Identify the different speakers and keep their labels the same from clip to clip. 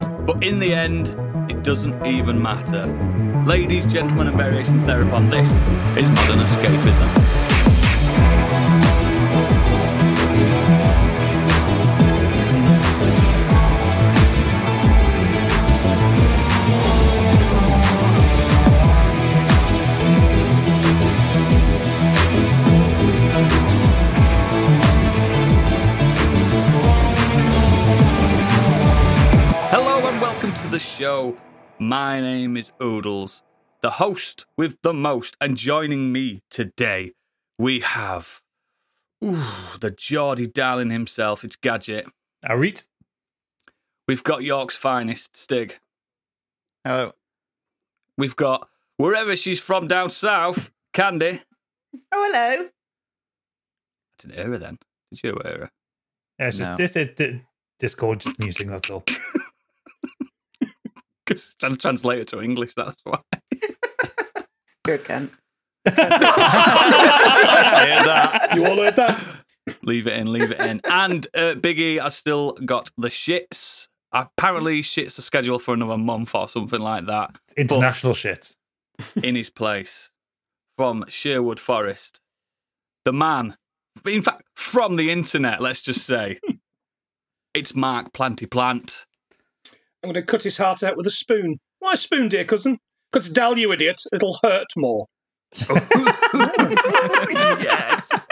Speaker 1: But in the end, it doesn't even matter. Ladies, gentlemen, and variations thereupon, this is modern escapism. Hello and welcome to the show. My name is Oodles, the host with the most, and joining me today we have ooh, the Geordie darling himself. It's Gadget.
Speaker 2: I read.
Speaker 1: We've got York's finest, Stig.
Speaker 3: Hello.
Speaker 1: We've got wherever she's from down south, Candy. I
Speaker 4: Oh, hello.
Speaker 1: didn't hear her then. Did you hear her?
Speaker 2: Yeah, uh, it's
Speaker 3: No.
Speaker 2: just this, this, this Discord music. That's all.
Speaker 1: Because trying to translate it to English, that's why.
Speaker 4: You're a cunt.
Speaker 3: I heard that.
Speaker 2: You all heard that?
Speaker 1: Leave it in, leave it in. And uh, Big E has still got the shits. Apparently, shits are scheduled for another month or something like that
Speaker 2: International shit.
Speaker 1: in his place from Sherwood Forest. The man, in fact, from the internet, let's just say. it's Mark Planty Plant.
Speaker 5: I'm going to cut his heart out with a spoon. Why a spoon, dear cousin? Because dal, you idiot, it'll hurt more.
Speaker 1: yes.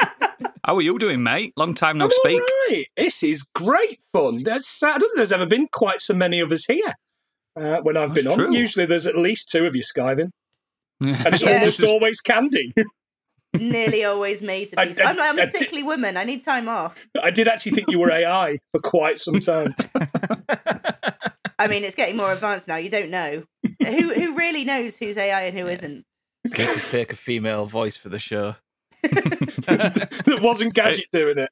Speaker 1: How are you doing, mate? Long time no
Speaker 5: I'm
Speaker 1: speak.
Speaker 5: all right. This is great fun. That's sad. I don't think there's ever been quite so many of us here uh, when I've
Speaker 1: That's
Speaker 5: been on.
Speaker 1: true.
Speaker 5: Usually there's at least two of you skiving, and it's almost always Candy.
Speaker 4: Nearly always me, to be
Speaker 5: I-
Speaker 4: fair.
Speaker 5: I-
Speaker 4: I'm, I'm
Speaker 5: I
Speaker 4: a
Speaker 5: did-
Speaker 4: sickly woman. I need time off.
Speaker 5: I did actually think you were AI for quite some time.
Speaker 4: I mean, it's getting more advanced now. You don't know. who who really knows who's AI and who isn't?
Speaker 3: Need to pick a female voice for the show.
Speaker 5: that wasn't Gadget doing it.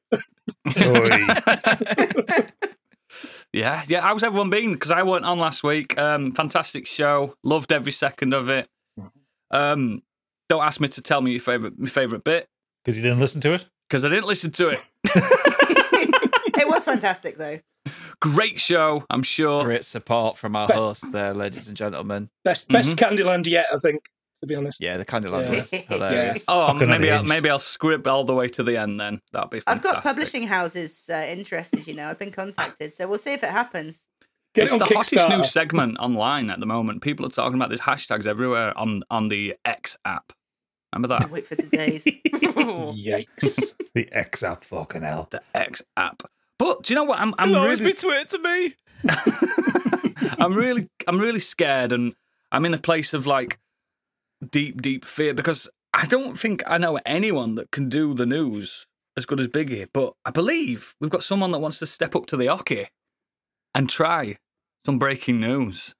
Speaker 2: Oi.
Speaker 1: Yeah, yeah. How's everyone been? Because I went on last week. Um, fantastic show. Loved every second of it. Um, don't ask me to tell me your favorite my favorite bit
Speaker 2: Because you didn't listen to it?
Speaker 1: because I didn't listen to it.
Speaker 4: it was fantastic, though.
Speaker 1: Great show, I'm sure.
Speaker 3: Great support from our
Speaker 5: Best-
Speaker 3: host there, ladies and gentlemen.
Speaker 5: Best best
Speaker 1: Mm-hmm.
Speaker 5: Candyland yet, I think. To be honest,
Speaker 3: Yeah, the Candyland
Speaker 5: Yeah.
Speaker 3: was hilarious.
Speaker 1: Oh,
Speaker 2: Fucking
Speaker 1: maybe I'll,
Speaker 2: unhinged.
Speaker 1: maybe I'll script all the way to the end. Then that'd be.
Speaker 4: I've
Speaker 1: Fantastic.
Speaker 4: got publishing houses uh, interested, you know. I've been contacted, so we'll see if it happens.
Speaker 5: get
Speaker 1: It's
Speaker 5: it on
Speaker 1: the hottest new
Speaker 5: Kickstarter.
Speaker 1: segment online at the moment. People are talking about. There's hashtags everywhere on on the X app. Remember
Speaker 4: I'll
Speaker 1: that
Speaker 4: wait for today's.
Speaker 5: Yikes!
Speaker 2: The X app, fucking hell.
Speaker 1: the X app. But do you know what? I'm I'm
Speaker 3: It'll always
Speaker 1: really
Speaker 3: be Twitter to me.
Speaker 1: I'm really, I'm really scared, and I'm in a place of like deep, deep fear because I don't think I know anyone that can do the news as good as Biggie. But I believe we've got someone that wants to step up to the hockey and try some breaking news.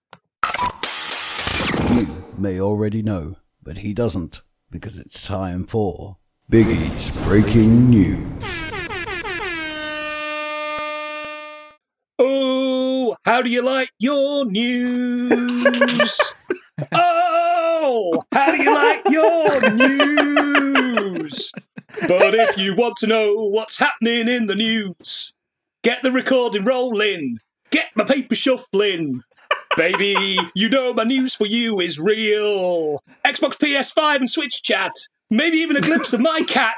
Speaker 6: You may already know, but he doesn't, because it's time for Biggie's Breaking News.
Speaker 5: Oh, how do you like your news? oh, how do you like your news? But if you want to know what's happening in the news, get the recording rolling, get my paper shuffling. Baby, you know my news for you is real. Xbox PS5 and Switch chat. Maybe even a glimpse of my cat.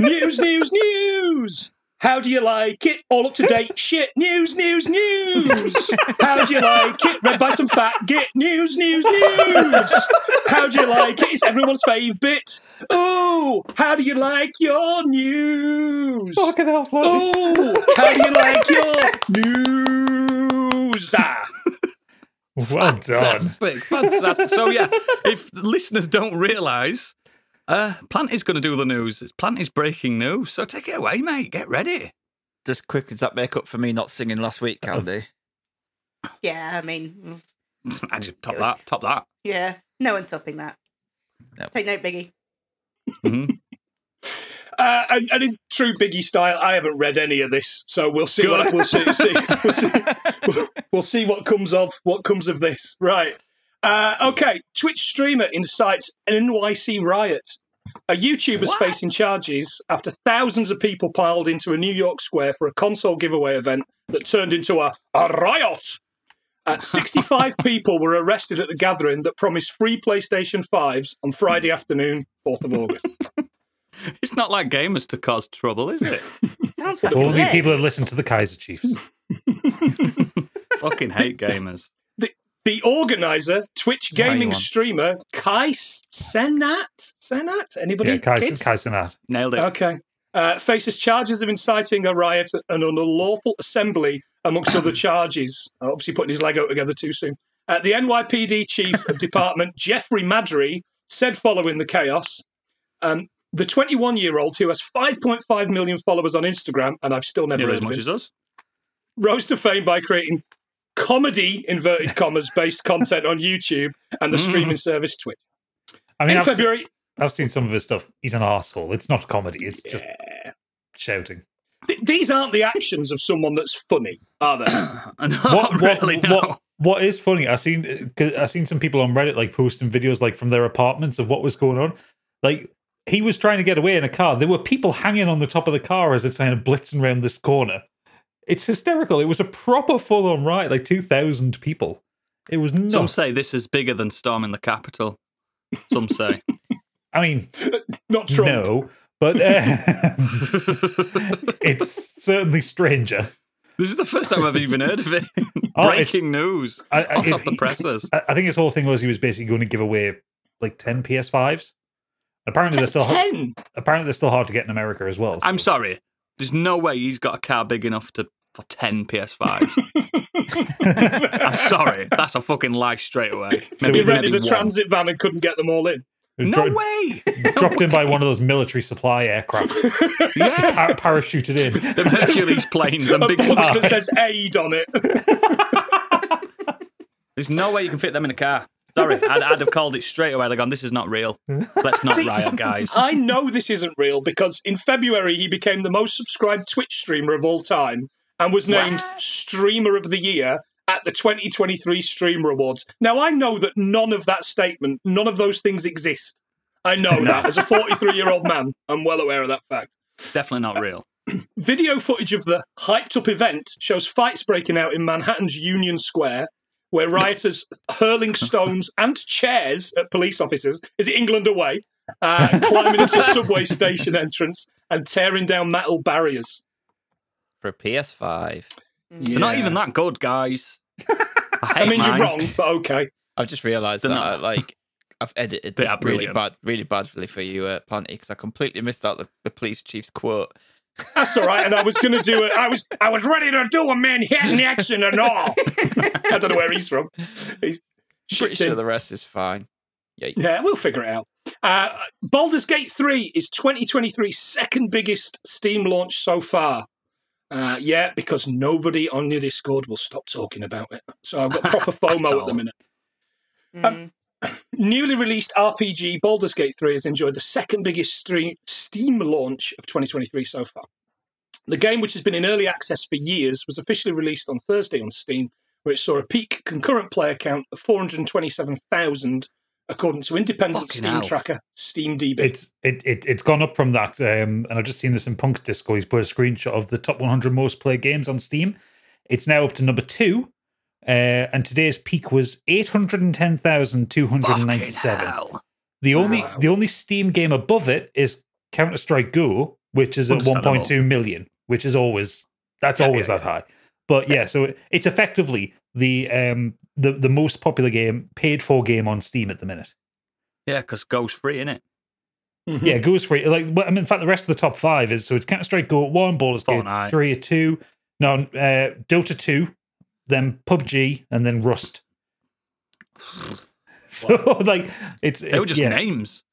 Speaker 5: news, news, news. How do you like it? All up to date shit. News, news, news. How do you like it? Read by some fat git. News, news, news. How do you like it? It's everyone's fave bit. Ooh, how do you like your news?
Speaker 2: Fucking hell, Flo.
Speaker 5: Oh, Ooh, how do you like your news? Ah.
Speaker 2: Well done.
Speaker 1: Fantastic, fantastic. so yeah, if listeners don't realise, uh, Plant is going to do the news. It's Plant is breaking news, so take it away, mate. Get ready.
Speaker 3: Just quick, does that make up for me not singing last week, Candy?
Speaker 4: yeah, I mean,
Speaker 1: I just top that, top that.
Speaker 4: yeah, no one's stopping that.
Speaker 3: No.
Speaker 4: Take note, Biggie.
Speaker 1: Mhm.
Speaker 5: Uh, and, and in true Biggie style, I haven't read any of this, so we'll see. What, we'll see. see- we'll see. we'll- we'll see what comes of what comes of this. Right. Uh, okay. Twitch streamer incites an NYC riot. A YouTuber's facing charges after thousands of people piled into a New York square for a console giveaway event that turned into a, a riot. Uh, 65 people were arrested at the gathering that promised free PlayStation 5s on Friday afternoon, 4th of August.
Speaker 1: It's not like gamers to cause trouble, is it?
Speaker 4: Sounds
Speaker 2: If
Speaker 4: fucking
Speaker 2: only
Speaker 4: lit.
Speaker 2: people had listened to the Kaiser Chiefs.
Speaker 1: Fucking hate gamers.
Speaker 5: The organizer, Twitch
Speaker 3: Now you
Speaker 5: gaming
Speaker 3: want.
Speaker 5: streamer Kai S- Senat. Senat? Anybody?
Speaker 2: yeah, Kaiser,
Speaker 5: Kids?
Speaker 2: Kaiser Nat.
Speaker 1: Nailed it.
Speaker 5: Okay. Uh, faces charges of inciting a riot and an unlawful assembly, amongst other charges. Uh, Obviously, putting his leg out together too soon. Uh, the NYPD chief of department, Jeffrey Madry, said following the chaos um, the 21 year old who has 5.5 million followers on Instagram, and I've still never
Speaker 1: Nearly
Speaker 5: heard
Speaker 1: as
Speaker 5: of
Speaker 1: much
Speaker 5: him,
Speaker 1: as us.
Speaker 5: rose to fame by creating comedy, inverted commas, based content on YouTube and the
Speaker 1: Mm.
Speaker 5: streaming service Twitch.
Speaker 2: I mean,
Speaker 5: in
Speaker 2: I've, se-
Speaker 5: February,
Speaker 2: I've seen some of his stuff. He's an arsehole. It's not comedy. It's just shouting.
Speaker 5: Th- these aren't the actions of someone that's funny, are they?
Speaker 1: And
Speaker 2: What-
Speaker 1: not
Speaker 2: what-
Speaker 1: really
Speaker 2: what-
Speaker 1: no.
Speaker 2: What is funny? I've seen 'cause I've seen some people on Reddit like posting videos like from their apartments of what was going on. Like he was trying to get away in a car. There were people hanging on the top of the car as it's kind of blitzing around this corner. It's hysterical. It was a proper full on riot, like two thousand people. It was nuts.
Speaker 1: Some say this is bigger than storming the capital. Some say.
Speaker 2: I mean,
Speaker 5: Not Trump.
Speaker 2: no, but uh, it's certainly stranger.
Speaker 1: This is the first time I've even heard of it.
Speaker 2: Oh, it's- uh,
Speaker 1: Breaking news.
Speaker 2: I, I,
Speaker 1: Hot
Speaker 2: it's-
Speaker 1: off the presses.
Speaker 2: I, I think his whole thing was he was basically going to give away like ten PS5s. Apparently they're still
Speaker 5: Ten.
Speaker 2: apparently they're still hard to get in America as well. so-
Speaker 1: I'm sorry. There's no way he's got a car big enough to for 10 PS5s. I'm sorry. That's a fucking lie straight away. Maybe,
Speaker 5: He
Speaker 2: We've
Speaker 5: rented
Speaker 1: maybe
Speaker 5: a
Speaker 1: one.
Speaker 5: transit van and couldn't get them all in.
Speaker 1: No
Speaker 2: Dro-
Speaker 1: way.
Speaker 2: dropped in by one of those military supply aircraft,
Speaker 1: Yeah.
Speaker 2: par- parachuted in.
Speaker 1: The Hercules planes and
Speaker 5: A
Speaker 1: big Ah.
Speaker 5: box
Speaker 1: cars.
Speaker 5: that says aid on it.
Speaker 1: There's no way you can fit them in a car. Sorry, I'd, I'd have called it straight away. They're gone, this is not real. Let's not
Speaker 5: See,
Speaker 1: riot, guys.
Speaker 5: I know this isn't real because in February he became the most subscribed Twitch streamer of all time and was named Streamer of the Year at the 2023 Streamer Awards. Now I know that none of that statement, none of those things exist. I know that as a 43 year old man, I'm well aware of that fact.
Speaker 1: Definitely not real.
Speaker 5: Video footage of the hyped up event shows fights breaking out in Manhattan's Union Square, where rioters hurling stones and chairs at police officers. Is it England away? Uh, climbing into the subway station entrance and tearing down metal barriers.
Speaker 3: for a PS5.
Speaker 1: They're not even that good, guys. I,
Speaker 5: I
Speaker 1: hate
Speaker 5: mean,
Speaker 1: mine.
Speaker 5: you're wrong, but okay.
Speaker 3: I've just realised
Speaker 1: They're
Speaker 3: that
Speaker 1: not-
Speaker 3: I, like I've edited
Speaker 1: They
Speaker 3: this
Speaker 1: are
Speaker 3: really
Speaker 1: brilliant.
Speaker 3: bad, really badly for you, uh, Planty, because I completely missed out the, the police chief's quote.
Speaker 5: That's all right. And I was going to do it. I was I was ready to do a Manhattan action and all. I don't know where he's from. He's
Speaker 3: Pretty
Speaker 5: shipped in.
Speaker 3: sure the rest is fine. Yeah,
Speaker 5: Yeah, we'll figure it out. Uh, Baldur's Gate 3 is 2023's second biggest Steam launch so far. Uh, yeah, because nobody on your Discord will stop talking about it. So I've got proper FOMO at
Speaker 1: all.
Speaker 5: the minute.
Speaker 4: Mm.
Speaker 5: Newly released RPG Baldur's Gate 3 has enjoyed the second biggest stre- Steam launch of 2023 so far. The game, which has been in early access for years, was officially released on Thursday on Steam, where it saw a peak concurrent player count of 427,000, according to independent
Speaker 1: Fucking
Speaker 5: Steam
Speaker 1: hell.
Speaker 5: tracker SteamDB.
Speaker 2: It's it, it it's gone up from that, um, and I've just seen this in Punk's Discord. He's put a screenshot of the top 100 most played games on Steam. It's now up to number two, uh, and today's peak was
Speaker 1: Fucking
Speaker 2: 810,297.
Speaker 1: hell.
Speaker 2: The only
Speaker 1: Ah,
Speaker 5: Wow.
Speaker 2: the only Steam game above it is Counter Strike Go, which is at
Speaker 1: Understandable.
Speaker 2: 1.2 million, which is always that's
Speaker 1: Yeah,
Speaker 2: always
Speaker 1: yeah,
Speaker 2: that high. But yeah, so it- it's effectively the um the the most popular game, paid for game on Steam at the minute.
Speaker 1: Yeah, because goes free, innit? Hmm.
Speaker 5: Mhm.
Speaker 2: Yeah, Go's free. Like well, I mean, in fact, the rest of the top five is so it's Counter Strike Go at one, Ballers Gate
Speaker 1: Fortnite.
Speaker 2: three at two, no uh, Dota two, then PUBG, and then Rust. So like it's
Speaker 1: They were just
Speaker 2: yeah,
Speaker 1: names.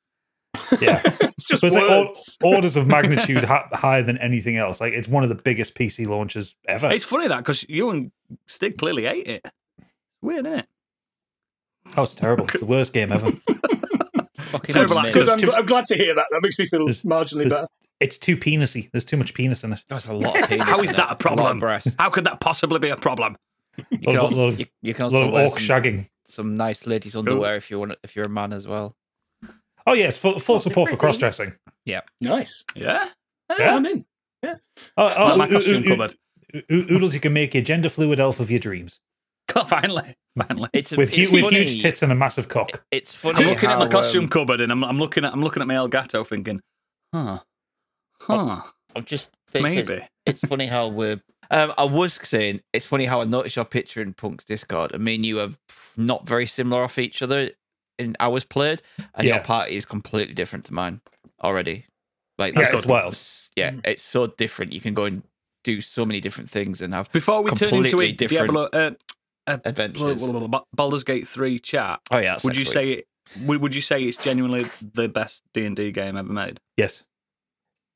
Speaker 2: yeah.
Speaker 5: it's just
Speaker 2: So it's
Speaker 5: words.
Speaker 2: like or, orders of magnitude ha- higher than anything else. Like it's one of the biggest PC launches ever.
Speaker 1: It's funny that because you and Stig clearly ate it. Weird, isn't it?
Speaker 2: oh, it's terrible. It's the worst game ever.
Speaker 3: fucking
Speaker 1: Terrible
Speaker 3: amazing.
Speaker 1: actors.
Speaker 5: Good, I'm,
Speaker 2: There's too-
Speaker 5: I'm glad to hear that. That makes me feel
Speaker 2: There's-
Speaker 5: marginally
Speaker 2: there's-
Speaker 5: better.
Speaker 2: It's too penisy. There's too much penis in it.
Speaker 3: That's a lot of penis.
Speaker 1: How is
Speaker 3: isn't
Speaker 1: that
Speaker 3: it?
Speaker 1: a problem?
Speaker 3: lot of breasts.
Speaker 1: How could that possibly be a problem?
Speaker 3: you
Speaker 2: Lot of-
Speaker 3: can
Speaker 2: lot
Speaker 3: also,
Speaker 2: of-
Speaker 3: you, you can
Speaker 2: A
Speaker 3: also
Speaker 2: lot of
Speaker 3: wear
Speaker 2: orc
Speaker 3: some,
Speaker 2: shagging.
Speaker 1: Oh.
Speaker 3: some nice ladies' underwear if you want. If you're a man as well.
Speaker 2: Oh yes, full, full
Speaker 4: Well,
Speaker 2: support for
Speaker 4: pretty.
Speaker 2: cross dressing.
Speaker 5: Nice.
Speaker 1: Yeah.
Speaker 5: Yeah,
Speaker 2: Yeah.
Speaker 5: I'm in.
Speaker 2: Oh,
Speaker 1: Not
Speaker 2: oh,
Speaker 1: my
Speaker 2: oo-
Speaker 1: costume
Speaker 2: oo- oo-
Speaker 1: cupboard.
Speaker 2: oo- Oodles, you can make your gender fluid elf of your dreams
Speaker 1: God, Oh, finally. Finally.
Speaker 3: It's
Speaker 2: with
Speaker 3: it's
Speaker 2: hu- with
Speaker 3: funny.
Speaker 2: huge tits and a massive cock.
Speaker 3: It's
Speaker 1: I'm
Speaker 3: funny.
Speaker 1: looking at
Speaker 3: how,
Speaker 1: my costume
Speaker 3: um,
Speaker 1: cupboard and I'm, I'm looking at I'm looking at my Elgato thinking, huh. Huh.
Speaker 3: I'm just thinking,
Speaker 1: Maybe.
Speaker 3: It's funny how we're. Um, I was saying it's funny how I noticed your picture in Punk's Discord. I mean, you are not very similar off each other in hours played, and
Speaker 2: Yeah.
Speaker 3: your party is completely different to mine already. Like
Speaker 2: Yeah,
Speaker 3: that's
Speaker 2: it's wild.
Speaker 3: s- Yeah,
Speaker 1: Mm.
Speaker 3: it's so different. You can go and do so many different things and have
Speaker 1: Before we turn into
Speaker 3: Completely
Speaker 1: a
Speaker 3: different
Speaker 1: Diablo uh, blah,
Speaker 3: adventures.
Speaker 1: blah, blah, blah, Baldur's Gate 3 chat,
Speaker 3: Oh yeah, that's
Speaker 1: would you
Speaker 3: next week.
Speaker 1: say it would would you say it's genuinely the best D&D game ever made?
Speaker 2: Yes.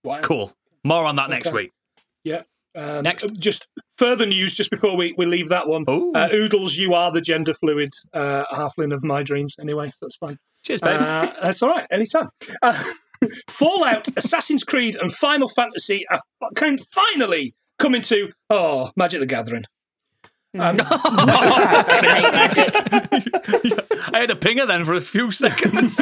Speaker 5: Wow.
Speaker 1: Cool. More on that next
Speaker 5: Okay.
Speaker 1: week.
Speaker 5: Um,
Speaker 1: Next.
Speaker 5: Just further news just before we, we leave that one.
Speaker 1: Oh,
Speaker 5: Uh, Oodles, you are the gender fluid uh, halfling of my dreams. Anyway, that's fine.
Speaker 1: cheers, babe.
Speaker 5: Uh, that's all right, anytime. Uh, Fallout, Assassin's Creed, and Final Fantasy are fucking finally coming to oh Magic the Gathering. Um,
Speaker 4: I fucking hate magic.
Speaker 1: I had a pinger then for a few seconds.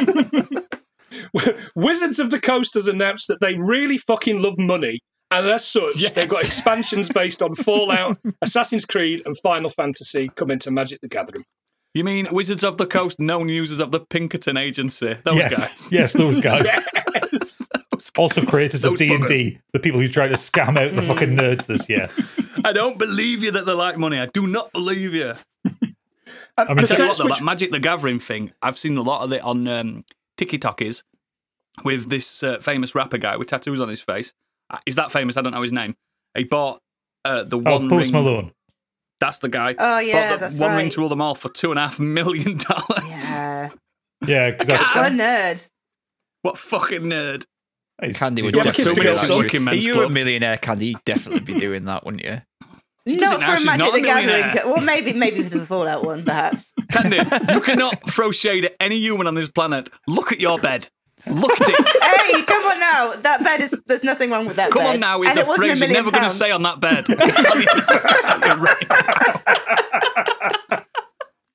Speaker 5: Wizards of the Coast has announced that they really fucking love money, and as such, they've got expansions based on Fallout, Assassin's Creed, and Final Fantasy coming to Magic the Gathering.
Speaker 1: you mean Wizards of the Coast, known users of the Pinkerton Agency? Those
Speaker 2: yes.
Speaker 1: guys.
Speaker 2: Yes, those guys.
Speaker 5: Yes.
Speaker 1: Those
Speaker 2: Also
Speaker 1: guys.
Speaker 2: creators of
Speaker 1: Those
Speaker 2: D and
Speaker 1: buggers.
Speaker 2: D, the people who try to scam out the
Speaker 1: Mm.
Speaker 2: fucking nerds this year.
Speaker 1: I don't believe you that they like money. I do not believe you.
Speaker 5: Um,
Speaker 2: I
Speaker 1: Tell you
Speaker 2: mean,
Speaker 5: the
Speaker 1: what,
Speaker 5: sets
Speaker 1: though,
Speaker 5: which
Speaker 1: that Magic the Gathering thing, I've seen a lot of it on um, TikTokies with this uh, famous rapper guy with tattoos on his face. Uh, Is that famous? I don't know his name. He bought uh, the
Speaker 2: Oh,
Speaker 1: one
Speaker 2: Post
Speaker 1: ring.
Speaker 2: Malone.
Speaker 1: That's the guy.
Speaker 4: Oh
Speaker 1: bought
Speaker 4: yeah,
Speaker 1: the
Speaker 4: that's
Speaker 1: one
Speaker 4: right.
Speaker 1: ring to rule them all for two and a half million dollars.
Speaker 4: yeah,
Speaker 2: Yeah, because
Speaker 4: what a nerd.
Speaker 1: What fucking nerd!
Speaker 3: Candy would
Speaker 5: Yeah,
Speaker 3: definitely
Speaker 5: Kiss Me
Speaker 3: be that.
Speaker 5: Also.
Speaker 3: You're-
Speaker 1: Working Men's
Speaker 3: If you were a
Speaker 1: Club.
Speaker 3: millionaire, Candy, you'd definitely be doing that, wouldn't you?
Speaker 1: does it
Speaker 4: Not
Speaker 1: now,
Speaker 4: for a
Speaker 1: she's
Speaker 4: Magic
Speaker 1: not a
Speaker 4: the Gathering.
Speaker 1: millionaire.
Speaker 4: Well, maybe maybe for the Fallout one, perhaps.
Speaker 1: Candy, you cannot throw shade at any human on this planet. Look at your bed. Look at it.
Speaker 4: hey, come on now. That bed is. There's nothing wrong with that
Speaker 1: Come
Speaker 4: bed.
Speaker 1: on now,
Speaker 4: and
Speaker 1: is a
Speaker 4: it wasn't
Speaker 1: phrase
Speaker 4: a
Speaker 1: you're
Speaker 4: million
Speaker 1: never going to
Speaker 4: pounds.
Speaker 1: say on that bed. I'm telling you, I'm telling you right now.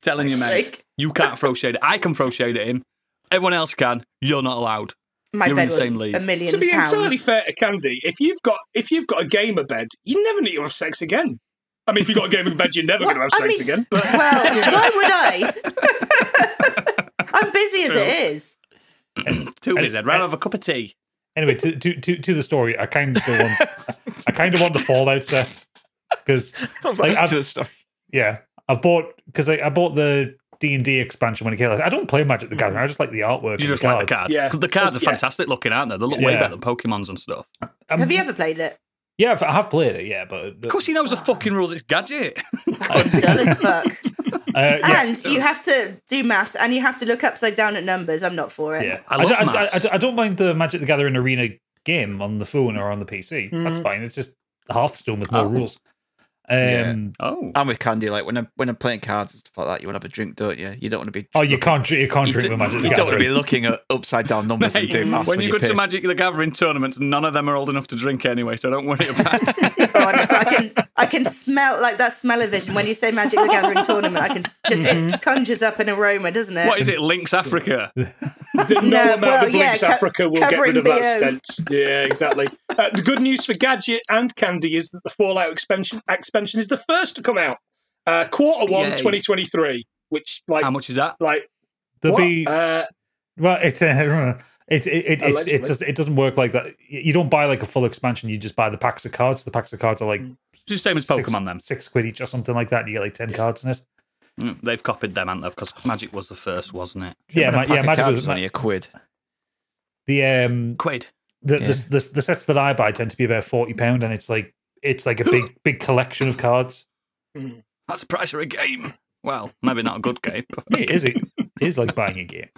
Speaker 1: Telling you, man,
Speaker 4: Like,
Speaker 1: you can't throw shade. I can throw shade at him. Everyone else can. You're not allowed.
Speaker 4: my
Speaker 1: You're in
Speaker 4: bed
Speaker 1: the
Speaker 4: was
Speaker 1: same league.
Speaker 4: a million
Speaker 5: to be
Speaker 4: pounds.
Speaker 5: entirely fair to Candy, if you've got if you've got a gamer bed, you never need to have sex again. I mean, if you've got a gamer bed, you're never
Speaker 4: What?
Speaker 5: going to have
Speaker 4: I
Speaker 5: sex
Speaker 4: mean-
Speaker 5: again. But
Speaker 4: Well, why would I? I'm busy as it is.
Speaker 1: Too
Speaker 2: And-
Speaker 1: busy. I'd rather have a cup of tea.
Speaker 2: anyway, to, to to to the story, I kind of want, I kind of want the Fallout set because Like, I've-
Speaker 3: to the story.
Speaker 2: yeah, I bought because I, I bought the D and D expansion when it came out. I don't play Magic the Gathering. I just like the artwork.
Speaker 1: You
Speaker 2: and
Speaker 1: just like the cards.
Speaker 2: cards.
Speaker 5: Yeah.
Speaker 1: The cards are
Speaker 5: Yeah.
Speaker 1: fantastic looking, aren't they? They look way
Speaker 2: Yeah.
Speaker 1: better than Pokemon's and stuff.
Speaker 2: Um,
Speaker 4: Have you ever played it?
Speaker 2: Yeah, I've- I have played it. Yeah, but
Speaker 1: Of course, he knows the fucking rules. It's gadget.
Speaker 4: It's dull as fuck.
Speaker 2: uh, yes,
Speaker 4: and you have to do maths, and you have to look upside down at numbers. I'm not for it.
Speaker 2: yeah.
Speaker 1: I love
Speaker 2: don't, I,
Speaker 1: maths.
Speaker 2: don't- I don't mind the Magic the Gathering arena game on the phone or on the PC. That's fine. It's just Hearthstone with more
Speaker 1: Mm. Oh.
Speaker 2: rules.
Speaker 3: Yeah.
Speaker 2: Um,
Speaker 1: Oh,
Speaker 3: I'm with Candy. Like when I'm when I'm playing cards and stuff like that, you want to have a drink, don't you? You don't want to be.
Speaker 2: Oh, you can't drink. You can't
Speaker 3: You,
Speaker 2: drink
Speaker 3: do,
Speaker 2: with Magic the
Speaker 3: you don't want to be
Speaker 2: Gathering.
Speaker 3: looking at upside down numbers and
Speaker 1: Mate,
Speaker 3: doing maths when,
Speaker 1: when you
Speaker 3: are
Speaker 1: go to Magic the Gathering tournaments, none of them are old enough to drink anyway, so don't worry about it.
Speaker 4: God, if I can, I can smell like that smell of vision. When you say Magic the Gathering tournament, I can s- just
Speaker 5: Mm-hmm.
Speaker 4: it conjures up an aroma, doesn't it?
Speaker 1: what is it? Links Africa.
Speaker 5: the no,
Speaker 4: No,
Speaker 5: amount
Speaker 4: well,
Speaker 5: of
Speaker 4: yeah,
Speaker 5: Links
Speaker 4: co-
Speaker 5: Africa will get
Speaker 4: covering
Speaker 5: rid of that
Speaker 4: BO.
Speaker 5: stench. Yeah, exactly. uh, the good news for Gadget and Candy is that the Fallout expansion expansion is the first to come out. Uh, quarter one,
Speaker 1: Yay.
Speaker 5: 2023, which like
Speaker 1: How much is that?
Speaker 5: like
Speaker 2: There'll
Speaker 5: what?
Speaker 2: be
Speaker 5: Uh,
Speaker 2: Well, it's uh, it, it, it, it,
Speaker 5: Allegedly.
Speaker 2: it, does, it doesn't work like that. You don't buy like a full expansion. You just buy the packs of cards. The packs of cards are like
Speaker 1: Just Mm. same as
Speaker 2: six-
Speaker 1: Pokemon, then.
Speaker 2: six quid each or something like that. And you get like ten cards in it.
Speaker 1: Mm, They've copied them, haven't they? Because Magic was the first, wasn't it?
Speaker 2: Yeah, ma- yeah. Magic was,
Speaker 3: only a quid.
Speaker 2: the um
Speaker 1: Quid.
Speaker 2: the,
Speaker 3: Yeah.
Speaker 2: the, the the sets that I buy tend to be about forty pound, and it's like it's like a big big collection of cards.
Speaker 1: That's the price of a game. Well, maybe not a good game. but-
Speaker 2: It is it is like buying a game.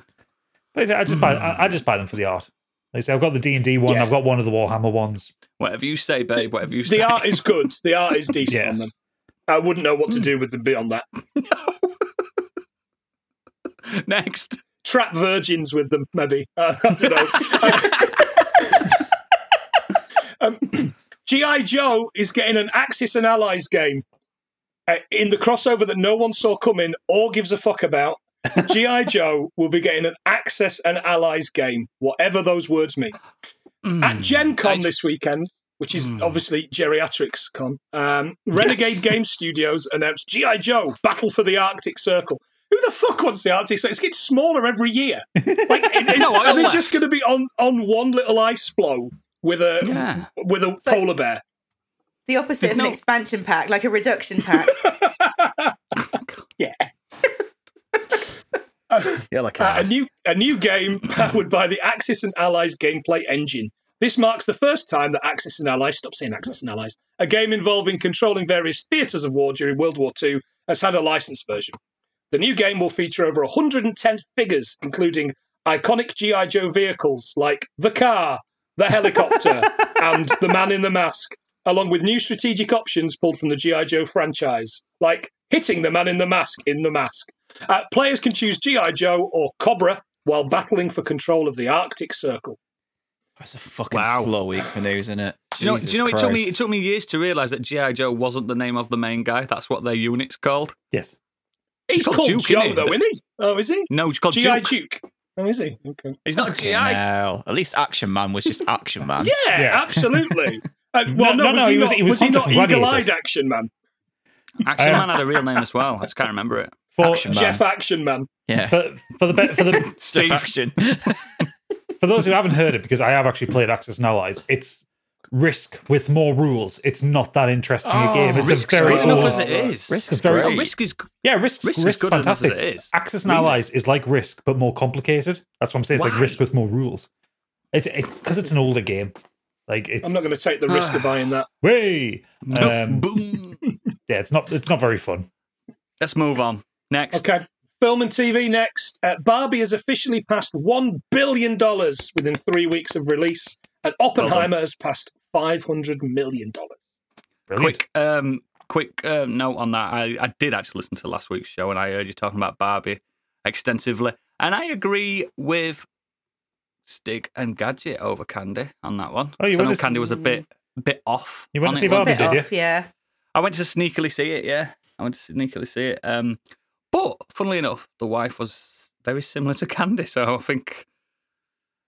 Speaker 2: But it's- I just buy I, I just buy them for the art. Like I say, I've got the D and D one.
Speaker 5: Yeah.
Speaker 2: I've got one of the Warhammer ones.
Speaker 1: Whatever you say, babe. Whatever you say.
Speaker 5: the art is good. The art is decent
Speaker 2: Yes.
Speaker 5: on them. I wouldn't know what to do with them beyond that.
Speaker 1: Next.
Speaker 5: Trap virgins with them, maybe. Uh, I don't know. um, GI Joe is getting an Axis and Allies game uh, in the crossover that no one saw coming or gives a fuck about. GI Joe will be getting an Ax- Access and Allies game, whatever those words mean.
Speaker 1: Hmm.
Speaker 5: At Gen Con this weekend, which is obviously Geriatrics Con, um, Renegade Game Studios announced G.I. Joe Battle for the Arctic Circle. Who the fuck wants the Arctic Circle? It's getting smaller every year. Like, it, it's-
Speaker 1: No, I
Speaker 5: are they
Speaker 1: left.
Speaker 5: just going to be on, on one little ice floe with a
Speaker 1: Yeah.
Speaker 5: with a
Speaker 4: So-
Speaker 5: polar bear?
Speaker 4: The opposite
Speaker 1: There's
Speaker 4: of an
Speaker 1: no-
Speaker 4: expansion pack, like a reduction pack.
Speaker 1: Yeah, like
Speaker 5: Uh, a new a new game powered by the Axis and Allies gameplay engine. This marks the first time that Axis and Allies, stop saying Axis and Allies, a game involving controlling various theatres of war during World War II, has had a licensed version. The new game will feature over 110 figures, including iconic G.I. Joe vehicles like the car, the helicopter, and the man in the mask, along with new strategic options pulled from the G.I. Joe franchise, like hitting the man in the mask in the mask. Uh, players can choose G.I. Joe or Cobra while battling for control of the Arctic Circle.
Speaker 3: That's a fucking
Speaker 1: Wow.
Speaker 3: slow week for news, isn't it?
Speaker 1: Do you know? do you know? It
Speaker 3: Jesus
Speaker 1: took me. It
Speaker 3: Christ.
Speaker 1: took me years to realize that GI Joe wasn't the name of the main guy. That's what their unit's called.
Speaker 2: Yes.
Speaker 5: He's
Speaker 1: called
Speaker 5: called
Speaker 1: Duke,
Speaker 5: Joe,
Speaker 1: isn't he?
Speaker 5: though, isn't he? Oh, is he?
Speaker 1: No, it's called
Speaker 5: G.I.
Speaker 1: Duke.
Speaker 5: Duke. Oh, is he? Okay.
Speaker 1: He's not GI.
Speaker 3: Hell, at least Action Man was just Action Man.
Speaker 5: Yeah,
Speaker 2: Yeah.
Speaker 5: absolutely. Uh, well,
Speaker 2: No, no,
Speaker 5: no, was
Speaker 2: no,
Speaker 5: he,
Speaker 2: he was-
Speaker 5: not,
Speaker 2: he was
Speaker 5: he
Speaker 2: Hunter
Speaker 5: not
Speaker 2: from Gladiators.
Speaker 5: eagle-eyed action man?
Speaker 1: Action
Speaker 2: Um,
Speaker 1: Man had a real name as well. I just can't remember it.
Speaker 2: For,
Speaker 3: Action Man.
Speaker 5: Jeff Action Man.
Speaker 3: yeah.
Speaker 2: for, for the be- for the
Speaker 1: Steve.
Speaker 3: Action.
Speaker 2: for those who haven't heard it, because I have actually played Access and Allies, it's Risk with more rules. It's not that interesting a game. It's
Speaker 1: Risk's
Speaker 2: a very
Speaker 1: Oh, good enough
Speaker 2: old-
Speaker 1: as it is.
Speaker 3: Risk
Speaker 2: It's
Speaker 3: is
Speaker 2: very-
Speaker 3: great.
Speaker 1: Oh, Risk is
Speaker 2: yeah. Risk's,
Speaker 1: Risk is
Speaker 2: Risk's
Speaker 1: good enough as
Speaker 2: fantastic.
Speaker 1: it is.
Speaker 2: Access and Allies is like Risk but more complicated. That's what I'm saying. It's
Speaker 1: Why?
Speaker 2: like Risk with more rules. It's it's because it's an older game. Like it's
Speaker 5: I'm not going to take the risk
Speaker 1: Ah.
Speaker 5: of buying that.
Speaker 2: way. Um,
Speaker 1: boom.
Speaker 2: yeah, it's not it's not very fun.
Speaker 1: Let's move on. Next.
Speaker 5: Okay. Film and TV next. Uh, Barbie has officially passed $1 billion within three weeks of release, and Oppenheimer has passed $500 million.
Speaker 2: Brilliant.
Speaker 1: Quick. Um. Quick uh, note on that. I, I did actually listen to last week's show, and I heard you talking about Barbie extensively, and I agree with Stig and Gadget over Candy on that one.
Speaker 2: Oh, you
Speaker 1: 'Cause I
Speaker 2: went
Speaker 1: know
Speaker 2: to-
Speaker 1: Candy was a bit bit off.
Speaker 2: You went
Speaker 1: on
Speaker 2: to
Speaker 1: it,
Speaker 2: see
Speaker 1: weren't
Speaker 2: Barbie,
Speaker 1: you?
Speaker 4: Bit
Speaker 2: did you?
Speaker 4: off, yeah.
Speaker 1: I went to sneakily see it, yeah. I went to sneakily see it. Um, but funnily enough, the wife was very similar to Candy, so I think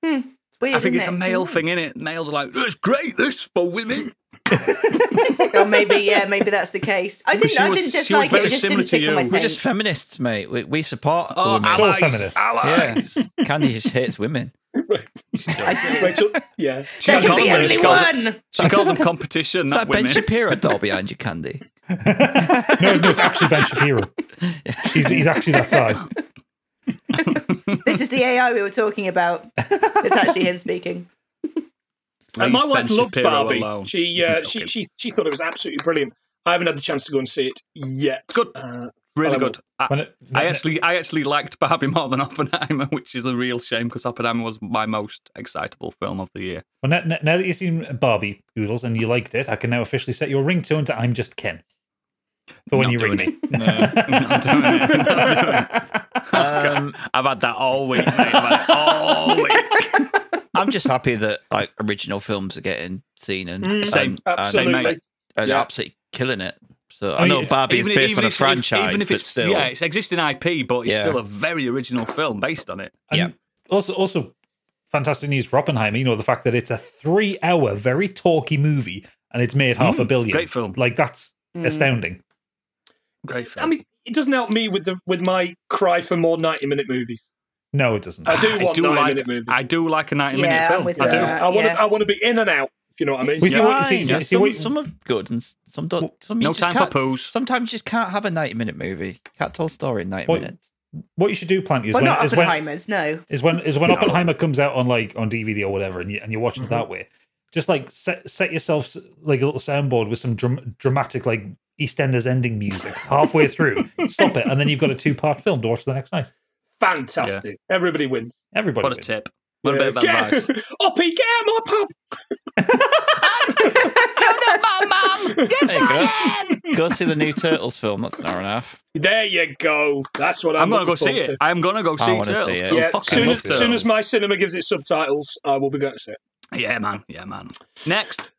Speaker 4: It's weird,
Speaker 1: I think it's a
Speaker 4: isn't it?
Speaker 1: male thing, in it. Males are like, it's great this for women.
Speaker 4: or maybe yeah, maybe that's the case. I didn't.
Speaker 1: she
Speaker 4: I
Speaker 1: was-
Speaker 4: didn't
Speaker 1: she was
Speaker 4: dislike it.
Speaker 1: very
Speaker 4: It just
Speaker 1: similar
Speaker 4: didn't
Speaker 1: to
Speaker 4: tickle my
Speaker 1: you.
Speaker 4: taste.
Speaker 1: We
Speaker 3: We're just feminists, mate. We, we support
Speaker 1: Oh,
Speaker 3: women.
Speaker 2: So
Speaker 1: allies,
Speaker 2: feminist.
Speaker 1: allies.
Speaker 3: Candy just hates women.
Speaker 5: Rachel, yeah.
Speaker 1: She,
Speaker 4: there can
Speaker 1: calls
Speaker 4: be
Speaker 1: them,
Speaker 4: only
Speaker 1: she, calls them,
Speaker 4: one.
Speaker 1: she calls them competition,
Speaker 3: Is
Speaker 1: not
Speaker 3: that Ben
Speaker 1: women.
Speaker 3: Shapiro doll behind you, Candy?
Speaker 2: no, no, it's actually Ben Shapiro. He's he's actually that size.
Speaker 4: This is the AI we were talking about. It's actually him speaking.
Speaker 5: Uh, my
Speaker 1: Leave
Speaker 5: wife
Speaker 1: Ben
Speaker 5: loved
Speaker 1: Shapiro
Speaker 5: Barbie.
Speaker 1: alone.
Speaker 5: She,
Speaker 1: I'm
Speaker 5: uh,
Speaker 1: joking.
Speaker 5: she she she thought it was absolutely brilliant. I haven't had the chance to go and see it yet.
Speaker 1: Good.
Speaker 5: Uh,
Speaker 1: really
Speaker 5: Um,
Speaker 1: good. I,
Speaker 2: When it-
Speaker 1: I actually, I actually liked Barbie more than Oppenheimer, which is a real shame because Oppenheimer was my most excitable film of the year.
Speaker 2: Well, now, now- now that you've seen Barbie Oodles and you liked it, I can now officially set your ringtone to "I'm Just Ken" for when
Speaker 1: Not
Speaker 2: you ring
Speaker 1: doing
Speaker 2: me.
Speaker 1: Not doing it. Not doing it.
Speaker 3: Um,
Speaker 1: I've had that all week, mate. I've had it all week.
Speaker 3: I'm just happy that like original films are getting seen and
Speaker 5: Mm.
Speaker 1: Same.
Speaker 3: and-
Speaker 5: absolutely.
Speaker 1: mate.
Speaker 3: and
Speaker 5: Yeah.
Speaker 3: absolutely killing it. So
Speaker 2: I
Speaker 3: I know
Speaker 2: mean,
Speaker 3: Barbie is
Speaker 1: Even if-
Speaker 3: based on a
Speaker 1: if- if-
Speaker 3: franchise,
Speaker 1: even if
Speaker 3: but
Speaker 1: it's
Speaker 3: still,
Speaker 1: yeah, it's existing IP, but it's
Speaker 3: Yeah.
Speaker 1: still a very original film based on it.
Speaker 2: And
Speaker 3: Yeah.
Speaker 2: Also, also fantastic news for Oppenheimer. You know the fact that it's a three-hour, very talky movie, and it's made half a billion.
Speaker 1: Mm, great film.
Speaker 2: Like that's astounding.
Speaker 1: Great film.
Speaker 5: I mean, it doesn't help me with the with my cry for more ninety minute movies.
Speaker 2: No, it doesn't.
Speaker 5: I do
Speaker 1: I
Speaker 5: want
Speaker 1: do
Speaker 5: ninety
Speaker 1: like,
Speaker 5: minute movies.
Speaker 1: I do like a ninety
Speaker 4: Yeah,
Speaker 1: minute
Speaker 4: I'm
Speaker 1: film.
Speaker 4: with
Speaker 1: I
Speaker 4: you
Speaker 1: do.
Speaker 4: on that.
Speaker 5: I want
Speaker 4: yeah.
Speaker 5: to I want to be in and out. If you know what I mean.
Speaker 2: We see
Speaker 1: Yeah.
Speaker 2: what, see,
Speaker 3: Fine, yeah,
Speaker 2: see
Speaker 3: some,
Speaker 2: what-
Speaker 3: some are good and s- some don't. Some you
Speaker 1: No
Speaker 3: just
Speaker 1: time for
Speaker 3: can't-
Speaker 1: poos.
Speaker 3: Sometimes you just can't have a 90 minute movie. You can't tell a story in 90
Speaker 2: Well,
Speaker 3: minutes.
Speaker 2: what you should do, Plant, is
Speaker 4: Well,
Speaker 2: when,
Speaker 4: not
Speaker 2: is when
Speaker 4: Oppenheimer's. No.
Speaker 2: is when is when Oppenheimer comes out on like on DVD or whatever, and you and you watch
Speaker 5: Mm-hmm.
Speaker 2: it that way. Just like set set yourself s- like a little soundboard with some dram- dramatic like EastEnders ending music halfway through. Stop it, and then you've got a two part film to watch the next night.
Speaker 5: Fantastic. Everybody wins.
Speaker 2: Everybody,
Speaker 1: What a
Speaker 2: wins.
Speaker 1: tip. What a bit of
Speaker 5: Yeah.
Speaker 1: advice.
Speaker 5: Oppie, get out of my pub.
Speaker 3: There you go. go see the new Turtles film. That's an hour and a half.
Speaker 5: There you go. That's what I'm,
Speaker 1: I'm gonna go
Speaker 5: looking
Speaker 1: see
Speaker 5: forward
Speaker 1: it. I'm gonna go see
Speaker 3: wanna
Speaker 1: Turtles.
Speaker 3: see it.
Speaker 5: to.
Speaker 1: I'm
Speaker 5: Yeah,
Speaker 1: fucking
Speaker 5: soon
Speaker 1: love
Speaker 5: as, soon
Speaker 1: Turtles.
Speaker 5: as my cinema gives it subtitles, I will be going to see it.
Speaker 1: Yeah, man. Yeah, man. Next.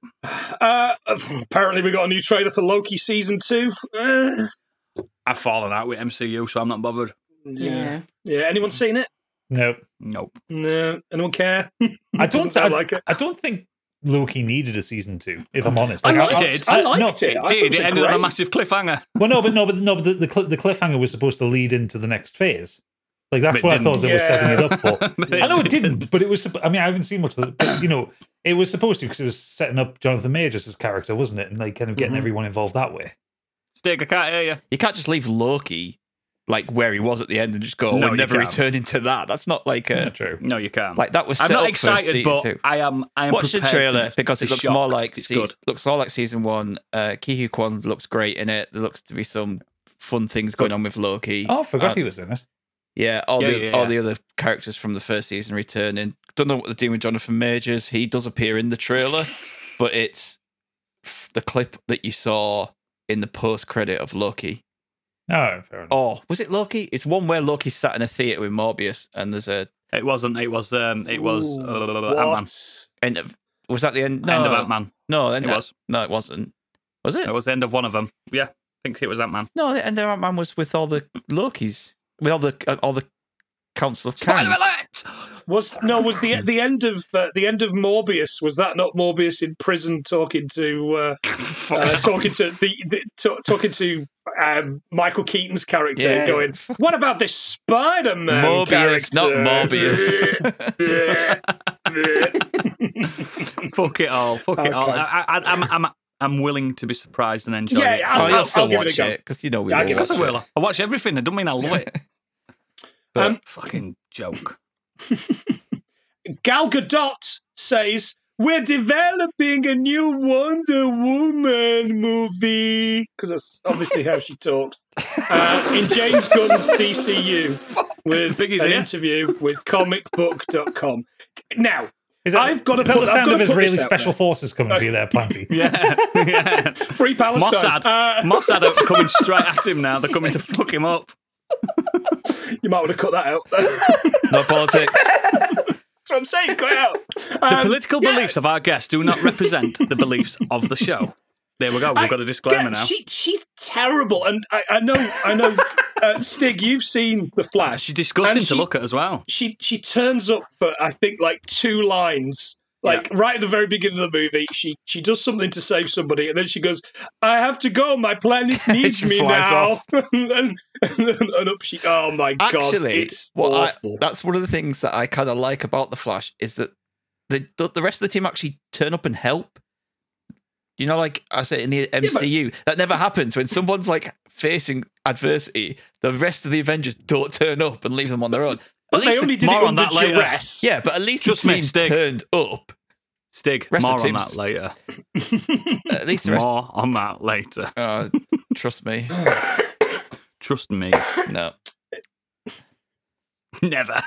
Speaker 5: Uh, apparently, we got a new trailer for Loki season two. Uh,
Speaker 1: I've fallen out with MCU, so I'm not bothered.
Speaker 4: Yeah.
Speaker 5: yeah. Anyone seen it?
Speaker 2: No,
Speaker 1: Nope.
Speaker 5: No, anyone care?
Speaker 2: I
Speaker 5: Doesn't
Speaker 2: don't. I,
Speaker 5: sound like it.
Speaker 2: I don't think Loki needed a season two. If I'm honest,
Speaker 5: I
Speaker 2: Like,
Speaker 5: liked
Speaker 1: did.
Speaker 5: it. I liked
Speaker 2: no,
Speaker 5: it. I thought
Speaker 1: Did
Speaker 5: was
Speaker 1: it ended on a
Speaker 5: great-
Speaker 1: massive cliffhanger?
Speaker 2: Well, no, but no, but no, but the, the, cl- the cliffhanger was supposed to lead into the next phase. Like that's
Speaker 1: But
Speaker 2: what
Speaker 1: didn't.
Speaker 2: I thought they were setting it up for. I know it didn't, but it was. supp- I mean, I haven't seen much of it, but you know, it was supposed to because it was setting up Jonathan Majors' character, wasn't it? And like kind of getting
Speaker 1: Mhm.
Speaker 2: everyone involved that way.
Speaker 1: Stig, I can't hear you.
Speaker 3: You can't just leave Loki like where he was at the end and just go, oh,
Speaker 1: No,
Speaker 3: we're
Speaker 1: you
Speaker 3: never
Speaker 1: can't.
Speaker 3: returning to that. That's not like
Speaker 2: Yeah,
Speaker 3: a
Speaker 2: true.
Speaker 1: No, you can't.
Speaker 3: like that was.
Speaker 1: I'm
Speaker 3: set
Speaker 1: not
Speaker 3: up for
Speaker 1: excited,
Speaker 3: season
Speaker 1: but
Speaker 3: two.
Speaker 1: I am. I am.
Speaker 3: watch the
Speaker 1: prepared
Speaker 3: trailer
Speaker 1: to,
Speaker 3: because it
Speaker 1: be
Speaker 3: looks more
Speaker 1: shocked.
Speaker 3: like
Speaker 1: it's
Speaker 3: season,
Speaker 1: good.
Speaker 3: looks more like season one. Uh, Kihu Kwan looks great in it. There looks to be some fun things going on with Loki.
Speaker 2: Oh, I forgot
Speaker 3: Uh,
Speaker 2: he was in it.
Speaker 3: Yeah, all
Speaker 1: Yeah,
Speaker 3: the
Speaker 1: yeah,
Speaker 3: all
Speaker 1: yeah.
Speaker 3: the other characters from the first season returning. Don't know what they're doing with Jonathan Majors. He does appear in the trailer, but it's f- the clip that you saw in the post credit of Loki.
Speaker 2: Oh, fair enough.
Speaker 3: Oh, was it Loki? It's one where Loki sat in a theater with Morbius, and there's a
Speaker 1: It wasn't. It was. Um. It was
Speaker 5: Ooh,
Speaker 1: uh,
Speaker 5: what?
Speaker 1: Ant-Man.
Speaker 3: end of. Was that the end? No, uh,
Speaker 1: End of Ant-Man.
Speaker 3: No,
Speaker 1: It
Speaker 3: end
Speaker 1: was.
Speaker 3: no, it wasn't. Was it?
Speaker 1: It was the end of one of them. Yeah, I think it was Ant-Man.
Speaker 3: No, the end of Ant Man was with all the Lokis, with all the uh, all the Council of
Speaker 1: Spoiler alert!
Speaker 3: Kangs.
Speaker 5: Was no was the the end of uh, the end of Morbius was that not Morbius in prison talking to uh, uh, talking to the, the to, talking to um, Michael Keaton's character
Speaker 3: Yeah.
Speaker 5: going what about this Spider Man
Speaker 3: Morbius, not
Speaker 5: Morbius
Speaker 1: Fuck it all. Fuck it all.
Speaker 5: Okay.
Speaker 1: I, I, I'm. I'm. I'm willing to be surprised and enjoy
Speaker 5: Yeah,
Speaker 1: it.
Speaker 5: I'll-
Speaker 3: Oh,
Speaker 5: I'll
Speaker 3: you'll still
Speaker 5: give it a
Speaker 3: watch
Speaker 5: go.
Speaker 3: it because you know we
Speaker 5: Yeah, I'll
Speaker 3: will
Speaker 5: give it
Speaker 1: Of course
Speaker 5: a
Speaker 1: I
Speaker 3: watch
Speaker 1: will. I watch everything. I don't mean I love it. But
Speaker 5: Um,
Speaker 1: fucking joke.
Speaker 5: Gal Gadot says we're developing a new Wonder Woman movie because that's obviously how she talks uh, in James Gunn's DCU with
Speaker 1: Biggie's
Speaker 5: an
Speaker 1: here.
Speaker 5: interview with comicbook.com. Now,
Speaker 2: Is that,
Speaker 5: I've gotta
Speaker 2: is that
Speaker 5: put-
Speaker 2: the
Speaker 5: I've
Speaker 2: sound
Speaker 5: gotta
Speaker 2: of
Speaker 5: put
Speaker 2: Israeli
Speaker 5: this out
Speaker 2: special
Speaker 5: there.
Speaker 2: forces coming for you there, Planty?
Speaker 1: Yeah. yeah.
Speaker 5: free Palestine.
Speaker 1: Mossad.
Speaker 5: Uh,
Speaker 1: Mossad are coming straight at him now. They're coming to fuck him up.
Speaker 5: you might want to cut that out. that's
Speaker 3: it. No politics.
Speaker 5: what I'm saying. Cut it out.
Speaker 1: The
Speaker 5: Um,
Speaker 1: political
Speaker 5: yeah.
Speaker 1: beliefs of our guests do not represent the beliefs of the show. There we go. We've
Speaker 5: I-
Speaker 1: got a disclaimer
Speaker 5: yeah,
Speaker 1: now.
Speaker 5: She, she's terrible, and I, I know, I know. Uh, Stig, you've seen the Flash.
Speaker 1: She's disgusting
Speaker 5: And
Speaker 1: to
Speaker 5: she-
Speaker 1: look at as well.
Speaker 5: she she turns up for I think like two lines. Like right at the very beginning of the movie, she she does something to save somebody, and then she goes, "I have to go. My planet needs
Speaker 3: She
Speaker 5: me
Speaker 3: flies
Speaker 5: now." and, and up she. Oh my god!
Speaker 3: Actually,
Speaker 5: It's
Speaker 3: what I,
Speaker 5: awful.
Speaker 3: that's one of the things that I kind of like about the Flash is that the the the rest of the team actually turn up and help. You know, like I said in the
Speaker 5: but-
Speaker 3: MCU, that never happens. When someone's like facing adversity, the rest of the Avengers don't turn up and leave them on their own.
Speaker 5: but they only did it
Speaker 1: more on
Speaker 5: under
Speaker 1: that later.
Speaker 5: duress.
Speaker 3: yeah, but at least
Speaker 1: Just
Speaker 3: the team
Speaker 1: mistake.
Speaker 3: turned up.
Speaker 1: Stig,
Speaker 3: Rest of
Speaker 1: more on
Speaker 3: teams-
Speaker 1: that later.
Speaker 3: At least the rest.
Speaker 1: More on that later.
Speaker 3: Oh, trust me,
Speaker 1: Trust me.
Speaker 3: no.
Speaker 1: Never.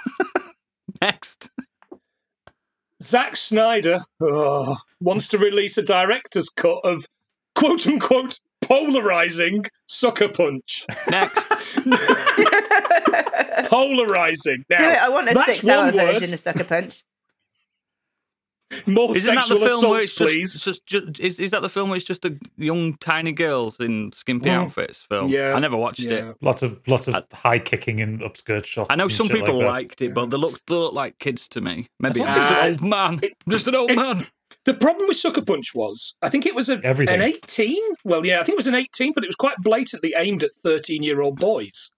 Speaker 1: Next.
Speaker 5: Zack Snyder oh, wants to release a director's cut of quote unquote polarizing sucker punch.
Speaker 1: Next.
Speaker 5: polarizing. Now,
Speaker 4: Do it. I want a
Speaker 5: that's
Speaker 4: six-hour
Speaker 5: one word.
Speaker 4: version of Sucker Punch.
Speaker 5: More
Speaker 1: Isn't that
Speaker 5: sexual
Speaker 1: the film
Speaker 5: assault,
Speaker 1: where it's just,
Speaker 5: please.
Speaker 1: just, ju- is, is that the film where it's just a young tiny girls in skimpy
Speaker 2: Well,
Speaker 1: outfits film?
Speaker 5: Mm. yeah,
Speaker 1: I never watched it.
Speaker 2: Lots of lots of
Speaker 1: I-
Speaker 2: high kicking and upskirt shots.
Speaker 1: I know
Speaker 2: and
Speaker 1: some
Speaker 2: shit
Speaker 1: people
Speaker 2: like that.
Speaker 1: liked it, but they look they look like kids to me. Maybe
Speaker 5: I
Speaker 1: I'm
Speaker 5: thought
Speaker 1: just
Speaker 5: it
Speaker 1: an
Speaker 5: was-
Speaker 1: old man.
Speaker 5: it-
Speaker 1: I'm just an old
Speaker 5: it-
Speaker 1: man.
Speaker 5: The problem with Sucker Punch was, I think it was a,
Speaker 2: Everything.
Speaker 5: an 18. Well, yeah, I think it was an 18, but it was quite blatantly aimed at 13 year old boys.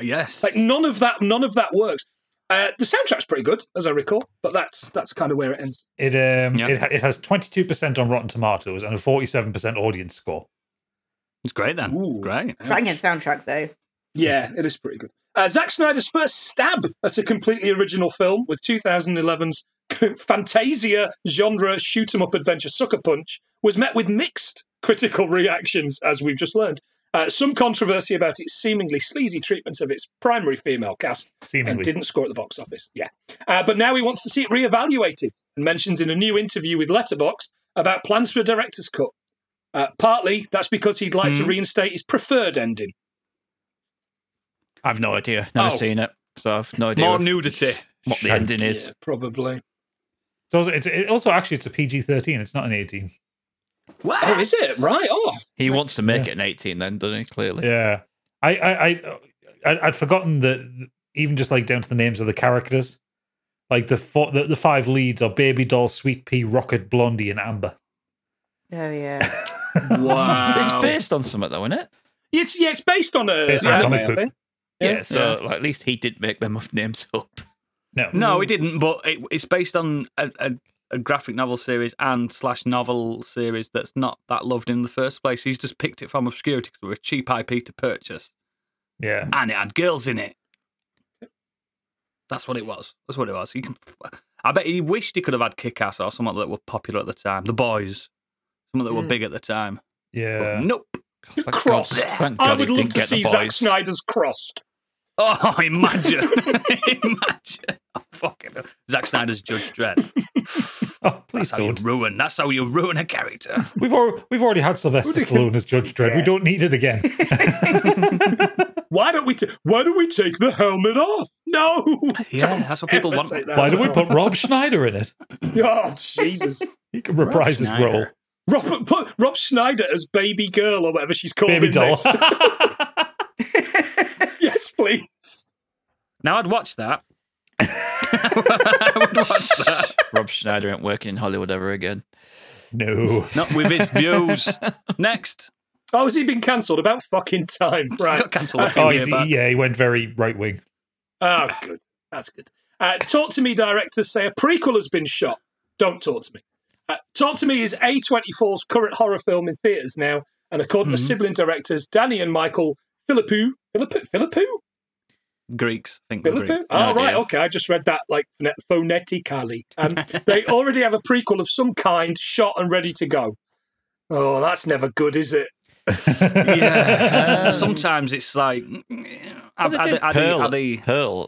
Speaker 1: Yes.
Speaker 5: Like none of that, none of that works. Uh, the soundtrack's pretty good, as I recall, but that's that's kind of where it ends.
Speaker 2: It um
Speaker 1: Yeah.
Speaker 2: it, ha- it has twenty two percent on Rotten Tomatoes and a forty seven percent audience score.
Speaker 1: It's great then.
Speaker 5: Ooh.
Speaker 1: Great.
Speaker 4: Banging soundtrack though.
Speaker 5: Yeah, it is pretty good. Uh, Zack Snyder's first stab at a completely original film with 2011's Fantasia genre shoot 'em up adventure Sucker Punch was met with mixed critical reactions, as we've just learned. Uh, some controversy about its seemingly sleazy treatment of its primary female cast and
Speaker 2: Seemingly,
Speaker 5: didn't score at the box office. Yeah. Uh, but now he wants to see it reevaluated and mentions in a new interview with Letterbox about plans for a director's cut. Uh, partly that's because he'd like to
Speaker 1: Hmm.
Speaker 5: reinstate his preferred ending.
Speaker 3: I've no idea. Never
Speaker 1: Oh.
Speaker 3: seen it, so I've no idea
Speaker 1: More
Speaker 3: if-
Speaker 1: nudity.
Speaker 3: what the
Speaker 2: Shite.
Speaker 3: ending is.
Speaker 5: Yeah, probably.
Speaker 2: It's also, it's, it also actually it's a PG thirteen. It's not an eighteen.
Speaker 1: What?
Speaker 5: Oh, is it? Right. Oh,
Speaker 3: He wants to make
Speaker 2: Yeah.
Speaker 3: it an 18, then, doesn't he? Clearly.
Speaker 2: Yeah, I I I I- I'd forgotten that even just like down to the names of the characters. Like the four, the, the five leads are Baby Doll, Sweet Pea, Rocket, Blondie, and Amber.
Speaker 4: Oh yeah.
Speaker 1: Wow.
Speaker 3: It's based on something though, isn't it?
Speaker 5: It's yeah, it's based on a,
Speaker 2: Based
Speaker 5: an
Speaker 2: on a
Speaker 5: anime,
Speaker 2: comic
Speaker 5: I
Speaker 2: book.
Speaker 5: think.
Speaker 3: Yeah. so like, at least he did make them names up.
Speaker 2: No,
Speaker 1: no, it didn't. But it, it's based on a, a, a graphic novel series and slash novel series that's not that loved in the first place. He's just picked it from obscurity because it was a cheap IP to purchase,
Speaker 2: yeah,
Speaker 1: and it had girls in it. That's what it was. That's what it was. You can, I bet he wished he could have had Kick Ass or something that were popular at the time. The Boys, something that were
Speaker 4: Mm.
Speaker 1: big at the time. But
Speaker 2: yeah.
Speaker 1: nope.
Speaker 3: God, thank God-
Speaker 5: Crossed.
Speaker 3: thank
Speaker 5: I
Speaker 3: God he
Speaker 5: would love
Speaker 3: didn't
Speaker 5: to
Speaker 3: get the
Speaker 5: see Zack
Speaker 3: boys.
Speaker 5: Snyder's crossed.
Speaker 1: Oh, imagine, imagine. Oh, fucking hell. Zack Snyder's Judge Dredd.
Speaker 2: Oh,
Speaker 1: That's
Speaker 2: please
Speaker 1: how you
Speaker 2: don't.
Speaker 1: ruin. That's how you ruin a character.
Speaker 2: We've already we've already had Sylvester Stallone as Judge Dredd. We don't need it again.
Speaker 5: Why don't we? T- why don't we take the helmet off? No.
Speaker 1: Yeah, that's what people
Speaker 5: ever
Speaker 1: want.
Speaker 5: take that
Speaker 2: Why don't we
Speaker 5: helmet
Speaker 2: put Rob Schneider in it?
Speaker 5: off. Oh Jesus!
Speaker 2: He can reprise his role.
Speaker 1: Schneider.
Speaker 5: Rob, put Rob Schneider as baby girl or whatever she's called
Speaker 2: Baby
Speaker 5: in
Speaker 2: doll.
Speaker 5: this. yes, please.
Speaker 1: Now I'd watch that. I would watch that.
Speaker 3: Rob Schneider ain't working in Hollywood ever again.
Speaker 2: no.
Speaker 1: Not with his views. Next.
Speaker 5: Oh, has he been cancelled? About fucking time, right?
Speaker 1: got cancelled a few
Speaker 2: Oh,
Speaker 1: years
Speaker 2: he's,
Speaker 1: back.
Speaker 2: yeah, he went very right wing.
Speaker 5: Oh, good. That's good. Uh, talk to me, directors say a prequel has been shot. Don't talk to me. Uh, talk to me is A24's current horror film in theaters now, and according to
Speaker 1: Mhm.
Speaker 5: sibling directors Danny and Michael Philippou. Philippou? Philippou?
Speaker 1: Greeks think the
Speaker 5: Philippou?
Speaker 1: Greeks.
Speaker 5: Oh,
Speaker 3: No
Speaker 5: right.
Speaker 3: idea.
Speaker 5: Okay. I just read that like phonet- phonetically. Um, they already have a prequel of some kind shot and ready to go. Oh, that's never good, is it?
Speaker 1: Yeah.
Speaker 3: Um,
Speaker 1: Sometimes it's like. mm, Are,
Speaker 3: Well, they
Speaker 1: are they, Uh,
Speaker 3: did
Speaker 1: are, they,
Speaker 3: Pearl,
Speaker 1: are they-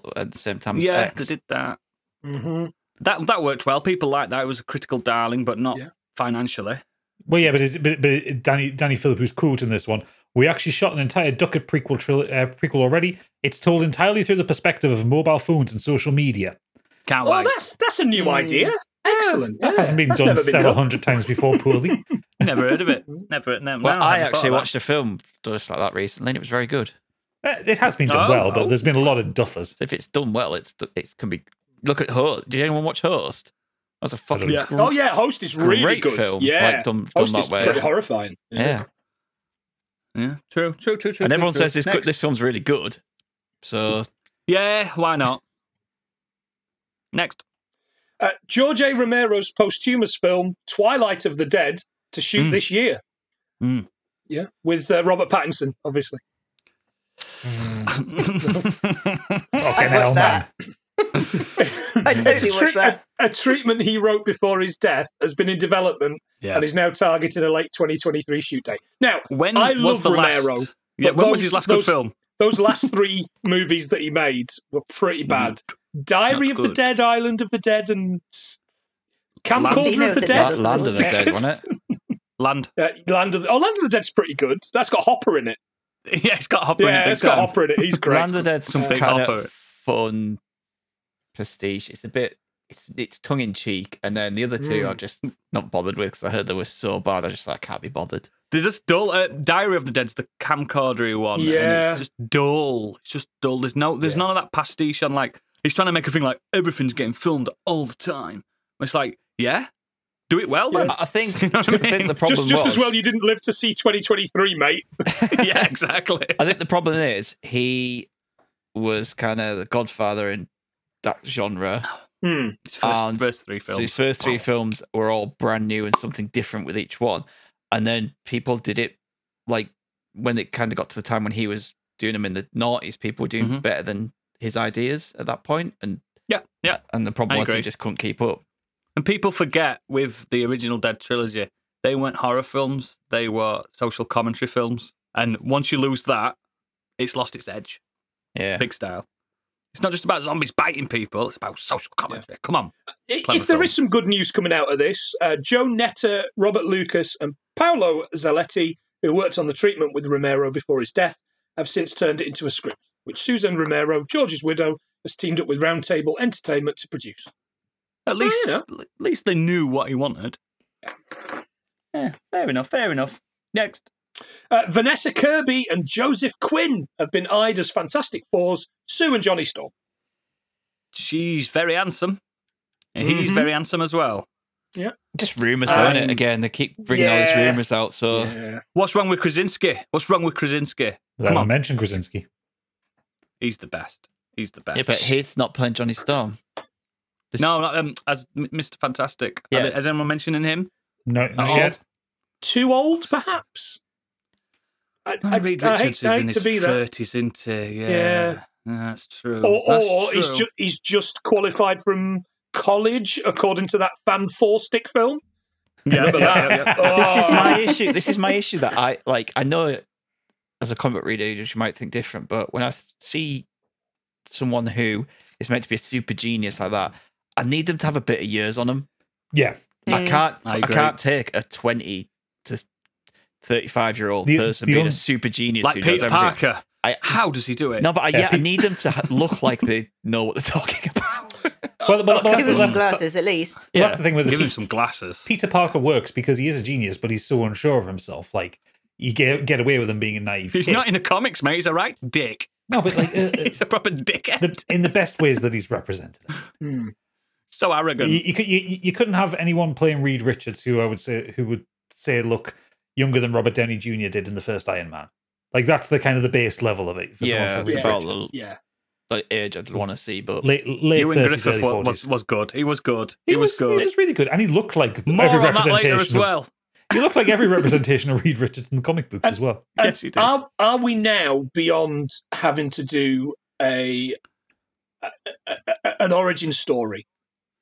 Speaker 3: Pearl at the same time as
Speaker 1: Yeah,
Speaker 3: X.
Speaker 1: they did that.
Speaker 5: Mm-hmm.
Speaker 1: That that worked well. People liked that. It was a critical darling, but not
Speaker 5: Yeah.
Speaker 1: financially.
Speaker 2: Well, yeah, but is, but, but Danny Danny Phillip, who's quote in this one, we actually shot an entire Duckett prequel tril- uh, prequel already. It's told entirely through the perspective of mobile phones and social media.
Speaker 1: Can't
Speaker 5: Oh,
Speaker 1: wait.
Speaker 5: that's that's a new
Speaker 4: Mm.
Speaker 5: idea. Excellent.
Speaker 2: That
Speaker 5: yeah.
Speaker 2: hasn't been
Speaker 5: That's
Speaker 2: done
Speaker 5: never
Speaker 2: several hundred times before, poorly.
Speaker 1: Never heard of it. Never. never
Speaker 3: Well,
Speaker 1: no,
Speaker 3: I
Speaker 1: hadn't thought
Speaker 3: actually
Speaker 1: of that.
Speaker 3: watched a film just like that recently, and it was very good.
Speaker 2: Uh, it has been done
Speaker 1: Oh.
Speaker 2: well, but there's been a lot of duffers.
Speaker 3: So if it's done well, it's it can be. Look at Host. Did anyone watch Host? That's a fucking
Speaker 1: Yeah.
Speaker 3: gr-
Speaker 5: Oh yeah, Host is really
Speaker 3: great
Speaker 5: good.
Speaker 3: film.
Speaker 5: Yeah,
Speaker 3: like, done, done
Speaker 5: Host
Speaker 3: that
Speaker 5: is
Speaker 3: way.
Speaker 5: pretty horrifying.
Speaker 3: Yeah,
Speaker 1: Yeah, true, true, true, true.
Speaker 3: and
Speaker 1: true,
Speaker 3: everyone
Speaker 1: true.
Speaker 3: says this good,
Speaker 1: Next.
Speaker 3: this film's really good. So
Speaker 1: Yeah, why not? Next.
Speaker 5: Uh, George A. Romero's posthumous film Twilight of the Dead to shoot
Speaker 1: Mm.
Speaker 5: this year.
Speaker 1: Mm.
Speaker 5: Yeah, with uh, Robert Pattinson, obviously.
Speaker 2: Fucking
Speaker 4: I'd watch
Speaker 2: hell, man.
Speaker 4: that. I totally
Speaker 5: Treat-
Speaker 4: watched that.
Speaker 5: A, a treatment he wrote before his death has been in development
Speaker 1: yeah.
Speaker 5: and is now targeting a late 2023 shoot date. Now,
Speaker 1: When
Speaker 5: I
Speaker 1: was
Speaker 5: love
Speaker 1: the
Speaker 5: Romero,
Speaker 1: last? Yeah,
Speaker 5: but
Speaker 1: when was
Speaker 5: those-
Speaker 1: his last good
Speaker 5: those-
Speaker 1: film?
Speaker 5: those last three movies that he made were
Speaker 3: Mm.
Speaker 5: pretty bad. Diary
Speaker 1: Not
Speaker 5: of the
Speaker 1: good.
Speaker 5: Dead, Island of the Dead, and s- Camcorder
Speaker 4: Casino
Speaker 5: of the Dead.
Speaker 4: was
Speaker 3: Land of the
Speaker 4: good.
Speaker 3: Dead, eh? wasn't it?
Speaker 1: Land.
Speaker 5: Uh, Land of the, oh, Land of the Dead's pretty good. That's got Hopper in it.
Speaker 1: Yeah, it's got Hopper in it.
Speaker 5: Yeah,
Speaker 1: big
Speaker 5: it's got
Speaker 1: time.
Speaker 5: Hopper in it. He's great.
Speaker 3: Land of the Dead's some
Speaker 5: Uh,
Speaker 1: Big
Speaker 3: kind
Speaker 1: Hopper.
Speaker 3: of fun prestige. It's a bit. It's it's tongue in cheek, and then the other two
Speaker 5: Mm.
Speaker 3: are just not bothered with because I heard they were so bad. I just like I can't be bothered.
Speaker 1: They're just dull. Uh, Diary of the Dead's the camcordery one. And
Speaker 5: Yeah.
Speaker 1: it's just dull. It's just dull. There's no. There's none of that pastiche on like. He's trying to make a thing like everything's getting filmed all the time. It's like, yeah, do it well then.
Speaker 3: I I think,
Speaker 1: You know what I
Speaker 3: I think
Speaker 1: mean?
Speaker 3: the problem
Speaker 5: just, just
Speaker 3: was,
Speaker 5: as well you didn't live to see 2023, mate.
Speaker 1: yeah, exactly.
Speaker 3: I think the problem is he was kind of the godfather in that genre.
Speaker 5: Hmm.
Speaker 1: His first,
Speaker 3: And-
Speaker 1: first three
Speaker 3: So
Speaker 1: films.
Speaker 3: his first three films were all brand new and something different with each one. And then people did it like when it kind of got to the time when he was doing them in the noughties, people were doing
Speaker 1: Mhm.
Speaker 3: better than his ideas at that point. And
Speaker 1: Yeah, yeah.
Speaker 3: and the problem
Speaker 1: I
Speaker 3: was
Speaker 1: agree.
Speaker 3: he just couldn't keep up.
Speaker 1: And people forget with the original Dead trilogy, they weren't horror films, they were social commentary films. And once you lose that, it's lost its edge.
Speaker 3: Yeah.
Speaker 1: Big style. It's not just about zombies biting people, it's about social commentary. Come on.
Speaker 5: I-
Speaker 1: Clever
Speaker 5: if there
Speaker 1: film.
Speaker 5: is some good news coming out of this, uh, Joe Netta, Robert Lucas, and Paolo Zaletti, who worked on the treatment with Romero before his death, have since turned it into a script, which Susan Romero, George's widow, has teamed up with Roundtable Entertainment to produce.
Speaker 1: At least
Speaker 5: you know.
Speaker 1: at least they knew what he wanted. Yeah, fair enough, fair enough. Next.
Speaker 5: Uh, Vanessa Kirby and Joseph Quinn have been eyed as Fantastic Four's Sue and Johnny Storm.
Speaker 1: she's very handsome. And he's
Speaker 5: Mhm.
Speaker 1: very handsome as well.
Speaker 3: Just rumors, isn't
Speaker 5: Um,
Speaker 3: it? Again, they keep bringing all these
Speaker 5: yeah.
Speaker 3: rumors out. So
Speaker 5: Yeah.
Speaker 1: What's wrong with Krasinski? What's wrong with Krasinski?
Speaker 2: Come on, mention Krasinski.
Speaker 1: He's the best. He's the best.
Speaker 3: yeah, but he's not playing Johnny Storm. This-
Speaker 1: no, not, um, as M- Mr. Fantastic.
Speaker 3: Yeah.
Speaker 1: Has anyone mentioning him?
Speaker 2: No, not
Speaker 1: Oh.
Speaker 2: yet.
Speaker 5: Too old, perhaps. I, I,
Speaker 1: Reed
Speaker 5: I
Speaker 1: Richards
Speaker 5: hate, I
Speaker 1: is in
Speaker 5: hate
Speaker 1: his
Speaker 5: to be that.
Speaker 1: thirties, isn't he? Yeah.
Speaker 5: Yeah.
Speaker 1: that's true.
Speaker 5: Or,
Speaker 1: That's
Speaker 5: or he's,
Speaker 1: true.
Speaker 5: ju- he's just qualified from college, according to that fan four stick film.
Speaker 1: yeah, but that, yeah, yeah.
Speaker 3: this is
Speaker 5: Oh.
Speaker 3: my issue. This is my issue that I like. I know as a comic reader, you might think different, but when I s- see someone who is meant to be a super genius like that, I need them to have a bit of years on them.
Speaker 2: Yeah.
Speaker 3: I
Speaker 4: Mm.
Speaker 3: can't.
Speaker 1: I
Speaker 3: I,
Speaker 1: agree.
Speaker 3: can't take a twenty to thirty-five year old
Speaker 2: The-
Speaker 3: person
Speaker 2: the
Speaker 3: being
Speaker 2: on-
Speaker 3: a super genius
Speaker 1: like
Speaker 3: who
Speaker 1: Peter
Speaker 3: knows everything.
Speaker 1: Parker.
Speaker 3: I-
Speaker 1: How does he do it?
Speaker 3: No, but I, yeah,
Speaker 2: Yeah,
Speaker 3: I
Speaker 2: Pe-
Speaker 3: need them to ha- look like they know what they're talking about.
Speaker 2: Well, well, well,
Speaker 4: Give
Speaker 2: that's,
Speaker 4: him some
Speaker 2: that's,
Speaker 4: glasses at least.
Speaker 2: well, that's the thing with the
Speaker 1: give him
Speaker 2: Peter,
Speaker 1: some glasses.
Speaker 2: Peter Parker works because he is a genius, but he's so unsure of himself. Like you get get away with him being a naive.
Speaker 1: He's
Speaker 2: kid.
Speaker 1: not in the comics, mate. He's a right dick.
Speaker 2: no, but like uh, uh,
Speaker 1: He's a proper dickhead.
Speaker 2: the, in the best ways that he's represented.
Speaker 1: so
Speaker 2: You,
Speaker 1: arrogant.
Speaker 2: you, could- you, you couldn't have anyone playing Reed Richards who I would say who would say look younger than Robert Downey Jr. did in the first Iron Man. Like that's the kind of the base level of it for
Speaker 3: yeah,
Speaker 2: someone for
Speaker 3: it's
Speaker 2: Reed
Speaker 3: about
Speaker 2: Richards.
Speaker 3: the
Speaker 5: Yeah.
Speaker 3: like, age I'd want to see, but
Speaker 2: Late late
Speaker 1: Ewan
Speaker 2: thirties,
Speaker 1: Griffith
Speaker 2: early
Speaker 1: was, was,
Speaker 2: forties.
Speaker 1: was good. He was good. He, was,
Speaker 2: He
Speaker 1: good.
Speaker 2: was really good, and he looked like
Speaker 1: More
Speaker 2: every
Speaker 1: on that later
Speaker 2: representation.
Speaker 1: as
Speaker 2: of-
Speaker 1: well.
Speaker 2: he looked like every representation of Reed Richards in the comic books as well.
Speaker 1: Yes, he did.
Speaker 5: Are, are we now beyond having to do a, a- a- a- an origin story?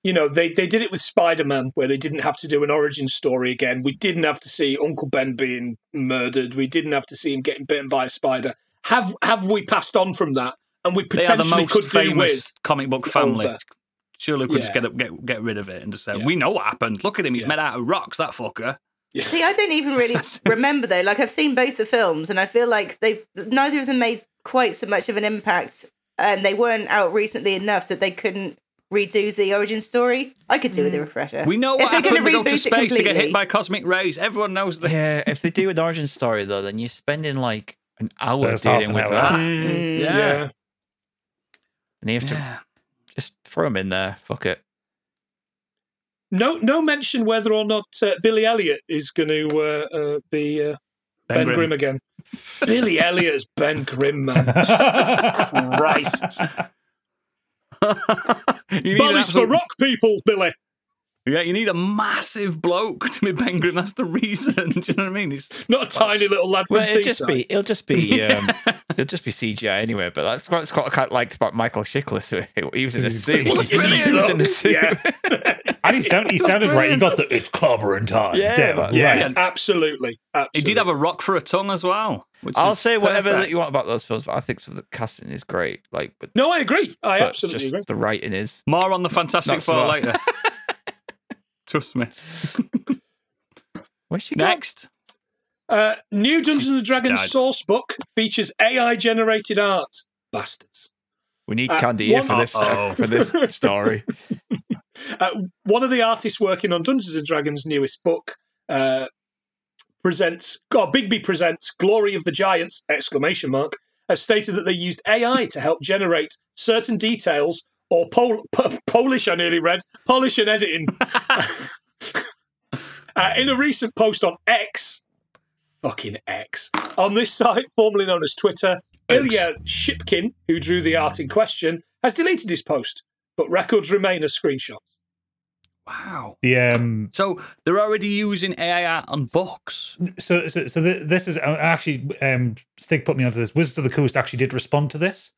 Speaker 5: You know, they, they did it with Spider Man, where they didn't have to do an origin story again. We didn't have to see Uncle Ben being murdered. We didn't have to see him getting bitten by a spider. Have have we passed on from that? And we
Speaker 1: they are the
Speaker 5: potentially
Speaker 1: most
Speaker 5: could do with
Speaker 1: famous comic book family.
Speaker 5: older.
Speaker 1: Surely we could just
Speaker 5: Yeah.
Speaker 1: get, get get rid of it and just say,
Speaker 5: Yeah.
Speaker 1: we know what happened. Look at him. He's
Speaker 5: Yeah.
Speaker 1: made out of rocks, that fucker.
Speaker 4: See, I don't even really remember though. Like I've seen both the films, and I feel like they neither of them made quite so much of an impact, and they weren't out recently enough that they couldn't redo the origin story. I could do with a refresher.
Speaker 1: Mm. We know
Speaker 4: If
Speaker 1: what
Speaker 4: they're gonna
Speaker 1: happened. They go
Speaker 4: reboot
Speaker 1: to
Speaker 4: it
Speaker 1: space. They get hit
Speaker 4: completely.
Speaker 1: by cosmic rays. Everyone knows this.
Speaker 3: yeah, if they do an origin story though, then you're spending like an hour
Speaker 2: First half an
Speaker 3: dealing with
Speaker 2: hour.
Speaker 1: Ah,
Speaker 3: that,
Speaker 1: Yeah.
Speaker 4: Mm.
Speaker 1: Yeah.
Speaker 3: and you have to just throw them in there. Fuck it.
Speaker 5: No, no mention whether or not uh, Billy Elliot is going to uh, uh, be uh, Ben, Grimm. again. Billy Elliot is Ben Grimm, man. Christ.
Speaker 1: you need an
Speaker 5: Bally's for
Speaker 1: absolute-
Speaker 5: rock people, Billy.
Speaker 1: Yeah, you need a massive bloke to be Ben Grimm. That's the reason. Do you know what I mean? It's,
Speaker 5: Not a tiny little lad from
Speaker 3: Well, it'll just
Speaker 5: Teesside.
Speaker 3: be it'll just be um, it'll just be CGI anyway. But that's what, that's what I quite liked about Michael Chiklis. He was in a
Speaker 2: He's
Speaker 3: suit.
Speaker 2: great.
Speaker 1: He's brilliant,
Speaker 3: He was in a
Speaker 5: though.
Speaker 3: suit.
Speaker 5: Yeah.
Speaker 2: And he, sound, he sounded right. He got the it's clobbering time.
Speaker 3: Yeah,
Speaker 2: down,
Speaker 3: but-
Speaker 5: Yeah,
Speaker 2: right.
Speaker 1: Right.
Speaker 5: absolutely.
Speaker 1: he
Speaker 5: absolutely.
Speaker 1: did have a rock for a tongue as well. Which
Speaker 3: I'll
Speaker 1: is
Speaker 3: say whatever that
Speaker 1: perfect.
Speaker 3: you want about those films, but I think some of the casting is great. Like, but,
Speaker 5: No, I agree. I
Speaker 3: but
Speaker 5: absolutely
Speaker 3: just
Speaker 5: agree.
Speaker 3: the writing is.
Speaker 1: More on the Fantastic
Speaker 3: Not
Speaker 1: Four
Speaker 3: smart.
Speaker 1: later. Trust me.
Speaker 3: Where's she going?
Speaker 1: Next.
Speaker 5: Uh, new Dungeons and Dragons
Speaker 1: died.
Speaker 5: source book features AI generated art. Bastards.
Speaker 3: We need
Speaker 5: Uh,
Speaker 3: Candy here
Speaker 5: one-
Speaker 3: for this
Speaker 1: Uh-oh.
Speaker 3: for this story.
Speaker 5: Uh, one of the artists working on Dungeons and Dragons' newest book uh, presents, or Bigby presents, "Glory of the Giants!" exclamation mark has stated that they used AI to help generate certain details or Pol- P- Polish. I nearly read Polish and editing. Uh, in a recent post on X, fucking X, on this site formerly known as Twitter,
Speaker 1: X.
Speaker 5: Ilya Shipkin, who drew the art in question, has deleted his post, but records remain as screenshots.
Speaker 1: Wow.
Speaker 2: The um.
Speaker 1: So they're already using AI art on books.
Speaker 2: So so so th- this is uh, actually um. Stig put me onto this. Wizards of the Coast actually did respond to this,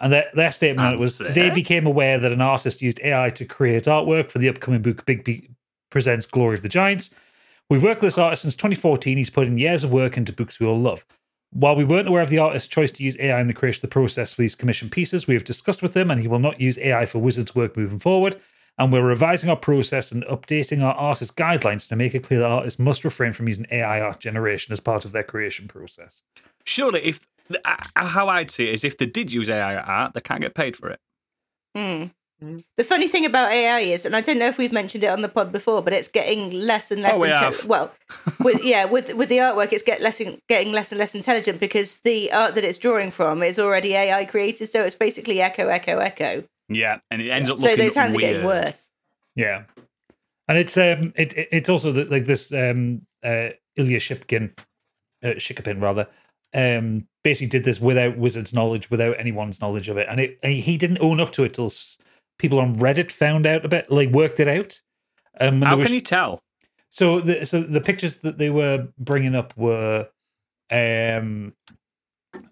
Speaker 2: and their their statement on it was
Speaker 1: Answer.
Speaker 2: today became aware that an artist used AI to create artwork for the upcoming book Big B presents Glory of the Giants. We've worked with this artist since 2014. He's put in years of work into books we all love. While we weren't aware of the artist's choice to use AI in the creation of the process for these commissioned pieces, we have discussed with him and he will not use AI for Wizard's work moving forward. And we're revising our process and updating our artist guidelines to make it clear that artists must refrain from using AI art generation as part of their creation process.
Speaker 1: Surely, if uh, how I'd see it is, if they did use AI art, they can't get paid for it.
Speaker 4: Mm. The funny thing about AI is, and I don't know if we've mentioned it on the pod before, but it's getting less and less.
Speaker 1: Oh, we
Speaker 4: inte-
Speaker 1: have.
Speaker 4: Well, with yeah, with with the artwork, it's get less and- getting less and less intelligent because the art that it's drawing from is already AI created, so it's basically echo, echo, echo.
Speaker 1: Yeah, and it ends up
Speaker 4: So
Speaker 1: looking
Speaker 4: those hands
Speaker 1: weird.
Speaker 4: are getting worse.
Speaker 2: Yeah, and it's um, it, it- it's also the, like this um, uh, Ilya Shipkin, uh, Shikapin rather, um, basically did this without Wizard's knowledge, without anyone's knowledge of it, and it and he didn't own up to it till s- people on Reddit found out about, like worked it out. Um, and there
Speaker 1: How
Speaker 2: was-
Speaker 1: can you tell?
Speaker 2: so the so the pictures that they were bringing up were, um,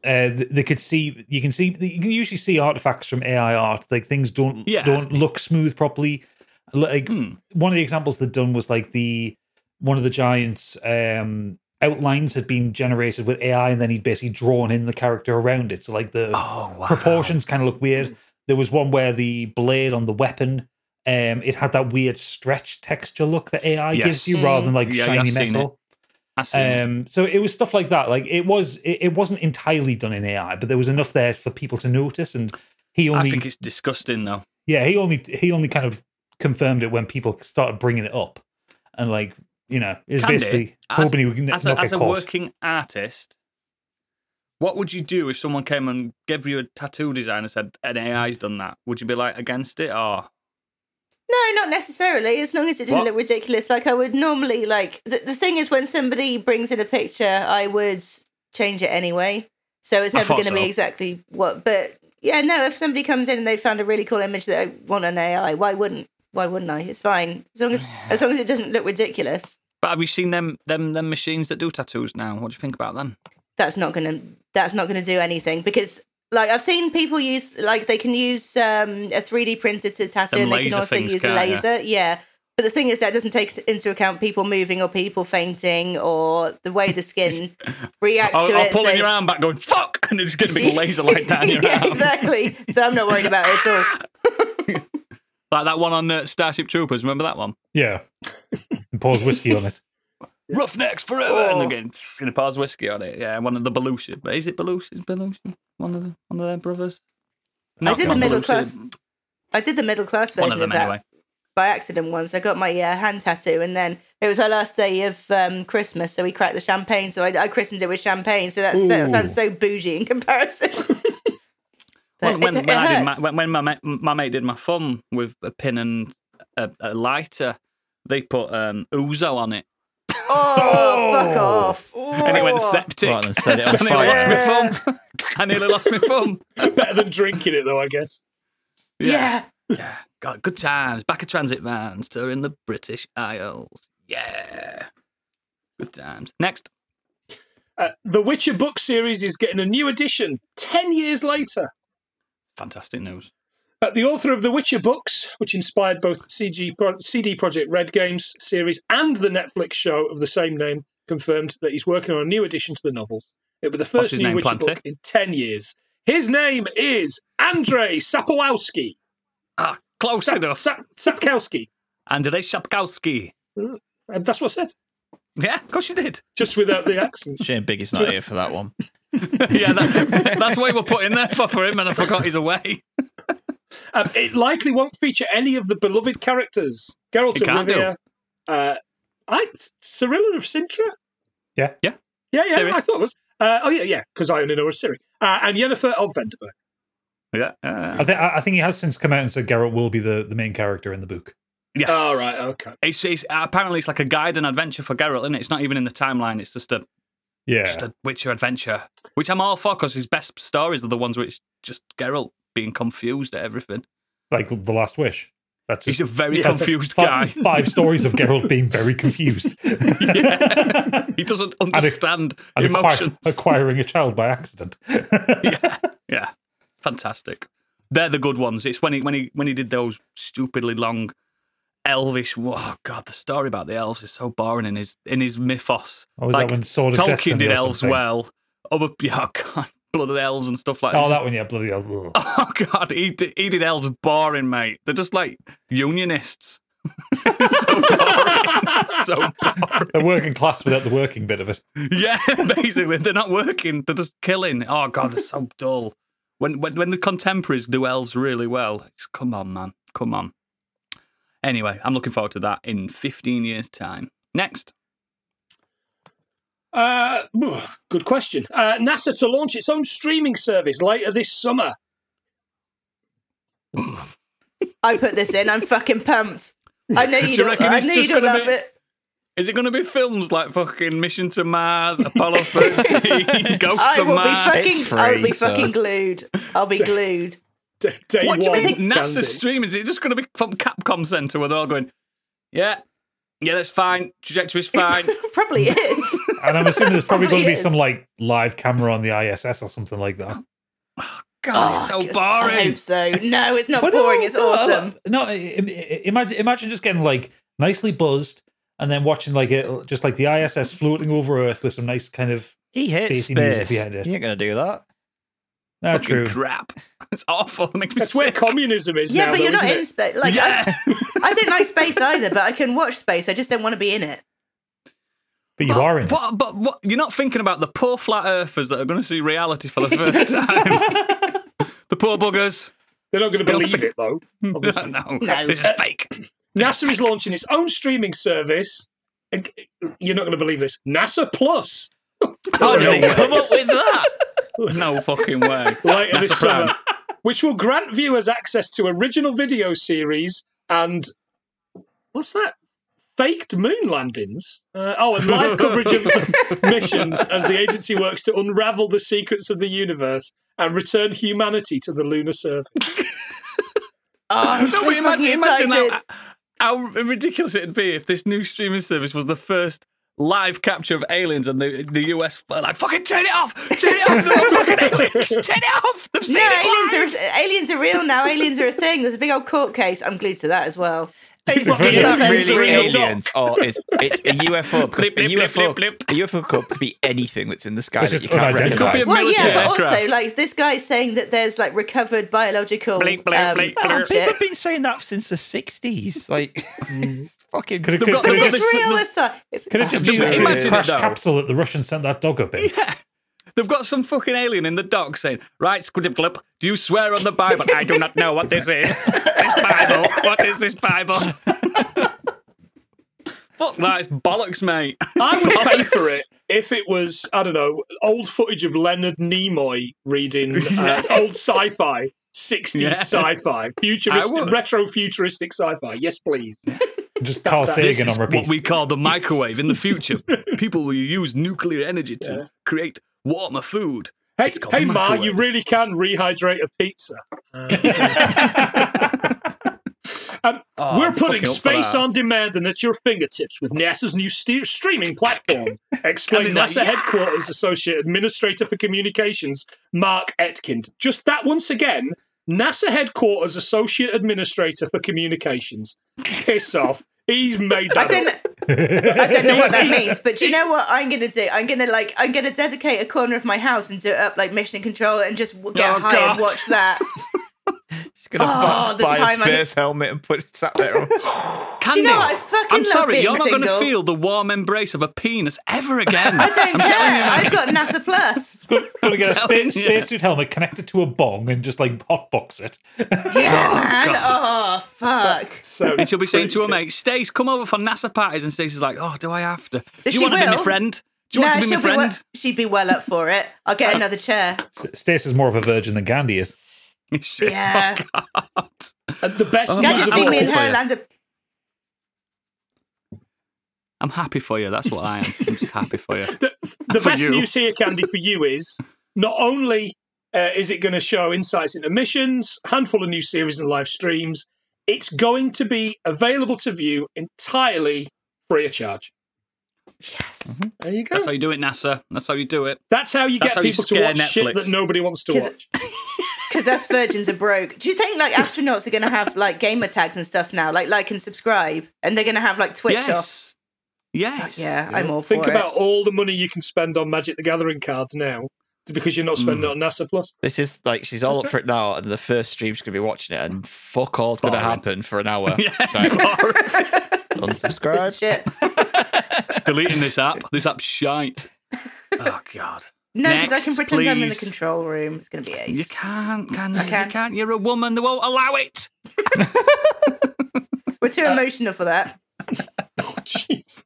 Speaker 2: uh, th- they could see you can see you can usually see artifacts from AI art like things don't
Speaker 1: Yeah.
Speaker 2: don't look smooth properly. Like
Speaker 1: Hmm.
Speaker 2: one of the examples they'd done was like the one of the giants um outlines had been generated with AI and then he'd basically drawn in the character around it. So like the
Speaker 1: Oh wow.
Speaker 2: proportions kind of look weird. There was one where the blade on the weapon, um, it had that weird stretch texture look that AI
Speaker 1: Yes.
Speaker 2: gives you rather than like
Speaker 1: Yeah, yeah,
Speaker 2: shiny
Speaker 1: I've seen
Speaker 2: metal.
Speaker 1: I see.
Speaker 2: Um, so it was stuff like that. Like it was, it, it wasn't entirely done in AI, but there was enough there for people to notice. And he
Speaker 1: I
Speaker 2: only,
Speaker 1: think it's disgusting though.
Speaker 2: yeah, he only, he only kind of confirmed it when people started bringing it up, and like you know, is
Speaker 1: Can they?
Speaker 2: basically
Speaker 1: As-
Speaker 2: hoping he would n-
Speaker 1: as
Speaker 2: not
Speaker 1: a, as
Speaker 2: get
Speaker 1: a
Speaker 2: caught.
Speaker 1: working artist, what would you do if someone came and gave you a tattoo design and said an AI's done that? Would you be like against it or
Speaker 4: No, not necessarily. As long as it didn't
Speaker 1: What?
Speaker 4: look ridiculous, like I would normally like. The, the thing is, when somebody brings in a picture, I would change it anyway. So it's
Speaker 1: I
Speaker 4: never
Speaker 1: thought
Speaker 4: going to be
Speaker 1: so.
Speaker 4: exactly what. But yeah, no. If somebody comes in and they found a really cool image that I want an AI, why wouldn't? Why wouldn't I? It's fine as long as as long as it doesn't look ridiculous.
Speaker 1: But have you seen them them them machines that do tattoos now? What do you think about them?
Speaker 4: that's not gonna that's not gonna do anything because like I've seen people use like they can use um, a three D printer to tattoo
Speaker 1: Them
Speaker 4: and they can
Speaker 1: laser
Speaker 4: also
Speaker 1: things,
Speaker 4: use a
Speaker 1: can't ya?
Speaker 4: laser. Yeah. But the thing is that doesn't take into account people moving or people fainting or the way the skin reacts
Speaker 1: Or,
Speaker 4: to
Speaker 1: or
Speaker 4: it.
Speaker 1: pulling
Speaker 4: so-
Speaker 1: your arm back, going fuck, and there's going to be a laser light down your
Speaker 4: yeah,
Speaker 1: arm.
Speaker 4: exactly. So I'm not worried about it at all.
Speaker 1: Like that one on uh, Starship Troopers. Remember that one?
Speaker 2: Yeah, and pours whiskey on it.
Speaker 1: Roughnecks forever, and
Speaker 4: Oh.
Speaker 1: they're getting going to pause whiskey on it. Yeah, one of the Belushi. But is it Belushi? Belushi? One of the one of their brothers. Not
Speaker 4: did the
Speaker 1: one
Speaker 4: middle
Speaker 1: Belushi,
Speaker 4: class I did the middle class version
Speaker 1: One of them
Speaker 4: that.
Speaker 1: anyway.
Speaker 4: by accident once. I got my uh, hand tattoo, and then it was our last day of um, Christmas, so we cracked the champagne. So I, I christened it with champagne. So that's, that sounds so bougie in comparison.
Speaker 1: Well,
Speaker 4: But
Speaker 1: when,
Speaker 4: it-
Speaker 1: when,
Speaker 4: it
Speaker 1: I did my,
Speaker 4: hurts.
Speaker 1: when, when my, ma- my mate did my thumb with a pin and a, a lighter, they put um, Uzo on it,
Speaker 4: oh, fuck off!
Speaker 1: and it went
Speaker 4: Oh.
Speaker 1: septic.
Speaker 3: Right, and set it on
Speaker 1: I nearly
Speaker 3: fire.
Speaker 1: lost my thumb. I nearly lost my thumb.
Speaker 5: Better than drinking it, though, I guess.
Speaker 4: Yeah.
Speaker 1: Yeah. God, good times. Back of transit vans, touring the British Isles. Yeah. Good times. Next.
Speaker 5: Uh, the Witcher book series is getting a new edition 10 years later.
Speaker 1: Fantastic news.
Speaker 5: Uh, the author of the Witcher books, which inspired both CG Pro- CD Projekt Red Games series and the Netflix show of the same name, confirmed that he's working on a new edition to the novels. It will be the
Speaker 1: What's
Speaker 5: first
Speaker 1: his
Speaker 5: new
Speaker 1: name,
Speaker 5: Witcher
Speaker 1: Planty?
Speaker 5: book in 10 years. His name is Andrei Sapowski.
Speaker 1: Ah, close
Speaker 5: Sap-
Speaker 1: enough.
Speaker 5: Sap- Sapkowski.
Speaker 1: Andrei Shapkowski.
Speaker 5: And that's what I said,
Speaker 1: Yeah, of course you did.
Speaker 5: just without the accent.
Speaker 3: Shame Biggie's not here for that one.
Speaker 1: yeah, that, that's what we were putting there for, for him, and I forgot he's away.
Speaker 5: Um, it likely won't feature any of the beloved characters. Geralt
Speaker 1: It
Speaker 5: of
Speaker 1: can't do.
Speaker 5: Rivia, uh, I Cyrilla of Sintra.
Speaker 2: Yeah.
Speaker 1: Yeah.
Speaker 5: yeah, yeah.
Speaker 1: Ciri.
Speaker 5: I thought it was. Uh, oh yeah, yeah. Because I only know a Ciri uh, and Yennefer of Venderberg.
Speaker 1: Yeah.
Speaker 2: I think I I think he has since come out and said Garrett will be the, the main character in the book.
Speaker 1: yes.
Speaker 5: All right, okay.
Speaker 1: It's, it's apparently it's like a guide and adventure for Geralt, isn't it? It's not even in the timeline. It's just a
Speaker 2: Yeah,
Speaker 1: just a Witcher adventure, which I'm all for because his best stories are the ones which just Geralt being confused at everything.
Speaker 2: like the Last Wish. That's
Speaker 1: He's a very
Speaker 5: Yeah.
Speaker 1: confused
Speaker 2: five,
Speaker 1: guy.
Speaker 2: five stories of Geralt being very confused.
Speaker 1: Yeah. He doesn't understand
Speaker 2: And acquire-
Speaker 1: emotions.
Speaker 2: acquiring a child by accident.
Speaker 1: yeah, yeah, fantastic. They're the good ones. It's when he when he when he did those stupidly long elvish. Oh god, the story about the elves is so boring in his in his mythos.
Speaker 2: Or was Oh, that when Sword of
Speaker 1: Tolkien
Speaker 2: Destiny
Speaker 1: did
Speaker 2: or
Speaker 1: elves
Speaker 2: something?
Speaker 1: well. Other yeah, oh god, blood of the elves and stuff like
Speaker 2: oh,
Speaker 1: It's
Speaker 2: that
Speaker 1: just-
Speaker 2: one, yeah, bloody hell. Ugh.
Speaker 1: Oh god, he did, he did elves boring, mate. They're just like unionists. so boring. so boring.
Speaker 2: The working class without the working bit of it.
Speaker 1: Yeah, basically, they're not working. They're just killing. Oh god, they're so dull. When when when the contemporaries do elves really well, it's, come on, man, come on. Anyway, I'm looking forward to that in 15 years' time. Next,
Speaker 5: Uh, phew, good question. Uh, NASA to launch its own streaming service later this summer.
Speaker 4: I put this in. I'm fucking pumped. I know you
Speaker 1: Do you
Speaker 4: don't.
Speaker 1: reckon
Speaker 4: I
Speaker 1: it's
Speaker 4: know you
Speaker 1: just
Speaker 4: don't
Speaker 1: gonna
Speaker 4: love
Speaker 1: be-
Speaker 4: it.
Speaker 1: Is it going to be films like fucking Mission to Mars, Apollo 13, Ghosts
Speaker 4: I
Speaker 1: of
Speaker 4: will be
Speaker 1: Mars?
Speaker 4: fucking. I'll be
Speaker 3: free, so-
Speaker 4: fucking glued. I'll be glued.
Speaker 5: D- day
Speaker 1: What do you
Speaker 5: one,
Speaker 1: mean NASA
Speaker 5: Gandhi.
Speaker 1: streaming? Is it just going to be from Capcom Center where they're all going, yeah, yeah, that's fine, trajectory's fine.
Speaker 4: Probably is.
Speaker 2: And I'm assuming there's
Speaker 1: Oh,
Speaker 2: probably going to
Speaker 4: Probably
Speaker 2: be
Speaker 4: is.
Speaker 2: some like live camera on the ISS or something like that.
Speaker 1: God, it's
Speaker 4: Oh,
Speaker 1: so
Speaker 4: good. I
Speaker 1: boring.
Speaker 4: hope so. No, it's not
Speaker 2: But no,
Speaker 4: boring. It's
Speaker 2: no,
Speaker 4: awesome.
Speaker 2: No, i- i- imagine imagine just getting like nicely buzzed and then watching like it, just like the ISS floating over Earth with some nice kind of
Speaker 3: He hates
Speaker 2: Spacey music
Speaker 3: space.
Speaker 2: behind it.
Speaker 3: You ain't gonna do that.
Speaker 2: ah,
Speaker 1: Fucking
Speaker 2: true.
Speaker 1: crap. It's awful. It makes me
Speaker 5: That's where
Speaker 1: sick.
Speaker 5: communism is
Speaker 4: Yeah,
Speaker 5: now,
Speaker 4: but you're
Speaker 5: though,
Speaker 4: not
Speaker 5: isn't
Speaker 4: in
Speaker 5: it?
Speaker 4: space. Like
Speaker 1: yeah.
Speaker 4: I, I don't like space either, but I can watch space. I just don't want to be in it.
Speaker 2: But you are in. it.
Speaker 1: But, but what, you're not thinking about the poor flat earthers that are going to see reality for the first time. the poor buggers.
Speaker 5: They're not going to
Speaker 1: They'll
Speaker 5: believe
Speaker 1: think-
Speaker 5: it, though.
Speaker 1: No,
Speaker 5: Obviously.
Speaker 1: no,
Speaker 4: No.
Speaker 1: this is fake.
Speaker 5: NASA is launching its own streaming service. And- uh, You're not going to believe this. NASA Plus.
Speaker 3: How did they come up with that?
Speaker 1: No fucking way.
Speaker 5: later
Speaker 1: That's
Speaker 5: this
Speaker 1: a plan.
Speaker 5: summer, which will grant viewers access to original video series and what's that? Faked moon landings. Uh, oh, and live coverage of missions as the agency works to unravel the secrets of the universe and return humanity to the lunar surface.
Speaker 4: Oh, I'm
Speaker 1: Ah, No,
Speaker 4: so
Speaker 1: but imagine,
Speaker 4: fucking
Speaker 1: imagine
Speaker 4: excited.
Speaker 1: how, how ridiculous it'd be if this new streaming service was the first live capture of aliens and the the US were like fucking turn it off, turn it off, they're all fucking aliens, turn it off. They've seen
Speaker 4: No,
Speaker 1: it
Speaker 4: aliens are aliens are real now. aliens are a thing. There's a big old court case. I'm glued to that as well.
Speaker 3: Is
Speaker 5: Fucking
Speaker 3: that
Speaker 5: aliens
Speaker 3: really
Speaker 5: are in the
Speaker 3: aliens, or is Oh, it's a UFO? Because
Speaker 1: Blip, blip,
Speaker 3: a
Speaker 1: blip,
Speaker 3: UFO,
Speaker 1: blip, blip.
Speaker 3: a UFO could be anything that's in the sky
Speaker 2: It's
Speaker 3: that
Speaker 2: just
Speaker 3: you can't
Speaker 2: unidentified. It could be
Speaker 3: recognize.
Speaker 1: a-
Speaker 4: Well, yeah,
Speaker 1: military
Speaker 4: but also
Speaker 1: aircraft.
Speaker 4: like this guy's saying that there's like recovered biological
Speaker 1: Blink, blink,
Speaker 4: um,
Speaker 1: blink, blink.
Speaker 4: shit.
Speaker 3: People have been saying that since the '60s. Like, fucking.
Speaker 2: Could it,
Speaker 1: They've got-
Speaker 2: could, could it
Speaker 4: But
Speaker 1: they've
Speaker 4: it's
Speaker 2: just,
Speaker 1: Listen,
Speaker 4: real
Speaker 1: the-
Speaker 4: this time. It's,
Speaker 2: could it just be
Speaker 1: Imagine
Speaker 2: a
Speaker 1: it,
Speaker 2: crash
Speaker 1: though.
Speaker 2: capsule that the Russians sent that dog up in?
Speaker 1: off. They've got some fucking alien in the dock saying, Right, Squidip Glip, do you swear on the Bible? I do not know what this is. This Bible. What is this Bible? Fuck that, it's bollocks, mate.
Speaker 5: I would pay for it if it was, I don't know, old footage of Leonard Nimoy reading uh,
Speaker 1: Yes.
Speaker 5: old sci fi, 60s
Speaker 1: Yes.
Speaker 5: sci fi, futuristic,
Speaker 1: would.
Speaker 5: retro futuristic sci fi. Yes, please.
Speaker 2: Just Carl
Speaker 5: that- this
Speaker 2: Sagan on
Speaker 1: is
Speaker 2: repeat.
Speaker 1: What we call the microwave in the future. People will use nuclear energy to create warmer food.
Speaker 5: Hey,
Speaker 1: It's called
Speaker 5: hey
Speaker 1: a
Speaker 5: Ma, you
Speaker 1: microwave.
Speaker 5: really can rehydrate a pizza. Um,
Speaker 1: Oh,
Speaker 5: we're
Speaker 1: I'm
Speaker 5: putting
Speaker 1: fucking up for
Speaker 5: space
Speaker 1: that.
Speaker 5: on demand and at your fingertips with NASA's new ste- streaming platform, explained
Speaker 1: And he's
Speaker 5: NASA
Speaker 1: like, "Yeah."
Speaker 5: Headquarters Associate Administrator for Communications, Mark Etkind. Just that once again, NASA Headquarters Associate Administrator for Communications. Piss off. He's made
Speaker 4: I
Speaker 5: that
Speaker 4: don't.
Speaker 5: up.
Speaker 4: I don't know what that means, but do you know what I'm gonna do? I'm gonna like I'm gonna dedicate a corner of my house and do it up like Mission Control and just w- get
Speaker 1: Oh,
Speaker 4: high
Speaker 1: God.
Speaker 4: and watch that.
Speaker 3: Just gonna
Speaker 4: Oh,
Speaker 3: bu-
Speaker 4: the
Speaker 3: buy a
Speaker 4: time I-
Speaker 3: space helmet and put it sat there. on.
Speaker 1: Can
Speaker 4: Do you know
Speaker 1: they?
Speaker 4: what? I fucking
Speaker 1: I'm
Speaker 4: love
Speaker 1: sorry,
Speaker 4: being
Speaker 1: you're not
Speaker 4: single.
Speaker 1: going to feel the warm embrace of a penis ever again.
Speaker 4: I don't care. I've got NASA Plus.
Speaker 2: Gotta get a
Speaker 1: telling you.
Speaker 2: space, spacesuit helmet connected to a bong and just like hotbox it.
Speaker 4: Yeah, man. Oh fuck.
Speaker 5: So
Speaker 1: And she'll be saying to her
Speaker 5: pretty
Speaker 1: mate, Stace, come over for NASA parties. And Stace is like, oh, do I have to? Do
Speaker 4: she
Speaker 1: you want to be
Speaker 4: will.
Speaker 1: my friend? Do you want to be
Speaker 4: she'll
Speaker 1: my
Speaker 4: be
Speaker 1: friend? Oh,
Speaker 4: well- she'd be well up for it. I'll get another chair.
Speaker 2: S- Stace is more of a virgin than Gandhi is.
Speaker 1: Shit.
Speaker 4: Yeah.
Speaker 5: good. And the best
Speaker 1: Oh,
Speaker 4: Glad
Speaker 5: news
Speaker 4: you
Speaker 5: of
Speaker 4: see
Speaker 5: all.
Speaker 4: me and
Speaker 1: awful for
Speaker 4: her
Speaker 1: you.
Speaker 4: land a
Speaker 1: I'm happy for you. That's what I am. I'm just happy for you.
Speaker 5: the, the
Speaker 1: For
Speaker 5: best
Speaker 1: you.
Speaker 5: news here, Candy, for you is not only uh, is it going to show insights into missions, handful of new series and live streams, it's going to be available to view entirely free of charge.
Speaker 4: Yes.
Speaker 5: There you
Speaker 1: Mm-hmm.
Speaker 5: go.
Speaker 1: That's how you do it, NASA. That's how you do it.
Speaker 5: That's how you
Speaker 1: that's
Speaker 5: get
Speaker 1: how you
Speaker 5: people to
Speaker 1: scare
Speaker 5: watch shit
Speaker 1: Netflix.
Speaker 5: that nobody wants to
Speaker 4: 'Cause-
Speaker 5: watch.
Speaker 4: Because us virgins are broke. Do you think like astronauts are going to have like gamer tags and stuff now, like like and subscribe, and they're going to have like Twitch off?
Speaker 1: yes. Yes.
Speaker 4: Yeah, I'm all for
Speaker 5: Think
Speaker 4: it.
Speaker 5: about all the money you can spend on Magic the Gathering cards now because you're not
Speaker 1: Mm.
Speaker 5: spending it on NASA Plus.
Speaker 3: This is like she's all up for it now, and the first stream she's gonna be watching it, and fuck all's gonna
Speaker 1: Boring.
Speaker 3: happen for an hour.
Speaker 1: Yeah.
Speaker 4: This
Speaker 3: Unsubscribe.
Speaker 4: is shit.
Speaker 1: deleting this app. This app's shite. Oh God.
Speaker 4: No, because I can
Speaker 1: Next,
Speaker 4: pretend I'm in the
Speaker 1: please.
Speaker 4: control room. It's going to be ace.
Speaker 1: You can't, can you?
Speaker 4: can.
Speaker 1: You can't. You're a woman. They won't allow it.
Speaker 4: We're too
Speaker 1: uh,
Speaker 4: emotional for that.
Speaker 5: Jesus.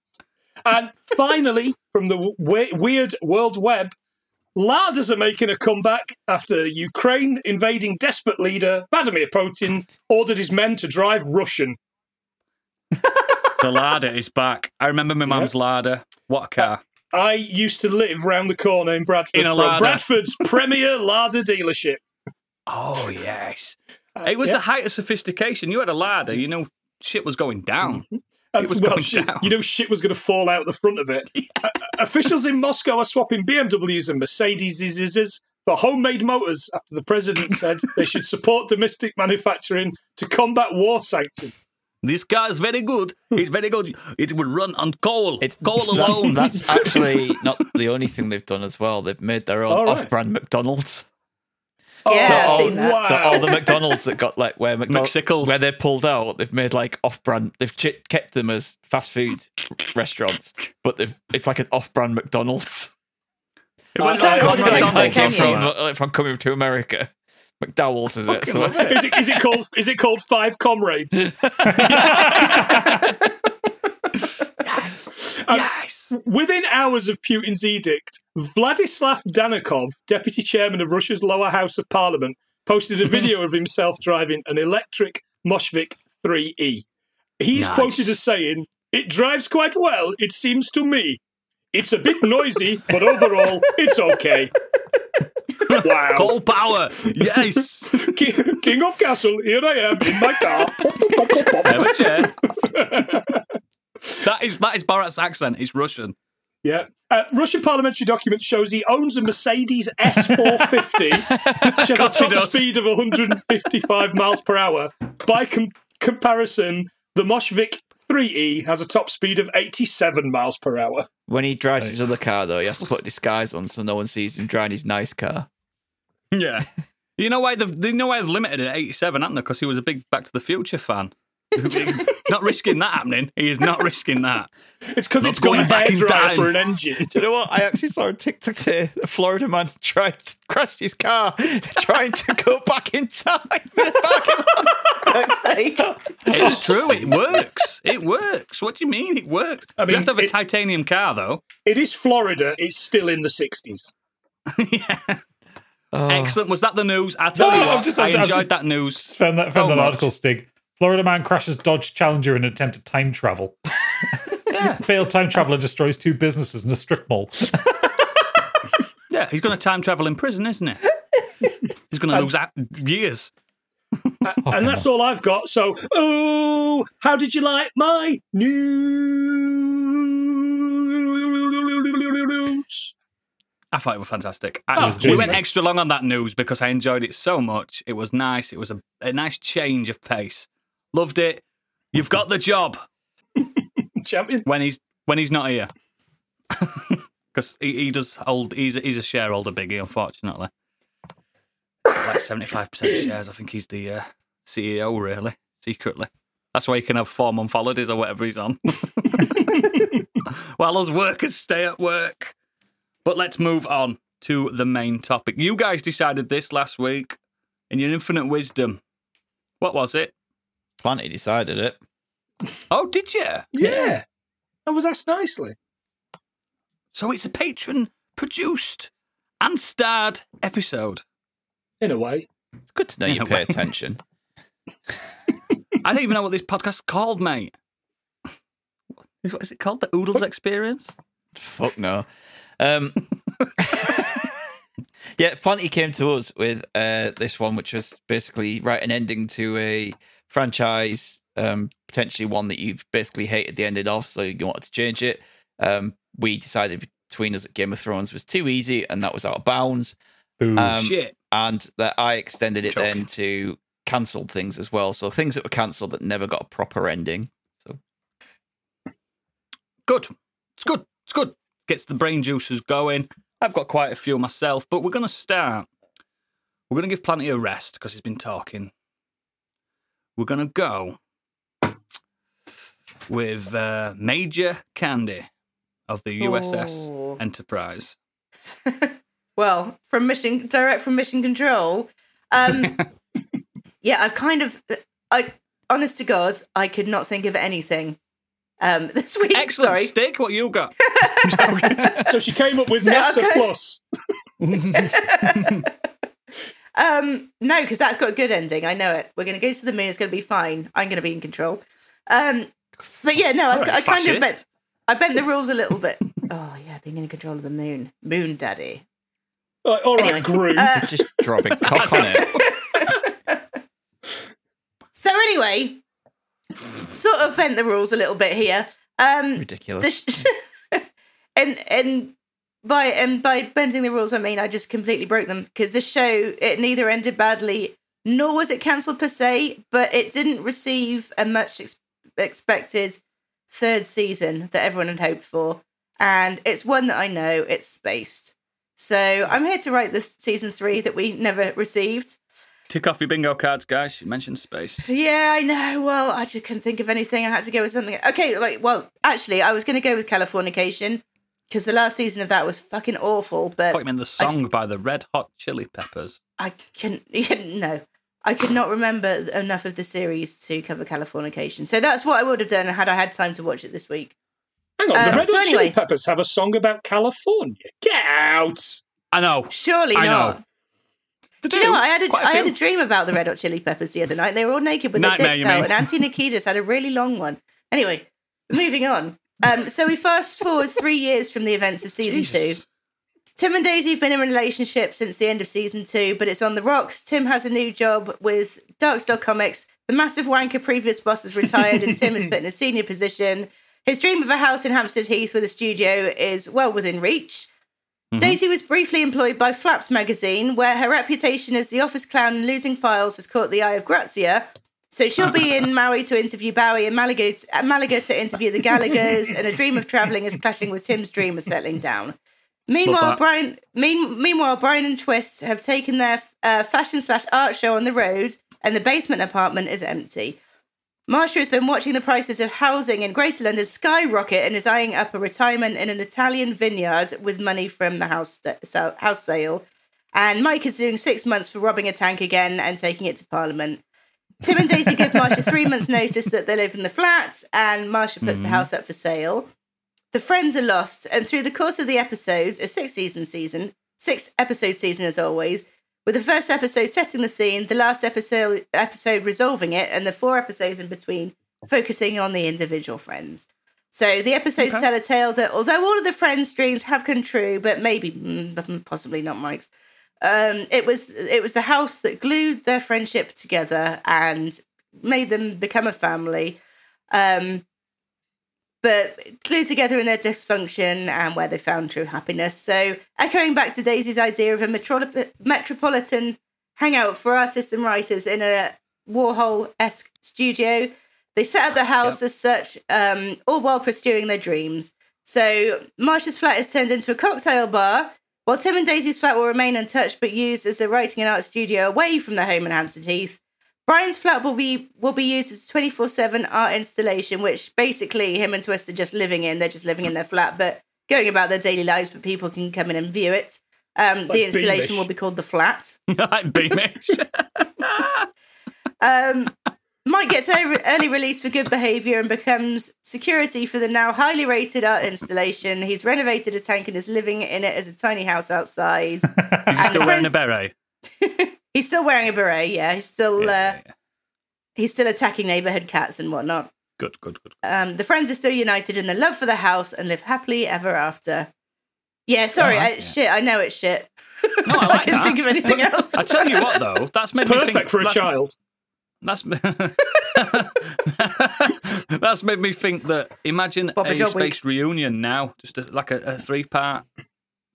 Speaker 5: And finally, from the we- weird world web, Ladders are making a comeback after Ukraine invading despot leader Vladimir Putin ordered his men to drive Russian.
Speaker 1: The larder is back. I remember my mum's larder. What a car.
Speaker 5: I used to live round the corner in Bradford.
Speaker 1: In a
Speaker 5: from
Speaker 1: larder.
Speaker 5: Bradford's premier larder dealership.
Speaker 1: Oh, yes. It was the height of sophistication. You had a larder, you know, shit was going down.
Speaker 5: And,
Speaker 1: It was
Speaker 5: well,
Speaker 1: going
Speaker 5: shit,
Speaker 1: down.
Speaker 5: you know, shit was going to fall out the front of it. Uh, officials in Moscow are swapping BMWs and Mercedes for homemade motors after the president said they should support domestic manufacturing to combat war sanctions.
Speaker 1: This car is very good. It's very good. It will run on coal.
Speaker 3: It's
Speaker 1: coal alone.
Speaker 3: That's actually not the only thing they've done as well. They've made their
Speaker 5: All
Speaker 3: own
Speaker 5: right.
Speaker 3: off-brand McDonald's.
Speaker 1: Oh,
Speaker 4: Yeah, I've
Speaker 3: all,
Speaker 4: seen that.
Speaker 5: wow.
Speaker 3: so all the McDonald's that got like where
Speaker 1: McSickles.
Speaker 3: McDonald's where they're pulled out, they've made like off-brand. They've ch- kept them as fast food restaurants, but they've it's like an off-brand McDonald's.
Speaker 4: You can't
Speaker 5: Uh, I-
Speaker 4: order
Speaker 5: I-
Speaker 4: it
Speaker 3: Like,
Speaker 4: like that,
Speaker 3: like,
Speaker 4: can
Speaker 3: from,
Speaker 4: you?
Speaker 3: like, from coming to America, McDowell's is it? So-
Speaker 5: Is it, is it called? Is it called Five Comrades?
Speaker 1: yes.
Speaker 5: Within hours of Putin's edict, Vladislav Danakov, deputy chairman of Russia's lower house of parliament, posted a video of himself driving an electric Moshvik 3E. He's
Speaker 1: Nice.
Speaker 5: quoted as saying, It drives quite well, it seems to me. It's a bit noisy, but overall, it's okay. Wow.
Speaker 1: Coal power. Yes.
Speaker 5: King, King of Castle, here I am in my car.
Speaker 1: Have a chair. that is that is Barat's accent. It's Russian.
Speaker 5: Yeah. Uh, Russian parliamentary document shows he owns a Mercedes S450, which has a
Speaker 1: Course he
Speaker 5: top
Speaker 1: does.
Speaker 5: speed of 155 miles per hour. By com- comparison, the Moshvik 3E has a top speed of 87 miles per hour.
Speaker 3: When he drives his other car, though, he has to put a disguise on so no one sees him driving his nice car.
Speaker 1: Yeah. You know why they've you know why they've limited it at 87, haven't they? Because he was a big Back to the Future fan. not risking that happening. He is not risking that.
Speaker 5: It's because
Speaker 1: Not
Speaker 5: it's got a
Speaker 1: going back in
Speaker 5: hairdryer
Speaker 1: time.
Speaker 5: for an engine.
Speaker 3: Do you know what? I actually saw a TikTok today. A Florida man tried to crash his car trying to go back in time.
Speaker 4: Fuck's sake.
Speaker 1: It's true. It works. It works. What do you mean it works?
Speaker 5: I
Speaker 1: you
Speaker 5: mean,
Speaker 1: have to have a
Speaker 5: it-
Speaker 1: titanium car though.
Speaker 5: It is Florida. It's still in the 60s.
Speaker 1: yeah. Excellent. Was that the news? I tell
Speaker 2: No,
Speaker 1: you
Speaker 2: no,
Speaker 1: what,
Speaker 2: I've just-
Speaker 1: I
Speaker 2: I've
Speaker 1: enjoyed
Speaker 2: just-
Speaker 1: that news.
Speaker 2: Just found that
Speaker 1: So
Speaker 2: found that
Speaker 1: Oh, much.
Speaker 2: article stig. Florida man crashes Dodge Challenger in attempt at time travel. Failed time traveler destroys two businesses in a strip mall.
Speaker 1: Yeah, he's going to time travel in prison, isn't he? he's going to lose out years.
Speaker 5: and that's all I've got. So, oh, how did you like my news?
Speaker 1: I thought it was fantastic.
Speaker 5: Oh,
Speaker 1: I,
Speaker 5: was
Speaker 1: we
Speaker 2: good.
Speaker 1: went extra long on that news because I enjoyed it so much. It was nice. It was a, a nice change of pace. Loved it. You've got the job
Speaker 5: Champion.
Speaker 1: when he's when he's not here because he, he does hold. He's a, he's a shareholder, Biggie. Unfortunately, like seventy five percent shares. I think he's the uh, CEO. Really, secretly, that's why he can have four month holidays or whatever he's on. While us workers stay at work. But let's move on to the main topic. You guys decided this last week in your infinite wisdom. What was it?
Speaker 3: Plenty decided it.
Speaker 1: Oh, did you?
Speaker 5: Yeah. I was asked nicely.
Speaker 1: So it's a patron produced and starred episode.
Speaker 5: In a way.
Speaker 3: It's good to know
Speaker 1: Yeah,
Speaker 3: you pay
Speaker 1: well.
Speaker 3: attention.
Speaker 1: I don't even know what this podcast's called, mate. Is what is it called? The Oodles Experience?
Speaker 3: Fuck no. Um, yeah, Plenty came to us with uh, this one, which was basically right an ending to a franchise, um, potentially one that you've basically hated the ending of, so you wanted to change it. Um, we decided between us that Game of Thrones was too easy, and that was out of bounds.
Speaker 2: Boo.
Speaker 3: Um,
Speaker 1: Shit.
Speaker 3: and that I extended it
Speaker 1: Joking.
Speaker 3: then to cancelled things as well. So things that were cancelled that never got a proper ending.
Speaker 1: Good. It's good. It's good. Gets the brain juices going. I've got quite a few myself, but we're going to start. We're going to give Planty a rest because he's been talking. We're going to go with uh, Major Candy of the USS
Speaker 4: Oh.
Speaker 1: Enterprise.
Speaker 4: well, from mission direct from mission control. Um, yeah, I've kind of, I honest to God, I could not think of anything um, this week.
Speaker 1: Excellent
Speaker 4: Sorry.
Speaker 1: stick. What you got?
Speaker 5: So she came up with
Speaker 4: So,
Speaker 5: NASA
Speaker 4: okay.
Speaker 5: Plus.
Speaker 4: Um, no, because that's got a good ending. I know it. We're going to go to the moon. It's going to be fine. I'm going to be in control. Um, but yeah, no, I've,
Speaker 1: Alright,
Speaker 4: I kind of
Speaker 1: fascist.
Speaker 4: bent. I bent the rules a little bit. oh yeah, being in control of the moon, moon daddy.
Speaker 5: Uh, all right,
Speaker 4: Anyway,
Speaker 5: Groom.
Speaker 4: uh,
Speaker 3: Just dropping cock on it.
Speaker 4: So anyway, sort of bent the rules a little bit here. Um, the
Speaker 3: Ridiculous.
Speaker 4: sh- and and by and by bending the rules, I mean I just completely broke them because the show it neither ended badly nor was it cancelled per se, but it didn't receive a much ex- expected third season that everyone had hoped for, and it's one that I know it's spaced. So I'm here to write this season three that we never received.
Speaker 1: Tick off your bingo cards, guys. You mentioned space.
Speaker 4: Yeah, I know. Well, I just couldn't think of anything. I had to go with something. Okay, like, well, actually, I was going to go with Californication because the last season of that was fucking awful,
Speaker 1: I thought you
Speaker 4: but
Speaker 1: meant the
Speaker 4: Uh, I
Speaker 1: song
Speaker 4: just-
Speaker 1: by the Red Hot Chili Peppers.
Speaker 4: I couldn't, no, I could not remember enough of the series to cover Californication. So that's what I would have done had I had time to watch it this week.
Speaker 5: Hang on,
Speaker 4: um,
Speaker 5: the Red
Speaker 4: so
Speaker 5: Hot Chili
Speaker 4: anyway.
Speaker 5: Peppers have a song about California. Get out!
Speaker 1: I know.
Speaker 4: Surely
Speaker 1: I
Speaker 4: not.
Speaker 1: know.
Speaker 4: Do you know what? I had a,
Speaker 1: Quite a
Speaker 4: I had a
Speaker 1: few.
Speaker 4: dream about the Red Hot Chili Peppers the other night. They were all naked with their
Speaker 1: Nightmare,
Speaker 4: dicks
Speaker 1: you
Speaker 4: out,
Speaker 1: mean.
Speaker 4: and Auntie Nikita's had a really long one. Anyway, moving on. Um, so we fast forward three years from the events of season two.
Speaker 1: Jesus.
Speaker 4: Tim and Daisy have been in a relationship since the end of season two, but it's on the rocks. Tim has a new job with Darkstar Comics. The massive wanker previous boss has retired, and Tim is put in a senior position. His dream of a house in Hampstead Heath with a studio is well within reach. Daisy was briefly employed by Flaps magazine, where her reputation as the office clown and losing files has caught the eye of Grazia. So she'll be in Maui to interview Bowie and Malaga to, Malaga to interview the Gallaghers, and a dream of traveling is clashing with Tim's dream of settling down. Meanwhile,
Speaker 1: Love that.
Speaker 4: Brian. Mean, meanwhile, Brian and Twist have taken their uh, fashion slash art show on the road, and the basement apartment is empty. Marsha has been watching the prices of housing in Greater London skyrocket and is eyeing up a retirement in an Italian vineyard with money from the house sta- so- house sale. And Mike is doing six months for robbing a tank again and taking it to Parliament. Tim and Daisy give Marsha three months' notice that they live in the flat, and Marsha puts the house up for sale. The friends are lost, and through the course of the episodes, a six season season, six episode season as always, with the first episode setting the scene, the last episode episode resolving it, and the four episodes in between focusing on the individual friends. So the episodes tell a tale that although all of the friends' dreams have come true, but maybe mm, possibly not Mike's. Um, it was it was the house that glued their friendship together and made them become a family. Um, but glued together in their dysfunction and where they found true happiness. So, echoing back to Daisy's idea of a metrolop- metropolitan hangout for artists and writers in a Warhol esque studio, they set up the house as such, um, all while pursuing their dreams. So, Marsha's flat is turned into a cocktail bar, while Tim and Daisy's flat will remain untouched but used as a writing and art studio away from their home in Hampstead Heath. Brian's flat will be will be used as twenty four seven art installation, which basically him and Twist are just living in. They're just living in their flat, but going about their daily lives. But people can come in and view it. Um, the
Speaker 5: Like
Speaker 4: installation
Speaker 5: Beamish.
Speaker 4: will be called the flat.
Speaker 1: like Beamish.
Speaker 4: Um, Mike gets ear- early release for good behaviour and becomes security for the now highly rated art installation. He's renovated a tank and is living in it as a tiny house outside.
Speaker 1: He's
Speaker 4: And the
Speaker 1: still wearing a
Speaker 4: friends-
Speaker 1: beret.
Speaker 4: He's still wearing a beret. Yeah, he's still uh,
Speaker 1: Yeah, yeah.
Speaker 4: he's still attacking neighbourhood cats and whatnot.
Speaker 1: Good, good, good.
Speaker 4: Um, the friends are still united in their love for the house and live happily ever after. Yeah, sorry, I, shit. I know it's shit.
Speaker 1: No, Uh-huh. I
Speaker 4: I
Speaker 1: like that.
Speaker 4: couldn't think of anything else.
Speaker 1: I tell you what, though, that's made me think,
Speaker 5: Perfect for a
Speaker 1: that's-
Speaker 5: child.
Speaker 1: That's that's made me think that. Imagine
Speaker 4: Bobba
Speaker 1: a
Speaker 4: Job week.
Speaker 1: space reunion now, just a, like a, a three-part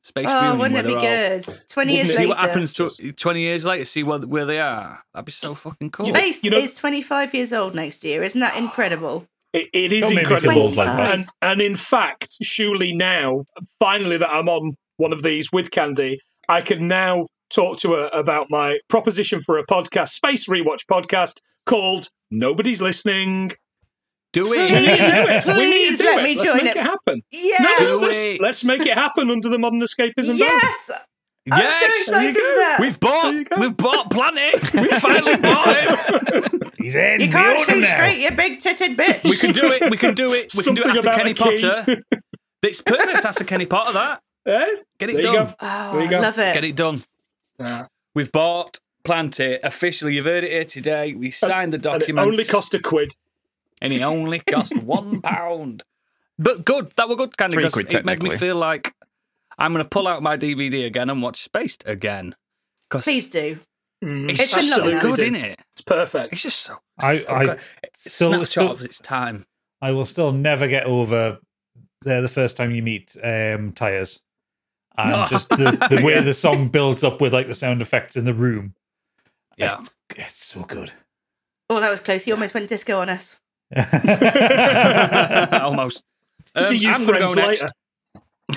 Speaker 1: space
Speaker 4: oh,
Speaker 1: reunion.
Speaker 4: wouldn't
Speaker 1: where
Speaker 4: it be
Speaker 1: they're all-
Speaker 4: good? Twenty years
Speaker 5: Wouldn't
Speaker 1: See
Speaker 4: later,
Speaker 5: it
Speaker 1: what happens to twenty years later. See what, where they are. That'd be so fucking cool.
Speaker 4: Space
Speaker 5: You know-
Speaker 4: is twenty-five years old next year. Isn't that incredible?
Speaker 5: It, it is
Speaker 2: Don't make me feel
Speaker 5: incredible.
Speaker 2: old like that.
Speaker 5: And, and in fact, surely now, finally, that I'm on one of these with Candy, I can now talk to her about my proposition for a podcast, Space Rewatch podcast, called Nobody's Listening.
Speaker 1: Do
Speaker 4: Please,
Speaker 1: it.
Speaker 5: it. We need
Speaker 4: please
Speaker 5: to do
Speaker 4: let
Speaker 5: it.
Speaker 4: me
Speaker 5: Let's
Speaker 4: join
Speaker 5: make
Speaker 4: it.
Speaker 5: it, happen.
Speaker 4: Yes,
Speaker 1: Do
Speaker 5: let's,
Speaker 1: it.
Speaker 5: let's make it happen under the modern escapism. ban.
Speaker 4: yes. I'm
Speaker 1: yes,
Speaker 4: so excited
Speaker 5: There you
Speaker 4: for
Speaker 5: go.
Speaker 4: that.
Speaker 1: we've bought.
Speaker 5: There you go.
Speaker 1: We've bought Planet. We finally bought it.
Speaker 2: He's in.
Speaker 4: you
Speaker 2: We
Speaker 4: can't
Speaker 2: own him
Speaker 4: shoot
Speaker 2: now.
Speaker 4: straight, you big-titted bitch.
Speaker 1: We can do it. We can do it. We can do
Speaker 5: Something
Speaker 1: it after
Speaker 5: about
Speaker 1: Kenny
Speaker 5: a key.
Speaker 1: Potter. It's perfect after Kenny Potter. That
Speaker 5: Eh?
Speaker 1: Get it
Speaker 5: There you
Speaker 1: done.
Speaker 5: go.
Speaker 4: Oh,
Speaker 5: There you
Speaker 4: I
Speaker 5: go.
Speaker 4: love it.
Speaker 1: Get it done.
Speaker 5: Nah.
Speaker 1: We've bought Plant It officially. You've heard it here today. We signed the
Speaker 5: And it
Speaker 1: document.
Speaker 5: only cost a quid.
Speaker 1: and it only cost one pound. But good, that were good, kind
Speaker 3: Three
Speaker 1: of.
Speaker 3: quid,
Speaker 1: It made me
Speaker 3: technically.
Speaker 1: feel like I'm going to pull out my DVD again and watch Spaced again. Because
Speaker 4: Please do.
Speaker 5: Mm,
Speaker 1: it's
Speaker 4: It's been
Speaker 1: just so
Speaker 4: lovely.
Speaker 1: good,
Speaker 5: do.
Speaker 1: isn't it?
Speaker 5: It's perfect.
Speaker 1: It's just so.
Speaker 2: I-
Speaker 1: so
Speaker 2: I
Speaker 1: good. It's
Speaker 2: still-
Speaker 1: snapshot
Speaker 2: still-
Speaker 1: of its time.
Speaker 2: I will still never get over there the first time you meet um, Tires. And
Speaker 1: No.
Speaker 2: just the, the way
Speaker 1: Yeah.
Speaker 2: the song builds up with like the sound effects in the room.
Speaker 1: Yeah.
Speaker 2: It's, it's so good.
Speaker 4: Oh, that was close. He almost went disco on us.
Speaker 1: Almost.
Speaker 5: See
Speaker 1: Um,
Speaker 5: you
Speaker 1: I'm gonna
Speaker 5: friends
Speaker 1: go
Speaker 5: later.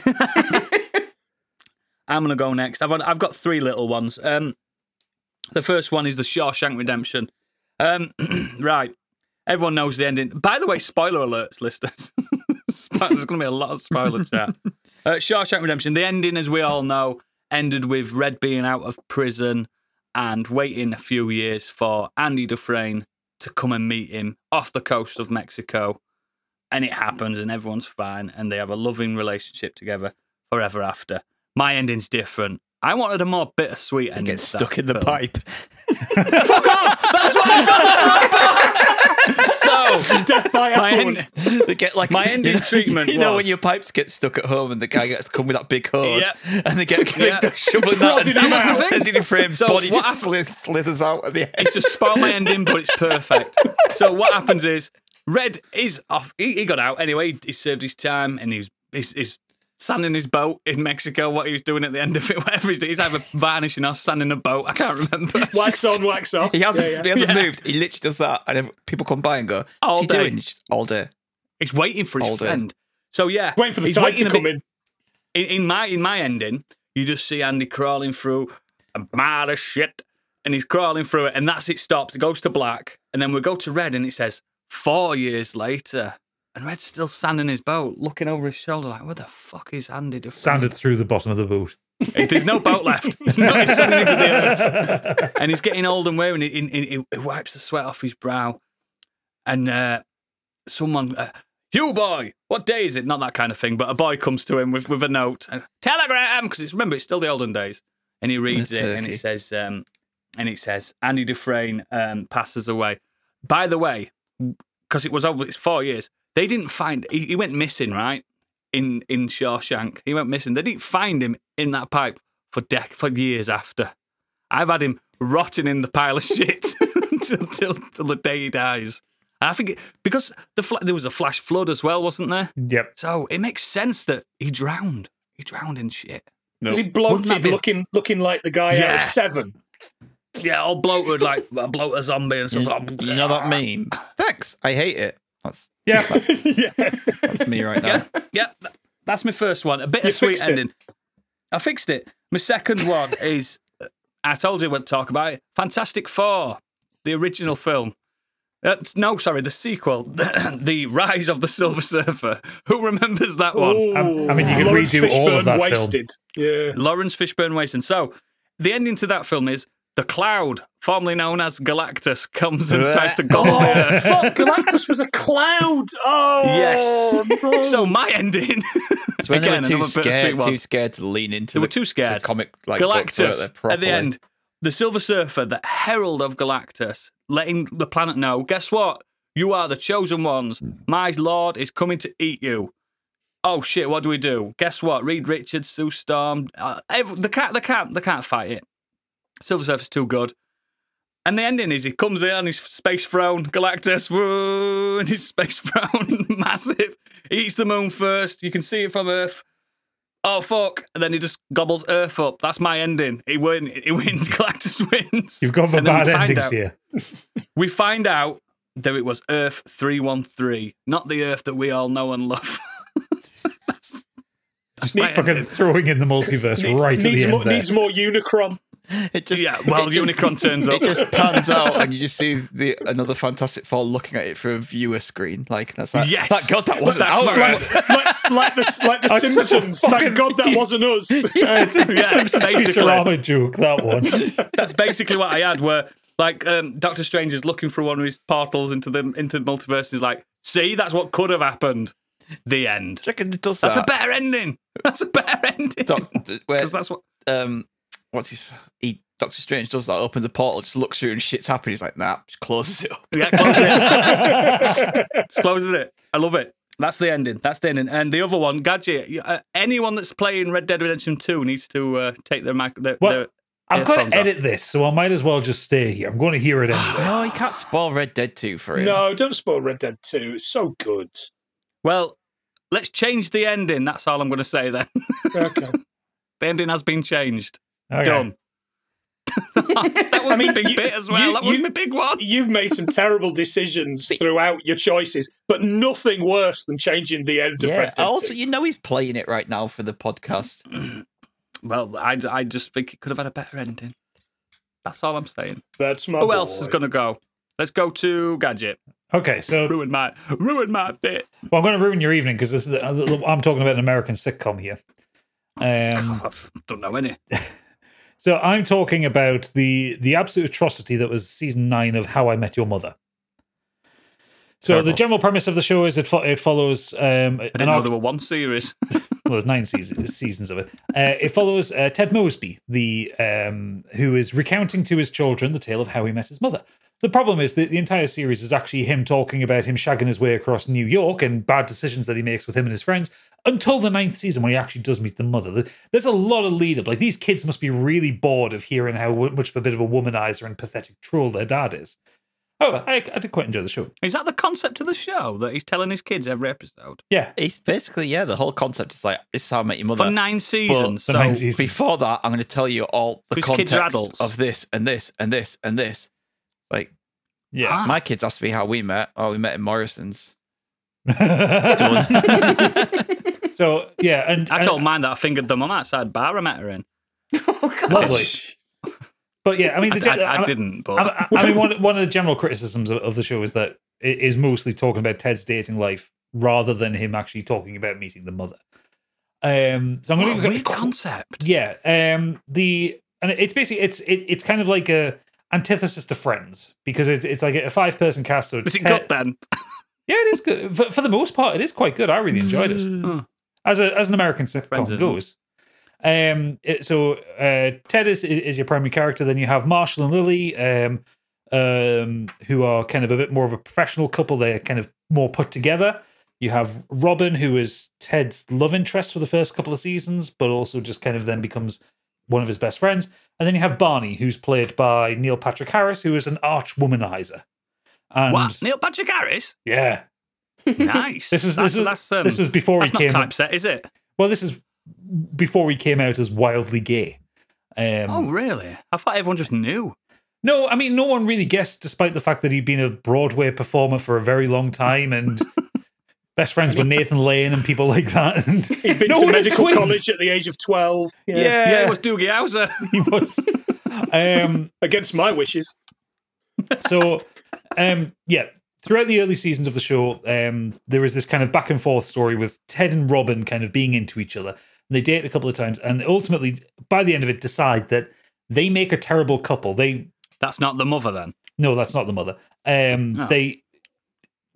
Speaker 1: Next. I'm going to go next. I've, I've got three little ones. Um, the first one is The Shawshank Redemption. Um, right. Everyone knows the ending. By the way, spoiler alerts, listeners. Spo- There's going to be a lot of spoiler chat. Uh, Shawshank Redemption. The ending, as we all know, ended with Red being out of prison and waiting a few years for Andy Dufresne to come and meet him off the coast of Mexico. And it happens, and everyone's fine, and they have a loving relationship together forever after. My ending's different. I wanted a more bittersweet
Speaker 3: It
Speaker 1: ending.
Speaker 3: gets
Speaker 1: to that
Speaker 3: stuck in the
Speaker 1: film.
Speaker 3: pipe.
Speaker 1: That's what I'm trying to So,
Speaker 5: Death by
Speaker 1: my,
Speaker 5: affluent.
Speaker 1: end,
Speaker 3: they get like
Speaker 1: My ending
Speaker 3: you know,
Speaker 1: treatment
Speaker 3: You know
Speaker 1: was-
Speaker 3: when your pipes get stuck at home and the guy gets come with that big hose
Speaker 1: Yeah.
Speaker 3: and they get
Speaker 1: Yeah.
Speaker 3: they're shoveling that
Speaker 1: That was the thing.
Speaker 3: and Diddy Frame's
Speaker 1: So
Speaker 3: body
Speaker 1: what
Speaker 3: just slith, slithers out at the end.
Speaker 1: it's just spoiled my ending, but it's perfect. So what happens is Red is off. He, he got out anyway. He, he served his time, and he was he's, he's sanding his boat in Mexico. What he was doing at the end of it, whatever he's doing, he's either varnishing or sanding a boat. I can't remember.
Speaker 5: Wax on, wax off.
Speaker 3: He hasn't,
Speaker 5: Yeah,
Speaker 3: He
Speaker 5: yeah.
Speaker 3: hasn't moved. He literally does that, and ev- people come by and go,
Speaker 1: All
Speaker 3: "What's he
Speaker 1: day.
Speaker 3: doing?" He's just all day.
Speaker 1: He's waiting for his
Speaker 3: Hold it.
Speaker 1: friend. So yeah,
Speaker 5: Waiting for the
Speaker 1: he's
Speaker 5: tide
Speaker 1: waiting
Speaker 5: to
Speaker 1: a
Speaker 5: come
Speaker 1: bit-
Speaker 5: in.
Speaker 1: in, in my in my ending, you just see Andy crawling through a mile of shit, and he's crawling through it, and that's it. Stops. It goes to black, and then we go to red, and it says four years later, and Red's still sanding his boat, looking over his shoulder like, "Where the fuck is Andy?" Dufresne?"
Speaker 2: Sounded through the bottom of the boot.
Speaker 1: There's no boat left. It's not it's sanding into the earth and he's getting old and wearing it. It, it, it wipes the sweat off his brow. And uh, someone, uh, you boy, what day is it? Not that kind of thing, but a boy comes to him with, with a note, and, telegram, because it's remember it's still the olden days. And he reads it,
Speaker 3: That's
Speaker 1: and
Speaker 3: turkey.
Speaker 1: it says, um, and it says, Andy Dufresne um, passes away. By the way, because it was over, it's four years. They didn't find he, he went missing, right? In in Shawshank, he went missing. They didn't find him in that pipe for dec- for years after. I've had him rotting in the pile of shit till, till, till the day he dies. And I think it, because the fla- there was a flash flood as well, wasn't there?
Speaker 2: yep.
Speaker 1: So it makes sense that he drowned. He drowned in shit.
Speaker 5: Was he
Speaker 1: Wouldn't that
Speaker 5: bloated,
Speaker 1: be-
Speaker 5: looking looking like the guy out
Speaker 1: Yeah.
Speaker 5: of Seven?
Speaker 1: Yeah, all bloated like a bloater zombie and stuff. like
Speaker 3: You know that meme? Thanks. I hate it. That's
Speaker 2: Yep.
Speaker 5: yeah.
Speaker 3: that's me right now.
Speaker 1: Yeah, yeah. th- That's my first one. A bittersweet
Speaker 5: fixed it.
Speaker 1: ending. I fixed it. My second one is I told you we'd talk about it. Fantastic Four, the original film. Uh, no, sorry, the sequel, the Rise of the Silver Surfer. Who remembers that one?
Speaker 2: I- I mean, you
Speaker 5: Ooh.
Speaker 2: could
Speaker 5: Lawrence
Speaker 2: redo all of
Speaker 5: Fishburne
Speaker 2: that film.
Speaker 5: wasted. Yeah.
Speaker 1: Lawrence Fishburne Wason. So the ending to that film is the Cloud, formerly known as Galactus, comes and tries to gobble.
Speaker 5: Oh,
Speaker 1: the Earth.
Speaker 5: fuck. Galactus was a cloud. Oh,
Speaker 1: Yes.
Speaker 5: no.
Speaker 1: So my ending.
Speaker 3: It's when
Speaker 1: Again,
Speaker 3: they were
Speaker 1: another
Speaker 3: too
Speaker 1: bittersweet
Speaker 3: scared,
Speaker 1: one.
Speaker 3: too scared to lean into.
Speaker 1: They
Speaker 3: the,
Speaker 1: were too scared.
Speaker 3: to comic like books out there
Speaker 1: Galactus at
Speaker 3: properly.
Speaker 1: the end, the Silver Surfer, the herald of Galactus, letting the planet know, guess what? You are the chosen ones. My lord is coming to eat you. Oh shit! What do we do? Guess what? Reed Richards, Sue Storm, uh, every, they can't, they can't, they can't fight it. Silver Surfer's too good. And the ending is he comes in on his space throne, Galactus, woo, and his space throne, massive. He eats the moon first. You can see it from Earth oh fuck, and then he just gobbles Earth up. That's my ending. He win. He wins. Galactus wins.
Speaker 2: You've gone for
Speaker 1: And then
Speaker 2: bad
Speaker 1: we find
Speaker 2: endings
Speaker 1: out-
Speaker 2: here.
Speaker 1: We find out that it was Earth three one three, not the Earth that we all know and love. that's, that's my
Speaker 2: Fucking
Speaker 1: ending.
Speaker 2: throwing in the multiverse right at the
Speaker 5: needs,
Speaker 2: end.
Speaker 5: more,
Speaker 2: there.
Speaker 5: needs more Unicron.
Speaker 3: It just,
Speaker 1: Yeah, well,
Speaker 3: it just-
Speaker 1: Unicron turns up.
Speaker 3: It just pans out, and you just see the another Fantastic Four looking at it through a viewer screen. Like that's like,
Speaker 1: Yes.
Speaker 3: Thank God that
Speaker 1: But
Speaker 3: wasn't
Speaker 1: that's
Speaker 3: out.
Speaker 1: my
Speaker 3: That's what-
Speaker 5: like, like the, like the
Speaker 2: That's such a
Speaker 5: Simpsons.
Speaker 2: fucking-
Speaker 5: Thank God that wasn't us.
Speaker 2: Uh, it's a
Speaker 1: Yeah,
Speaker 2: Simpsons
Speaker 1: basically.
Speaker 2: Futurama joke, that one.
Speaker 1: That's basically what I had. Where like um, Doctor Strange is looking through one of his portals into the into the multiverse. And he's like, "See, that's what could have happened." The end.
Speaker 3: Chicken does
Speaker 1: That's
Speaker 3: that.
Speaker 1: a better ending. That's a better ending.
Speaker 3: Doc, where,
Speaker 1: Because that's what.
Speaker 3: um, what's his? He Doctor Strange does that. Opens the portal, just looks through, and shit's happening. He's like, nah, just closes it up.
Speaker 1: Yeah, closes it. Just closes it. I love it. That's the ending. That's the ending. And the other one, Gadget. you- Uh, anyone that's playing Red Dead Redemption Two needs to uh, take their mic. Their,
Speaker 2: What?
Speaker 1: their-
Speaker 2: I've got
Speaker 1: Headphones
Speaker 2: to
Speaker 1: off.
Speaker 2: edit this, so I might as well just stay here. I'm going to hear it anyway.
Speaker 3: No, you can't spoil Red Dead Two for him.
Speaker 5: No, don't spoil Red Dead 2. It's so good.
Speaker 1: well, let's change the ending. That's all I'm going to say. Then
Speaker 5: Okay.
Speaker 1: the ending has been changed.
Speaker 2: Okay.
Speaker 1: Done. that was my big
Speaker 5: you-
Speaker 1: bit as well.
Speaker 5: you-
Speaker 1: that was
Speaker 5: you-
Speaker 1: my big one.
Speaker 5: You've made some terrible decisions throughout your choices, but nothing worse than changing the end of
Speaker 3: Yeah.
Speaker 5: Red Dead 2.
Speaker 3: Also, you know he's playing it right now for the podcast.
Speaker 1: Well, I, I just think it could have had a better ending. That's all I'm saying.
Speaker 5: That's my
Speaker 2: Oh,
Speaker 1: Who else is
Speaker 5: boy.
Speaker 1: going to go? Let's go to Gadget.
Speaker 2: Okay, so
Speaker 1: Ruin my, ruin my bit.
Speaker 2: well, I'm going to ruin your evening because this is uh, I'm talking about an American sitcom here. Um,
Speaker 1: I don't know any.
Speaker 2: so I'm talking about the the absolute atrocity that was season nine of How I Met Your Mother. So the
Speaker 1: Terrible.
Speaker 2: general premise of the show is it fo- it follows um,
Speaker 1: I
Speaker 2: an
Speaker 1: didn't know
Speaker 2: arch-
Speaker 1: there were one series.
Speaker 2: well, there's nine seasons, seasons of it. Uh, it follows uh, Ted Mosby, the um, who is recounting to his children the tale of how he met his mother. The problem is that the entire series is actually him talking about him shagging his way across New York and bad decisions that he makes with him and his friends until the ninth season when he actually does meet the mother. There- There's a lot of lead up. Like these kids must be really bored of hearing how much of a bit of a womanizer and pathetic troll their dad is. However, I, I did quite enjoy the show.
Speaker 1: Is that the concept of the show that he's telling his kids every episode
Speaker 2: Yeah,
Speaker 3: It's basically yeah. The whole concept is like this is how I met your mother.
Speaker 1: for nine seasons?
Speaker 2: the
Speaker 1: so
Speaker 2: nine seasons.
Speaker 3: Before that, I'm going to tell you all the
Speaker 1: Whose kids are
Speaker 3: context
Speaker 1: adults?
Speaker 3: of this and this and this and this. Like
Speaker 2: yeah.
Speaker 1: Ah.
Speaker 3: my kids asked me how we met. Oh, we met in Morrison's.
Speaker 2: so yeah, and
Speaker 1: I
Speaker 2: and-
Speaker 1: told mine that I fingered them on outside bar I met her in.
Speaker 4: Oh, God.
Speaker 2: lovely. But yeah, I mean,
Speaker 1: I,
Speaker 2: the gen-
Speaker 1: I- I
Speaker 2: mean-
Speaker 1: didn't, but
Speaker 2: I, I- I mean, one one of the general criticisms of, of the show is that it is mostly talking about Ted's dating life rather than him actually talking about meeting the mother. Um, so I'm
Speaker 1: what
Speaker 2: going
Speaker 1: a
Speaker 2: to
Speaker 1: weird concept.
Speaker 2: yeah. Um, the and it's basically it's it, it's kind of like a antithesis to Friends because it's it's like a five person cast. So it's
Speaker 1: Is it
Speaker 2: Ted-
Speaker 1: good then?
Speaker 2: Yeah, it is good for, for the most part. It is quite good. I really enjoyed it as a as an American
Speaker 1: Friends,
Speaker 2: sitcom
Speaker 1: isn't it?
Speaker 2: goes. Um, it- so uh, Ted is is your primary character. Then you have Marshall and Lily, um, um, who are kind of a bit more of a professional couple. They're kind of more put together. You have Robin, who is Ted's love interest for the first couple of seasons, but also just kind of then becomes one of his best friends. And then you have Barney, who's played by Neil Patrick Harris, who is an arch womanizer. And
Speaker 1: What? Neil Patrick Harris?
Speaker 2: yeah,
Speaker 1: Nice.
Speaker 2: this is this
Speaker 1: That's-
Speaker 2: is
Speaker 1: that's, um,
Speaker 2: this was before
Speaker 1: that's
Speaker 2: he
Speaker 1: not
Speaker 2: came.
Speaker 1: typeset, is it?
Speaker 2: Well, this is before he came out as wildly gay. Um,
Speaker 1: Oh, really? I thought everyone just knew.
Speaker 2: No, I mean, no one really guessed, despite the fact that he'd been a Broadway performer for a very long time and best friends with Nathan Lane and people like that. And
Speaker 5: He'd been
Speaker 2: No
Speaker 5: to
Speaker 2: one had
Speaker 5: medical
Speaker 2: twins.
Speaker 5: college at the age of 12.
Speaker 2: yeah,
Speaker 1: it was Doogie Howser.
Speaker 2: he was. um,
Speaker 5: Against my wishes.
Speaker 2: so um yeah throughout the early seasons of the show um there is this kind of back and forth story with ted and robin kind of being into each other and they date a couple of times and ultimately by the end of it decide that they make a terrible couple they
Speaker 1: That's not the mother then.
Speaker 2: no that's not the mother um
Speaker 1: No.
Speaker 2: they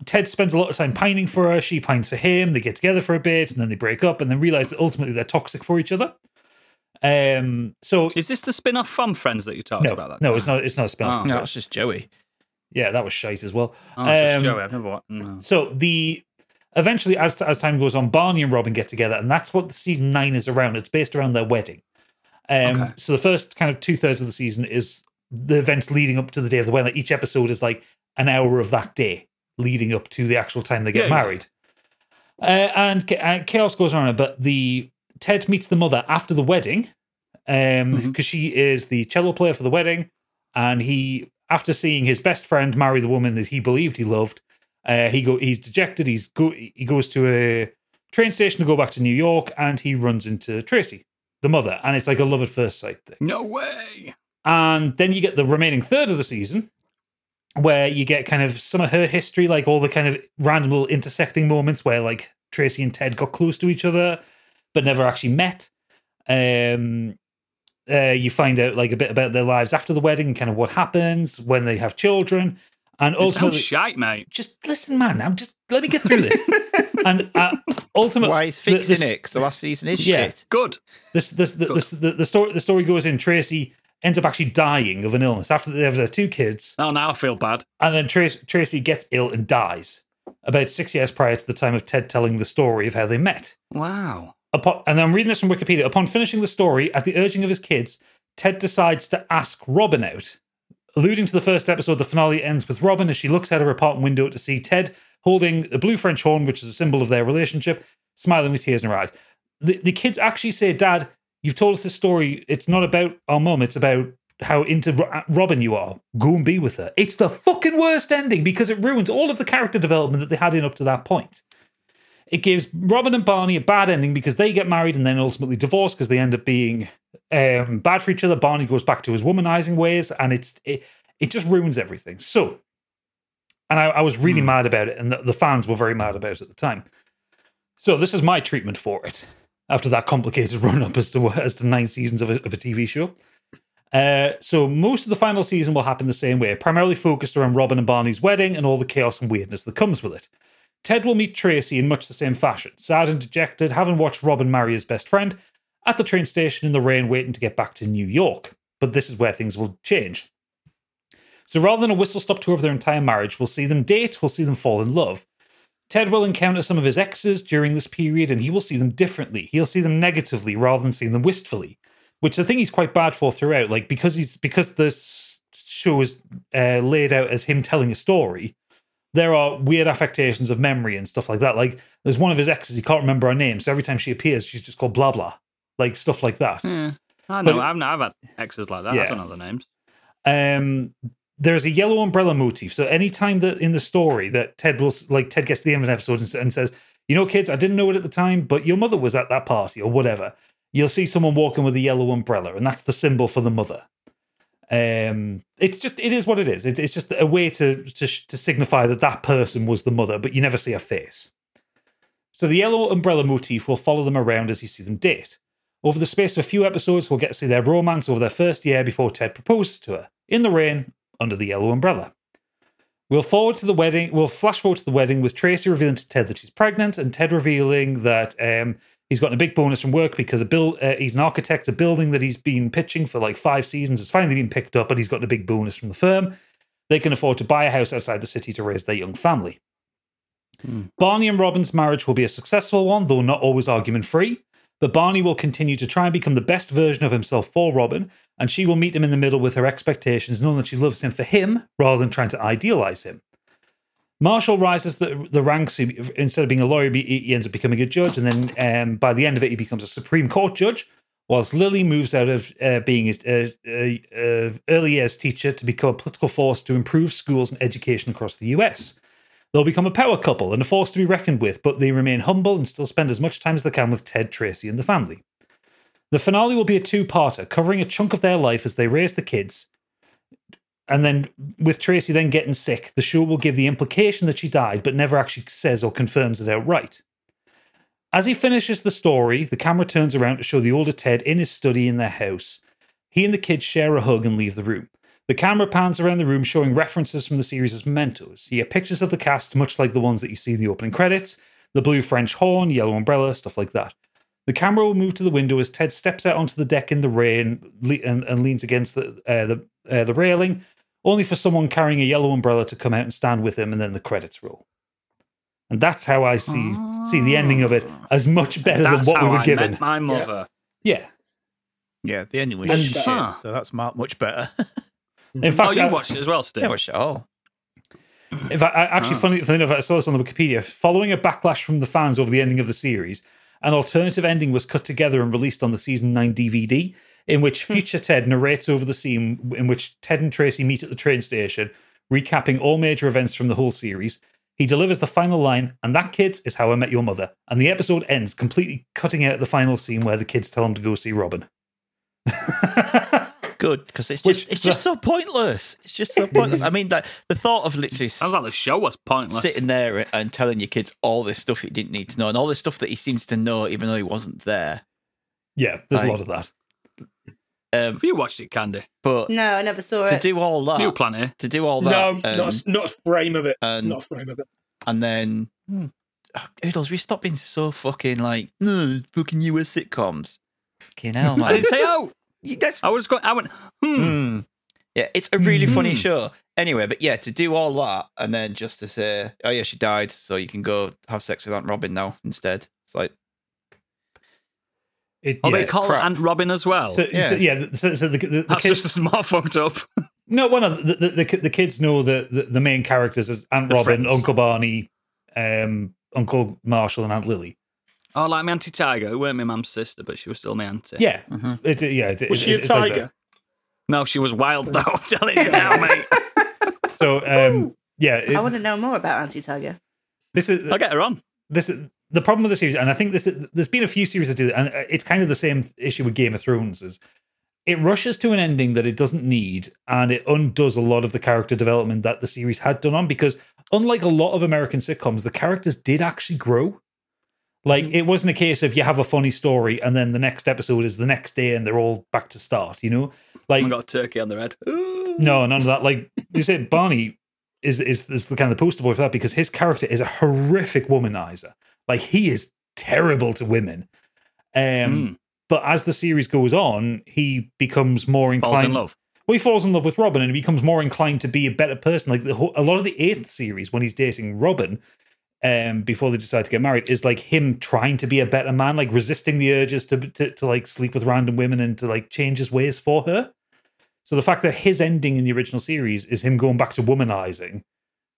Speaker 2: ted spends a lot of time pining for her she pines for him they get together for a bit and then they break up and then realize that ultimately they're toxic for each other um so
Speaker 1: Is this the spin off from Friends that you talked
Speaker 2: no,
Speaker 1: about? That
Speaker 2: no
Speaker 1: time?
Speaker 2: it's not it's not a spin-off
Speaker 1: Oh.
Speaker 3: No, it's just Joey.
Speaker 2: yeah that was shite as well
Speaker 1: Oh, it's just
Speaker 2: Um,
Speaker 1: Joey. I've never watched. No.
Speaker 2: So the eventually, as as time goes on, Barney and Robin get together, and that's what the season nine is around. It's based around their wedding. Um,
Speaker 1: Okay.
Speaker 2: So the first kind of two thirds of the season is the events leading up to the day of the wedding. Like, each episode is like an hour of that day leading up to the actual time they get
Speaker 1: Yeah, yeah.
Speaker 2: married. Uh, and ca- uh, chaos goes on, but the Ted meets the mother after the wedding because
Speaker 1: Mm-hmm.
Speaker 2: she is the cello player for the wedding, and he after seeing his best friend marry the woman that he believed he loved, uh, he go he's dejected. He's go he goes to a train station to go back to New York, and he runs into Tracy, the mother, and it's like a love at first sight thing.
Speaker 1: no way.
Speaker 2: And then you get the remaining third of the season, where you get kind of some of her history, like all the kind of random little intersecting moments where like Tracy and Ted got close to each other, but never actually met. Um, uh, you find out like a bit about their lives after the wedding and kind of what happens when they have children, and
Speaker 1: It sounds
Speaker 2: ultimately,
Speaker 1: shite, mate.
Speaker 2: just listen, man. I'm just let me get through this. and uh, ultimately,
Speaker 3: Why is
Speaker 2: the-
Speaker 3: fixing
Speaker 2: this-
Speaker 3: it? Because the last season is
Speaker 2: Yeah.
Speaker 3: shit.
Speaker 1: Good.
Speaker 2: this this the, this the, the story the story goes in Tracy ends up actually dying of an illness after they have their two kids
Speaker 1: Oh, now I feel bad.
Speaker 2: and then Tracy, Tracy gets ill and dies about 6 years prior to the time of Ted telling the story of how they met
Speaker 1: Wow.
Speaker 2: upon, and I'm reading this from Wikipedia upon finishing the story at the urging of his kids Ted decides to ask Robin out alluding to the first episode the finale ends with Robin as she looks out of her apartment window to see Ted holding a blue French horn which is a symbol of their relationship smiling with tears in her eyes the, the kids actually say, Dad, you've told us this story. It's not about our mum. It's about how into Ro- uh, Robin you are. Go and be with her. It's the fucking worst ending because it ruins all of the character development that they had in up to that point. It gives Robin and Barney a bad ending because they get married and then ultimately divorce because they end up being um, bad for each other. Barney goes back to his womanizing ways and it's it, it just ruins everything. So, and I, I was really mad about it, and the, the fans were very mad about it at the time. So this is my treatment for it after that complicated run up as to as to nine seasons of a, of a TV show. Uh, so most of the final season will happen the same way, primarily focused around Robin and Barney's wedding and all the chaos and weirdness that comes with it. Ted will meet Tracy in much the same fashion, sad and dejected, having watched Robin marry his best friend at the train station in the rain, waiting to get back to New York. But this is where things will change. So rather than a whistle stop tour of their entire marriage, we'll see them date, we'll see them fall in love. Ted will encounter some of his exes during this period and he will see them differently. He'll see them negatively rather than seeing them wistfully, which I think he's quite bad for throughout. Like because he's because the s- show is uh, laid out as him telling a story, there are weird affectations of memory and stuff like that. Like there's one of his exes, he can't remember her name, so every time she appears, she's just called blah blah, like stuff like that.
Speaker 1: Yeah. I
Speaker 2: But-
Speaker 1: know. I've, I've had exes like that.
Speaker 2: Yeah.
Speaker 1: I don't know the names.
Speaker 2: um there's a yellow umbrella motif so anytime that in the story that ted will s- like ted gets to the end of an episode and, s- and says you know kids i didn't know it at the time but your mother was at that party or whatever you'll see someone walking with a yellow umbrella and that's the symbol for the mother um it's just it is what it is it, it's just a way to, to sh- to signify that that person was the mother but you never see her face so the yellow umbrella motif will follow them around as you see them date over the space of a few episodes, we'll get to see their romance over their first year before Ted proposes to her, in the rain, under the yellow umbrella. We'll forward to the wedding, we'll flash forward to the wedding with Tracy revealing to Ted that she's pregnant, and Ted revealing that um, he's gotten a big bonus from work because a bill uh, he's an architect, a building that he's been pitching for like five seasons has finally been picked up, and he's gotten a big bonus from the firm. They can afford to buy a house outside the city to raise their young family. Barney and Robin's marriage will be a successful one, though not always argument free. But Barney will continue to try and become the best version of himself for Robin, and she will meet him in the middle with her expectations, knowing that she loves him for him rather than trying to idealize him. Marshall rises the, the ranks. He, instead of being a lawyer, he, he ends up becoming a judge, and then um, by the end of it, he becomes a Supreme Court judge. Whilst Lily moves out of uh, being a, a, a, a early years teacher to become a political force to improve schools and education across the U.S. They'll become a power couple and a force to be reckoned with, but they remain humble and still spend as much time as they can with Ted, Tracy, and the family. The finale will be a two parter, covering a chunk of their life as they raise the kids. And then, with Tracy then getting sick, the show will give the implication that she died, but never actually says or confirms it outright. As he finishes the story, the camera turns around to show the older Ted in his study in their house. He and the kids share a hug and leave the room. The camera pans around the room, showing references from the series as mementos. You get pictures of the cast, much like the ones that you see in the opening credits the blue French horn, yellow umbrella, stuff like that. The camera will move to the window as Ted steps out onto the deck in the rain le- and, and leans against the, uh, the, uh, the railing, only for someone carrying a yellow umbrella to come out and stand with him, and then the credits roll. And that's how I see see the ending of it as much better than
Speaker 1: Ah. That's
Speaker 2: what
Speaker 1: how
Speaker 2: we were
Speaker 1: I
Speaker 2: given.
Speaker 1: met my mother.
Speaker 2: Yeah.
Speaker 3: Yeah, the ending was
Speaker 1: And-
Speaker 3: shit.
Speaker 1: Huh.
Speaker 3: So that's mar- much better.
Speaker 2: In fact,
Speaker 1: Oh, you
Speaker 2: I-
Speaker 1: watched it as well, Steve.
Speaker 3: yeah, watch it all.
Speaker 2: If I, I actually,
Speaker 1: Ah.
Speaker 2: funny, funny enough, I saw this on the Wikipedia. Following a backlash from the fans over the ending of the series, an alternative ending was cut together and released on the season nine DVD, in which
Speaker 1: Hmm.
Speaker 2: future Ted narrates over the scene in which Ted and Tracy meet at the train station, recapping all major events from the whole series. He delivers the final line, and that, kids, is how I met your mother. And the episode ends completely cutting out the final scene where the kids tell him to go see Robin.
Speaker 3: Good because it's
Speaker 2: Which-
Speaker 3: just it's just so pointless. It's just so pointless. I mean, that the thought of literally s-
Speaker 1: Sounds like the show was pointless.
Speaker 3: sitting there and telling your kids all this stuff you didn't need to know and all this stuff that he seems to know even though he wasn't there.
Speaker 2: yeah, there's a
Speaker 3: Aye.
Speaker 2: lot of that.
Speaker 3: Um,
Speaker 1: Have you watched it, Candy?
Speaker 3: but
Speaker 4: No, I never saw
Speaker 3: to
Speaker 4: it.
Speaker 3: do all
Speaker 2: Ah.
Speaker 3: that,
Speaker 1: New Planet.
Speaker 3: to do all
Speaker 5: No,
Speaker 3: that,
Speaker 5: not,
Speaker 3: um,
Speaker 5: a- not a frame of it.
Speaker 3: and
Speaker 5: Not a frame of it.
Speaker 3: and then hmm, oh, Oodles, we stop being so fucking like, no, it's fucking US sitcoms. Fucking hell,
Speaker 1: I
Speaker 3: man.
Speaker 1: didn't say oh.
Speaker 3: You- That's
Speaker 1: I was going. I went. Hmm.
Speaker 3: Mm. Yeah, it's a really funny
Speaker 2: Mm.
Speaker 3: show. Anyway, but yeah, to do all that and then just to say, oh yeah, she died, so you can go have sex with Aunt Robin now instead. It's like,
Speaker 2: It,
Speaker 1: Oh, they
Speaker 2: yeah.
Speaker 1: call
Speaker 3: crap.
Speaker 1: Aunt Robin as well.
Speaker 2: So, yeah.
Speaker 3: Yeah.
Speaker 2: So, yeah, so, so the, the, the
Speaker 1: That's
Speaker 2: kids,
Speaker 1: just as more fucked up.
Speaker 2: no, one of the, the, the, ki- the kids know that the, the main characters is Aunt
Speaker 1: The
Speaker 2: Robin,
Speaker 1: friends.
Speaker 2: Uncle Barney, um, Uncle Marshall, and Aunt Lily.
Speaker 1: Oh, like my auntie Tiger, who weren't my mum's sister, but she was still my auntie.
Speaker 2: Yeah,
Speaker 1: Mm-hmm.
Speaker 3: Mhm.
Speaker 2: it, yeah. It,
Speaker 5: Was
Speaker 2: it-
Speaker 5: she a
Speaker 2: it's like
Speaker 5: tiger?
Speaker 1: No, she was wild though. I'm telling you now, mate.
Speaker 2: that. So um, yeah, it-
Speaker 4: I want to know more about Auntie Tiger.
Speaker 2: this is
Speaker 1: I'll get her on.
Speaker 2: this is the problem with the series, and I think this is, there's been a few series that do that, and it's kind of the same issue with Game of Thrones is it rushes to an ending that it doesn't need, and it undoes a lot of the character development that the series had done on because unlike a lot of American sitcoms, the characters did actually grow. Like it wasn't a case of you have a funny story and then the next episode is the next day and they're all back to start, you know? Like
Speaker 1: I got a turkey on the head.
Speaker 2: no, none of that. Like you said, Barney is is is the kind of the poster boy for that because his character is a horrific womanizer. Like he is terrible to women. Um,
Speaker 1: Mm.
Speaker 2: but as the series goes on, he becomes more inclined.
Speaker 1: Falls in love.
Speaker 2: Well, he falls in love with Robin and he becomes more inclined to be a better person. Like the whole, a lot of the eighth series when he's dating Robin, um, before they decide to get married, is like him trying to be a better man, like resisting the urges to to, to like sleep with random women and to like change his ways for her. So the fact that his ending in the original series is him going back to womanizing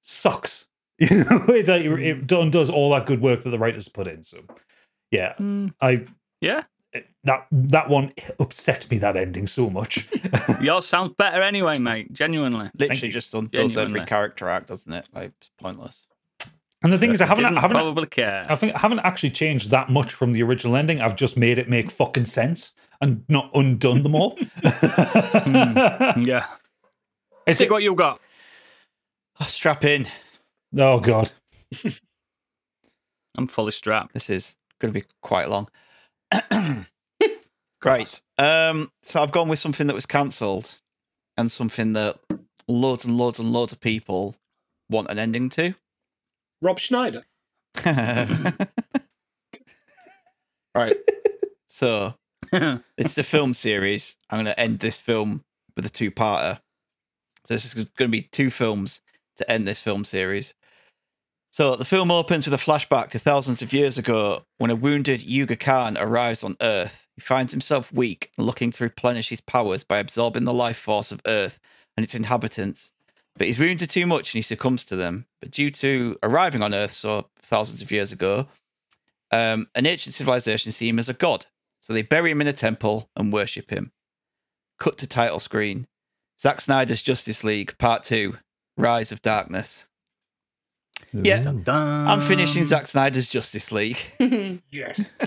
Speaker 2: sucks. You know, it, like, it undoes all that good work that the writers put in. So, yeah,
Speaker 1: Mm.
Speaker 2: I
Speaker 1: Yeah.
Speaker 2: that that one upset me that ending so much.
Speaker 1: Yours sounds better anyway, mate. Genuinely.
Speaker 2: you.
Speaker 3: literally just undoes every
Speaker 1: Genuinely.
Speaker 3: character act, doesn't it? Like, it's pointless.
Speaker 2: And the thing is, I haven't,
Speaker 1: Didn't
Speaker 2: I haven't,
Speaker 1: probably care.
Speaker 2: I think I haven't actually changed that much from the original ending. I've just made it make fucking sense and not undone them all.
Speaker 1: yeah.
Speaker 2: Is
Speaker 1: Stick
Speaker 2: it-
Speaker 1: what you got.
Speaker 3: Oh, strap in.
Speaker 2: oh god,
Speaker 1: I'm fully strapped.
Speaker 3: This is going to be quite long. Great. Um, so I've gone with something that was cancelled and something that loads and loads and loads of people want an ending to.
Speaker 5: Rob Schneider.
Speaker 3: right. So it's a film series. I'm going to end this film with a two-parter. So this is going to be two films to end this film series. So the film opens with a flashback to thousands of years ago when a wounded Yuga Khan arrives on Earth. He finds himself weak and looking to replenish his powers by absorbing the life force of Earth and its inhabitants. But his wounds are too much and he succumbs to them. But due to arriving on Earth so thousands of years ago, um, an ancient civilization see him as a god. So they bury him in a temple and worship him. Cut to title screen. Zack Snyder's Justice League Part 2 Rise of Darkness. Yeah. I'm
Speaker 1: Um.
Speaker 3: finishing Zack Snyder's Justice League.
Speaker 5: Yes.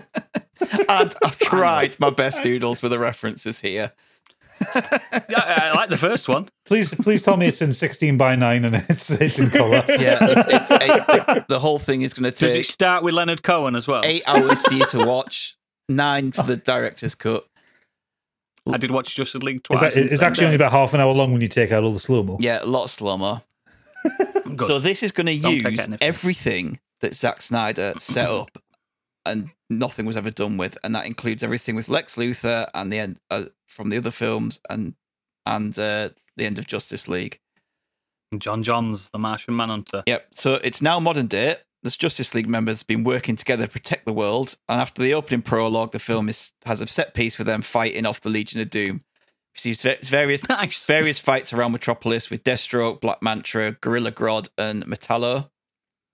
Speaker 3: And I've tried my best doodles with the references here.
Speaker 1: Yeah, I, I like the first one.
Speaker 2: Please, please tell me it's in sixteen by nine and it's it's in color.
Speaker 3: Yeah, it's, it's eight, the whole thing is going to
Speaker 1: Does it
Speaker 3: take
Speaker 1: start with Leonard Cohen as well?
Speaker 3: eight hours for you to watch, nine for the director's cut.
Speaker 1: I did watch Justice League
Speaker 2: It's,
Speaker 1: twice.
Speaker 2: like-
Speaker 1: since
Speaker 2: it's
Speaker 1: then.
Speaker 2: actually only about half an hour long when you take out all the slow mo.
Speaker 3: Yeah, a lot slow mo.
Speaker 1: Good.
Speaker 3: So this is going to
Speaker 1: Don't take
Speaker 3: use
Speaker 1: anything.
Speaker 3: everything that Zack Snyder set up, and nothing was ever done with, and that includes everything with Lex Luthor and the end uh, from the other films and and uh, the end of Justice League.
Speaker 1: John Johns, the Martian Manhunter.
Speaker 3: Yep. So it's now modern day. This Justice League members have been working together to protect the world, and after the opening prologue, the film is, has a set piece with them fighting off the Legion of Doom. We see va- various
Speaker 1: Nice.
Speaker 3: various fights around Metropolis with Deathstroke, Black Mantra, Gorilla Grodd, and Metallo.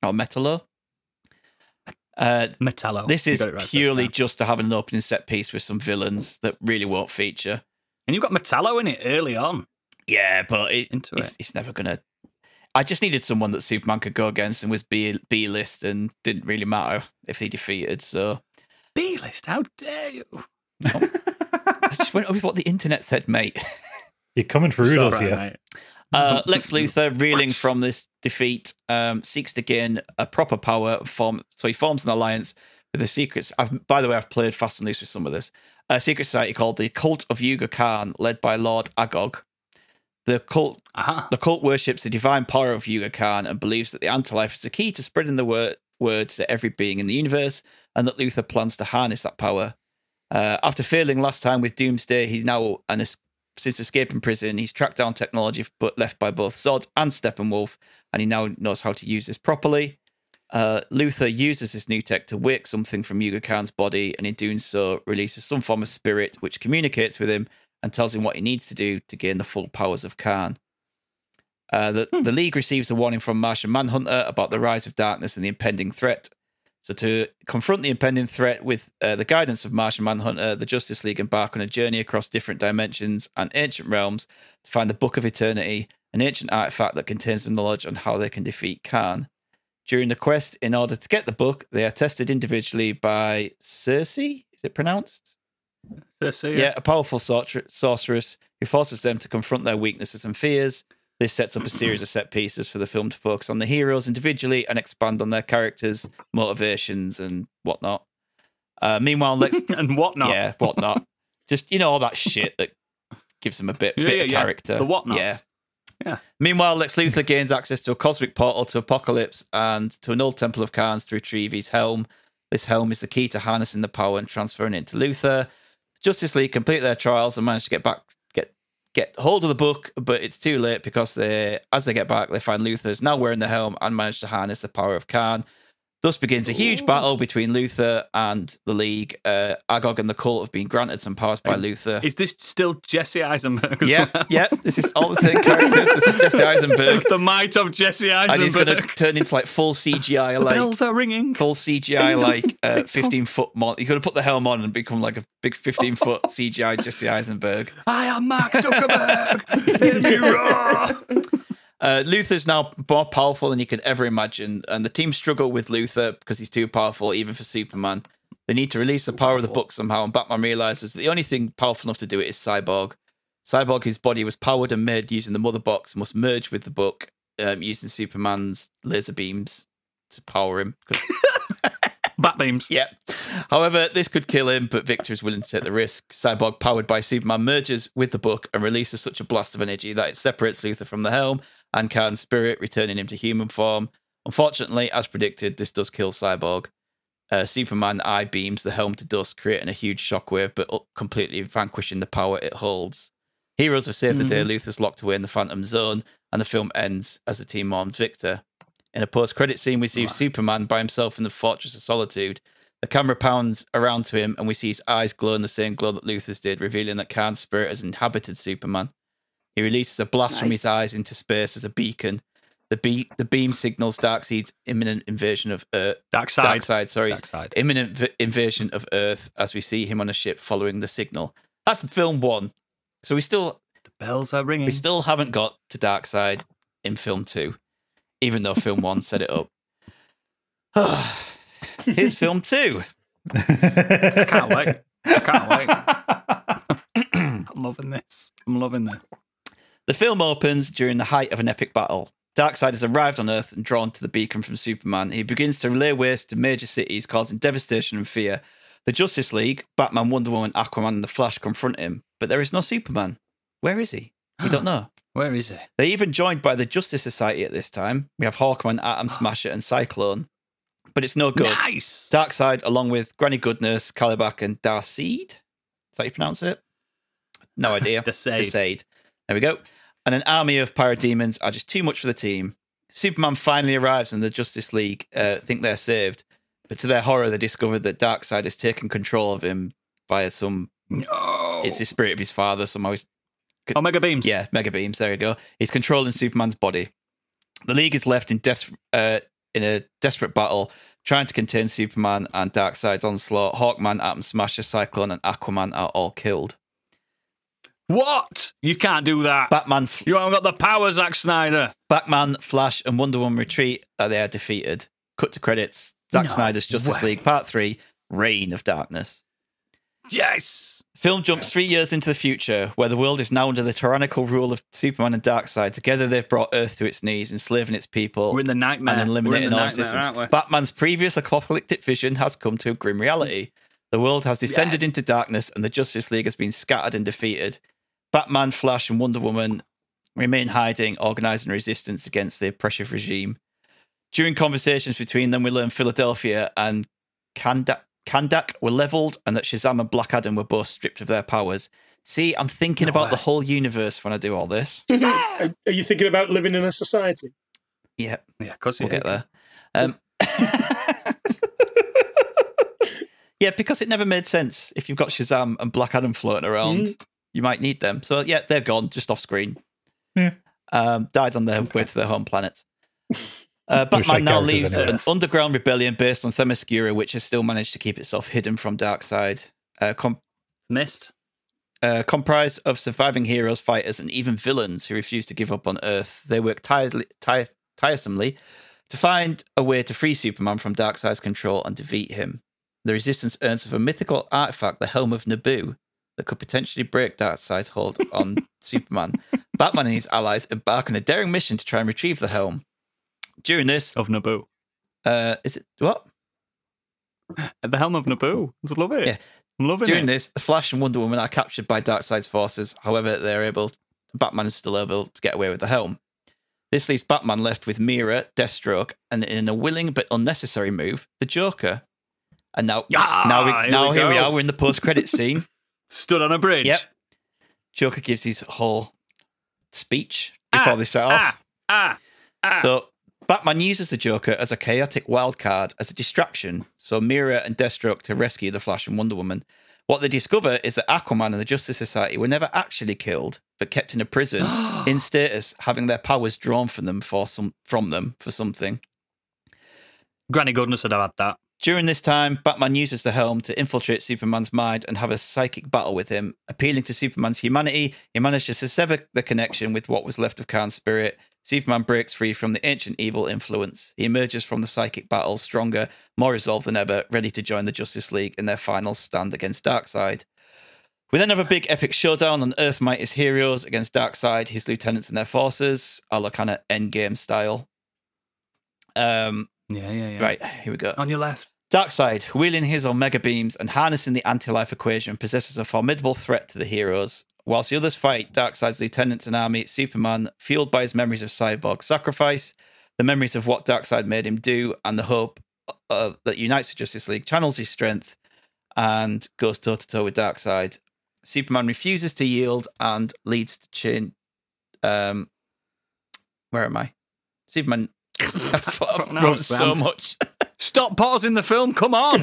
Speaker 3: Or Metallo. Uh,
Speaker 1: Metallo.
Speaker 3: this
Speaker 1: You
Speaker 3: is
Speaker 1: got it right first
Speaker 3: purely
Speaker 1: time.
Speaker 3: just to have an opening set piece with some villains that really won't feature.
Speaker 1: And you've got Metallo in it early on.
Speaker 3: Yeah, but it,
Speaker 1: Into
Speaker 3: it's,
Speaker 1: it.
Speaker 3: it's never going to. I just needed someone that Superman could go against and was B B list and didn't really matter if they defeated. So
Speaker 1: B list, how dare you?
Speaker 3: I just went with what the internet said, mate.
Speaker 2: You're coming for Oodles
Speaker 1: Sorry,
Speaker 2: here.
Speaker 1: mate.
Speaker 3: Uh, Lex Luthor, reeling from this defeat, um, seeks to gain a proper power. Form, so he forms an alliance with the secrets. I've, by the way, I've played fast and loose with some of this. A secret society called the Cult of Yuga Khan, led by Lord Agog. The cult,
Speaker 1: Uh-huh.
Speaker 3: the cult worships the divine power of Yuga Khan and believes that the afterlife is the key to spreading the word words to every being in the universe, and that Luther plans to harness that power. Uh, after failing last time with Doomsday, he's now an es- since escaping prison, he's tracked down technology f- but left by both Zod and Steppenwolf, and he now knows how to use this properly. Uh, Luther uses this new tech to wake something from Yuga Khan's body, and in doing so, releases some form of spirit which communicates with him and tells him what he needs to do to gain the full powers of Khan. Uh, the, the League receives a warning from Martian Manhunter about the rise of darkness and the impending threat. So, to confront the impending threat with uh, the guidance of Martian Manhunter, the Justice League embark on a journey across different dimensions and ancient realms to find the Book of Eternity, an ancient artifact that contains the knowledge on how they can defeat Khan. During the quest, in order to get the book, they are tested individually by Circe, is it pronounced?
Speaker 1: That's it.
Speaker 3: Yeah, a powerful sorcer- sorceress who forces them to confront their weaknesses and fears. This sets up a series of set pieces for the film to focus on the heroes individually and expand on their characters, motivations, and whatnot. Uh, meanwhile, Lex,
Speaker 1: and whatnot.
Speaker 3: yeah, whatnot, just you know all that shit that gives them a bit,
Speaker 1: Yeah,
Speaker 3: bit
Speaker 1: yeah,
Speaker 3: of
Speaker 1: yeah.
Speaker 3: character.
Speaker 1: The whatnot.
Speaker 3: yeah.
Speaker 1: Yeah.
Speaker 3: Meanwhile, Lex Luthor gains access to a cosmic portal to Apocalypse and to an old Temple of Khans to retrieve his helm. This helm is the key to harnessing the power and transferring it to Luthor. Justice League complete their trials and manage to get back get get hold of the book, but it's too late because they as they get back, they find Luthor's now wearing the helm and manage to harness the power of Khan. Thus begins a huge battle between Luthor and the League. Uh, Agog and the Cult have been granted some powers by Luthor.
Speaker 1: Is this still Jesse Eisenberg? as
Speaker 3: Yeah,
Speaker 1: well?
Speaker 3: yeah. This is all the same characters. This is Jesse Eisenberg.
Speaker 1: The might of Jesse
Speaker 3: And he's
Speaker 1: Eisenberg.
Speaker 3: going to turn into like full CGI, like
Speaker 1: Bells are ringing.
Speaker 3: full CGI, like uh, 15 foot. Mon- he's going to put the helm on and become like a big 15 foot CGI Jesse Eisenberg.
Speaker 1: I am Mark Zuckerberg. you roar.
Speaker 3: Uh, Luther's now more powerful than you could ever imagine, and the team struggle with Luther because he's too powerful, even for Superman. They need to release the power of the book somehow, and Batman realizes that the only thing powerful enough to do it is Cyborg. Cyborg, whose body was powered and made using the mother box, must merge with the book um, using Superman's laser beams to power him. 'Cause-
Speaker 1: Bat beams.
Speaker 3: yeah. However, this could kill him, but Victor is willing to take the risk. Cyborg, powered by Superman, merges with the book and releases such a blast of energy that it separates Luther from the helm and Khan's spirit, returning him to human form. Unfortunately, as predicted, this does kill Cyborg. Uh, Superman eye beams the helm to dust, creating a huge shockwave, but u- completely vanquishing the power it holds. Heroes have saved the day.
Speaker 1: Mm-hmm.
Speaker 3: Luther's locked away in the Phantom Zone, and the film ends as the team mourns Victor. In a post-credit scene, we see Superman by himself in the Fortress of Solitude. The camera pounds around to him, and we see his eyes glow in the same glow that Luther's did, revealing that Khan's spirit has inhabited Superman. He releases a blast from his eyes into space as a beacon. The, be- the beam signals Darkseid's imminent invasion of Earth.
Speaker 1: Dark side.
Speaker 3: Darkseid, sorry.
Speaker 1: Darkseid.
Speaker 3: Imminent v- invasion of Earth as we see him on a ship following the signal. That's film one. So we still
Speaker 1: Bells are ringing.
Speaker 3: we still haven't got to Dark Side in film two, even though film one set it up. Here's film two.
Speaker 2: I
Speaker 1: can't wait. I can't wait. I'm loving this. I'm loving this.
Speaker 3: The film opens during the height of an epic battle. Darkseid has arrived on Earth and drawn to the beacon from Superman. He begins to lay waste to major cities, causing devastation and fear. The Justice League, Batman, Wonder Woman, Aquaman, and the Flash confront him, but there is no Superman. Where is he? We don't know.
Speaker 1: Where is it?
Speaker 3: They're even joined by the Justice Society at this time. We have Hawkman, Atom Smasher, and Cyclone, but it's no good.
Speaker 1: Nice.
Speaker 3: Darkseid, along with Granny Goodness, Calibac, and Darseid. Is that how you pronounce it? No idea.
Speaker 1: Darkseid.
Speaker 3: Darkseid. There we go. And an army of parademons are just too much for the team. Superman finally arrives, and the Justice League uh, think they're saved. But to their horror, they discover that Darkseid has taken control of him via some.
Speaker 1: No.
Speaker 3: It's the spirit of his father. Somehow he's
Speaker 1: Omega beams.
Speaker 3: yeah, mega beams. There you go. He's controlling Superman's body. The League is left in des- uh, in a desperate battle, trying to contain Superman and Darkseid's onslaught. Hawkman, Atom Smasher, Cyclone, and Aquaman are all killed.
Speaker 1: What? You can't do that.
Speaker 3: Batman, f-
Speaker 1: you haven't got the power, Zack Snyder.
Speaker 3: Batman, Flash, and Wonder Woman retreat. Uh, they are defeated. Cut to credits. Zack
Speaker 1: No
Speaker 3: Snyder's Justice
Speaker 1: way.
Speaker 3: League Part Three: Reign of Darkness.
Speaker 1: Yes.
Speaker 3: Film jumps three years into the future, where the world is now under the tyrannical rule of Superman and Darkseid. Together, they've brought Earth to its knees, enslaving its people.
Speaker 1: We're in the nightmare.
Speaker 3: And eliminating
Speaker 1: We're in the
Speaker 3: all
Speaker 1: nightmare,
Speaker 3: resistance.
Speaker 1: aren't we?
Speaker 3: Batman's previous apocalyptic vision has come to a grim reality. The world has descended into darkness, and the Justice League has been scattered and defeated. Batman, Flash, and Wonder Woman remain hiding, organizing resistance against the oppressive regime. During conversations between them, we learn Philadelphia and Kandak, Kandak were leveled and that Shazam and Black Adam were both stripped of their powers. See, I'm thinking
Speaker 1: No
Speaker 3: about
Speaker 1: way.
Speaker 3: the whole universe when I do all this.
Speaker 5: Are, are you thinking about living in a society?
Speaker 3: Yeah,
Speaker 1: Yeah, because
Speaker 3: we'll get there. Um, yeah, because it never made sense. If you've got Shazam and Black Adam floating around,
Speaker 2: Mm.
Speaker 3: you might need them. So yeah, they're gone, just off screen.
Speaker 2: Yeah.
Speaker 3: Um, died on their way to their home planet. Uh,
Speaker 2: Wish I
Speaker 3: Batman now
Speaker 2: characters
Speaker 3: leaves
Speaker 2: anyway.
Speaker 3: an underground rebellion based on Themyscira, which has still managed to keep itself hidden from Darkseid. Uh, com-
Speaker 1: Missed.
Speaker 3: uh, comprised of surviving heroes, fighters, and even villains who refuse to give up on Earth. They work tirelessly, tire, tiresomely to find a way to free Superman from Darkseid's control and defeat him. The resistance earns of a mythical artifact, the Helm of Naboo, that could potentially break Darkseid's hold on Superman. Batman and his allies embark on a daring mission to try and retrieve the helm. During this,
Speaker 1: Of Naboo.
Speaker 3: uh, is it what?
Speaker 1: At the helm of Naboo. Just love it.
Speaker 3: Yeah.
Speaker 1: I'm loving
Speaker 3: During
Speaker 1: it.
Speaker 3: this, the Flash and Wonder Woman are captured by Darkseid's forces. However, they're able, Batman is still able to get away with the helm. This leaves Batman left with Mira, Deathstroke, and in a willing but unnecessary move, the Joker. And now,
Speaker 1: Ah,
Speaker 3: now, we,
Speaker 1: here
Speaker 3: now
Speaker 1: we
Speaker 3: here we
Speaker 1: go.
Speaker 3: are. We're in the post-credit scene.
Speaker 1: Stood on a bridge.
Speaker 3: Yep. Joker gives his whole speech before
Speaker 1: Ah,
Speaker 3: they set off.
Speaker 1: Ah, ah, ah.
Speaker 3: So Batman uses the Joker as a chaotic wild card as a distraction. So Mira and Deathstroke to rescue the Flash and Wonder Woman. What they discover is that Aquaman and the Justice Society were never actually killed, but kept in a prison in status, having their powers drawn from them for some from them for something.
Speaker 1: Granny Goodness would have had that.
Speaker 3: During this time, Batman uses the helm to infiltrate Superman's mind and have a psychic battle with him. Appealing to Superman's humanity, he manages to sever the connection with what was left of Khan's spirit. Superman breaks free from the ancient evil influence. He emerges from the psychic battle stronger, more resolved than ever, ready to join the Justice League in their final stand against Darkseid. We then have a big epic showdown on Earth's Mightiest Heroes against Darkseid, his lieutenants, and their forces, a la kind of endgame style. Um,
Speaker 1: Yeah, yeah, yeah.
Speaker 3: Right, here we go.
Speaker 1: On your left.
Speaker 3: Darkseid, wielding his Omega beams and harnessing the anti life equation, possesses a formidable threat to the heroes. Whilst the others fight, Darkseid's lieutenants and army, Superman, fueled by his memories of cyborg sacrifice, the memories of what Darkseid made him do, and the hope uh, that unites the Justice League, channels his strength and goes toe to toe with Darkseid. Superman refuses to yield and leads to chain. Um, where am I? Superman. I've, I've
Speaker 1: Now
Speaker 3: grown
Speaker 1: it's
Speaker 3: so
Speaker 1: round.
Speaker 3: much.
Speaker 1: Stop pausing the film. Come on.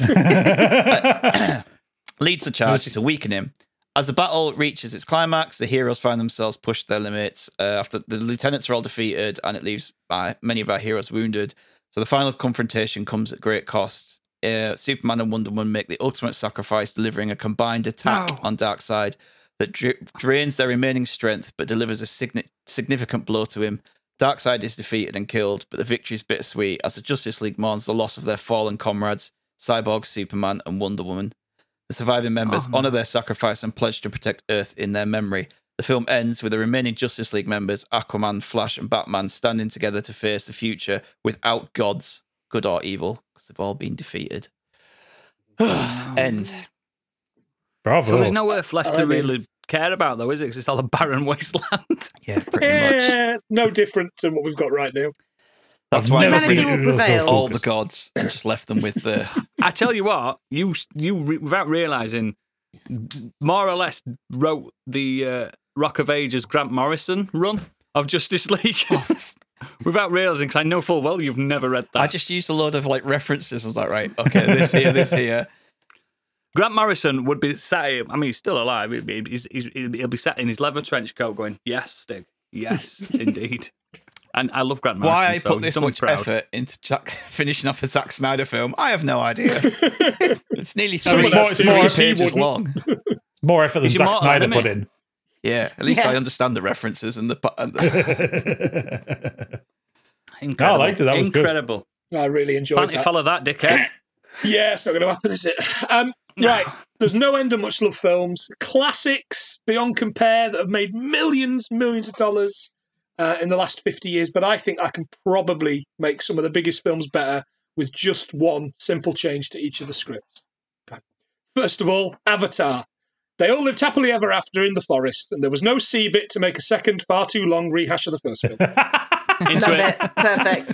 Speaker 3: leads the charge to weaken him. As the battle reaches its climax, the heroes find themselves pushed to their limits. Uh, after the lieutenants are all defeated, and it leaves uh, many of our heroes wounded. So the final confrontation comes at great cost. Uh, Superman and Wonder Woman make the ultimate sacrifice, delivering a combined attack
Speaker 1: No.
Speaker 3: on Darkseid that dra- drains their remaining strength, but delivers a signi- significant blow to him. Darkseid is defeated and killed, but the victory is bittersweet as the Justice League mourns the loss of their fallen comrades, Cyborg, Superman, and Wonder Woman. The surviving members
Speaker 1: Oh, no.
Speaker 3: honor their sacrifice and pledge to protect Earth in their memory. The film ends with the remaining Justice League members, Aquaman, Flash, and Batman, standing together to face the future without gods, good or evil, because they've all been defeated. End.
Speaker 2: Bravo.
Speaker 1: So there's no Earth left to
Speaker 5: I mean-
Speaker 1: really care about, though, is it? Because it's all a barren wasteland.
Speaker 3: Yeah, pretty much.
Speaker 5: Eh, no different to what we've got right now.
Speaker 3: That's why
Speaker 4: I've
Speaker 3: I
Speaker 4: never seen
Speaker 3: bring
Speaker 4: will prevail.
Speaker 3: all the gods and just left them with the.
Speaker 1: I tell you what, you you re- without realizing, more or less wrote the uh, Rock of Ages Grant Morrison run of Justice League. without realizing, because I know full well you've never read that.
Speaker 3: Oh. I just used a load of like references. I was like, right, okay, this here, this here.
Speaker 1: Grant Morrison would be sat here. I mean, he's still alive. He'd be- He's, he's, he'll be sat in his leather trench coat, going, "Yes, Stig. Yes, indeed." And I love Grant Morrison.
Speaker 3: Why I
Speaker 1: so
Speaker 3: put
Speaker 1: he's
Speaker 3: this
Speaker 1: someone
Speaker 3: much
Speaker 1: proud.
Speaker 3: effort into Jack, finishing off a Zack Snyder film, I have no idea. it's nearly
Speaker 5: Someone
Speaker 3: three,
Speaker 5: else
Speaker 3: three
Speaker 5: did it, he
Speaker 3: pages
Speaker 5: wouldn't.
Speaker 3: long.
Speaker 2: More effort than
Speaker 1: He's
Speaker 2: Zack
Speaker 1: immortal,
Speaker 2: Snyder
Speaker 1: isn't
Speaker 2: put
Speaker 1: he?
Speaker 2: in.
Speaker 3: Yeah, at least
Speaker 4: Yeah.
Speaker 3: I understand the references and the. pa- And the
Speaker 1: Incredible.
Speaker 2: No, I liked it. That was good.
Speaker 1: incredible.
Speaker 5: I really enjoyed
Speaker 1: Can't you
Speaker 5: that.
Speaker 1: follow that, dickhead?
Speaker 5: Yeah, it's not going to happen, is it? Um, Right, there's no end of much love films. Classics beyond compare that have made millions, millions of dollars uh, in the last 50 years. But I think I can probably make some of the biggest films better with just one simple change to each of the scripts. Okay. First of all, Avatar. They all lived happily ever after in the forest, and there was no C bit to make a second, far too long rehash of the first film.
Speaker 4: Love it. Perfect.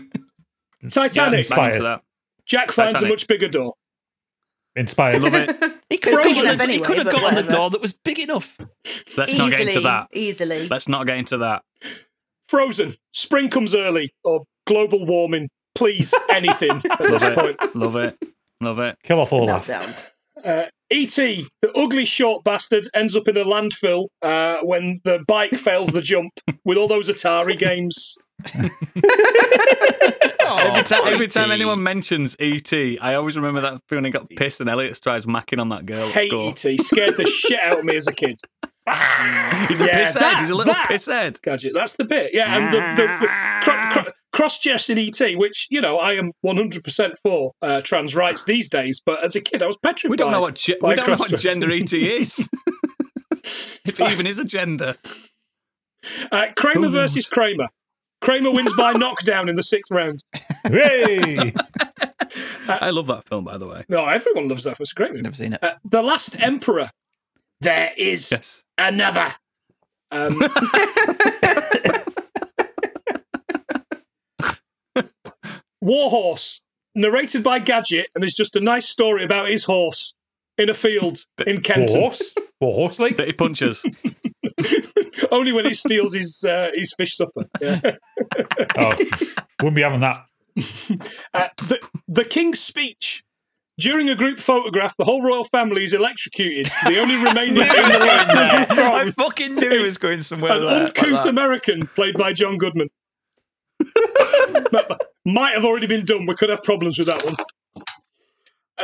Speaker 5: Titanic.
Speaker 2: Yeah, Inspired.
Speaker 1: Into that.
Speaker 5: Jack finds a
Speaker 1: Titanic.
Speaker 5: much bigger door.
Speaker 2: Inspired.
Speaker 1: Love it.
Speaker 3: He could have
Speaker 5: Probably
Speaker 3: gotten,
Speaker 4: enough
Speaker 3: a- he
Speaker 4: anyway,
Speaker 3: could have
Speaker 4: but
Speaker 3: gotten a
Speaker 4: whatever.
Speaker 3: door that was big enough.
Speaker 1: Let's
Speaker 4: easily,
Speaker 1: not get into that.
Speaker 4: Easily.
Speaker 1: Let's not get into that.
Speaker 5: Frozen. Spring comes early or global warming. Please, anything at this point.
Speaker 1: Love it. Love it.
Speaker 2: Kill off all that.
Speaker 4: Meltdown.
Speaker 5: Uh, E.T., the ugly short bastard, ends up in a landfill uh, when the bike fails the jump with all those Atari games.
Speaker 1: Every, ti-
Speaker 5: E
Speaker 1: every time
Speaker 3: Oh, pretty.
Speaker 1: anyone mentions ET, I always remember that feeling I got pissed and Elliot tries macking on that girl at
Speaker 5: Hate E
Speaker 1: school.
Speaker 5: E.T. Scared the shit out of me as a kid.
Speaker 1: He's a
Speaker 5: Yeah,
Speaker 1: pisshead.
Speaker 5: that-
Speaker 1: He's a little
Speaker 5: that-
Speaker 1: pisshead.
Speaker 5: Gadget. That's the bit. Yeah, and the, the, the cro- cro- cross dress in ET, which you know I am one hundred percent for uh, trans rights these days, but as a kid I was petrified.
Speaker 1: We don't know what ge-
Speaker 5: by
Speaker 1: we don't know what
Speaker 5: cross-dressing.
Speaker 1: gender E ET is. if it even is a gender.
Speaker 5: Uh, Kramer versus Kramer. Kramer wins by knockdown in the sixth round.
Speaker 2: Hey!
Speaker 1: I love that film, by the way.
Speaker 5: No, everyone loves that. It's a great movie.
Speaker 3: Never seen it.
Speaker 5: Uh, the Last Emperor. There is
Speaker 1: Yes.
Speaker 5: another. Um, Warhorse, narrated by Gadget, and it's just a nice story about his horse in a field in Kenton.
Speaker 2: Horse? Horse, like?
Speaker 1: Dirty punches.
Speaker 5: Only when he steals his uh, his fish supper. Yeah.
Speaker 2: Oh, wouldn't be having that.
Speaker 5: Uh, the, the King's speech. During a group photograph, the whole royal family is electrocuted. The only remaining thing alive
Speaker 3: I
Speaker 5: from
Speaker 3: fucking knew he was going somewhere.
Speaker 5: an
Speaker 3: there, like
Speaker 5: uncouth
Speaker 3: that.
Speaker 5: American played by John Goodman. That might have already been done. We could have problems with that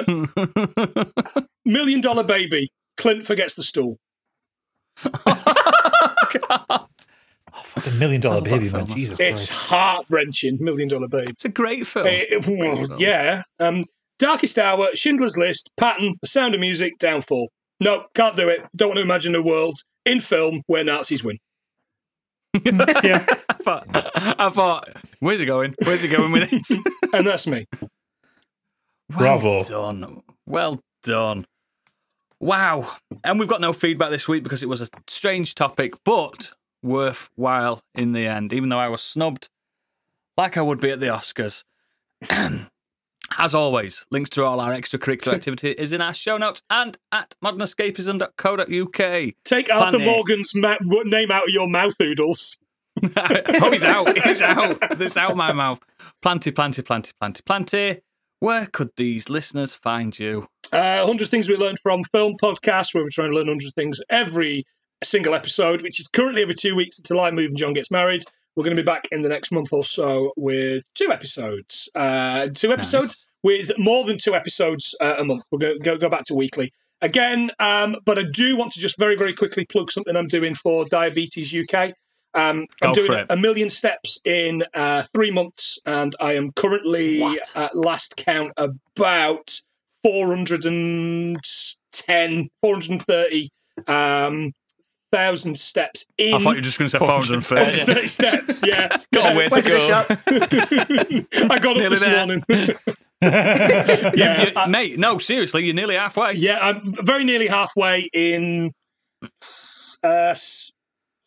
Speaker 5: one. Um, million Dollar Baby. Clint forgets the stool.
Speaker 2: Fucking million dollar
Speaker 1: love that
Speaker 2: baby,
Speaker 1: film.
Speaker 2: man. Jesus
Speaker 5: It's
Speaker 2: Christ.
Speaker 5: heart wrenching. Million Dollar Baby.
Speaker 1: It's a great film.
Speaker 5: Eh, well, yeah. Um, Darkest Hour, Schindler's List, Pattern, The Sound of Music, Downfall. No, can't do it. Don't want to imagine a world in film where Nazis win.
Speaker 2: Yeah.
Speaker 1: I thought, I thought, where's he going? Where's he going with this?
Speaker 5: And that's me.
Speaker 2: Bravo.
Speaker 1: Well done. Well done. Wow. And we've got no feedback this week because it was a strange topic, but worthwhile in the end, even though I was snubbed like I would be at the Oscars. As always, links to all our extracurricular activity is in our show notes and at modernescapism.co.uk.
Speaker 5: Take Arthur
Speaker 1: Funny.
Speaker 5: Morgan's ma- w- name out of your mouth, Oodles.
Speaker 1: oh, he's out. He's out. It's out my mouth. Planty, planty, planty, planty, planty. Where could these listeners find you?
Speaker 5: Uh, 100 Things We Learned from Film Podcast, where we're trying to learn 100 things every single episode, which is currently every two weeks until I move and John gets married. We're going to be back in the next month or so with two episodes. Uh, two episodes with more than two episodes uh, a month. We'll go, go, go back to weekly again. Um, but I do want to just very, very quickly plug something I'm doing for Diabetes UK. Um, I'm
Speaker 1: Go
Speaker 5: doing
Speaker 1: for it.
Speaker 5: a million steps in uh, three months, and I am currently
Speaker 1: What?
Speaker 5: at last count about 410, 430 um, thousand steps in.
Speaker 1: I thought you were just going to say 430.
Speaker 5: 430 steps, yeah.
Speaker 3: Got a way to
Speaker 4: Where's the
Speaker 3: go.
Speaker 4: shop?
Speaker 5: I got up
Speaker 1: Nearly
Speaker 5: this
Speaker 1: there.
Speaker 5: morning. yeah,
Speaker 1: You- mate, no, seriously, you're nearly halfway.
Speaker 5: Yeah, I'm very nearly halfway in uh, s-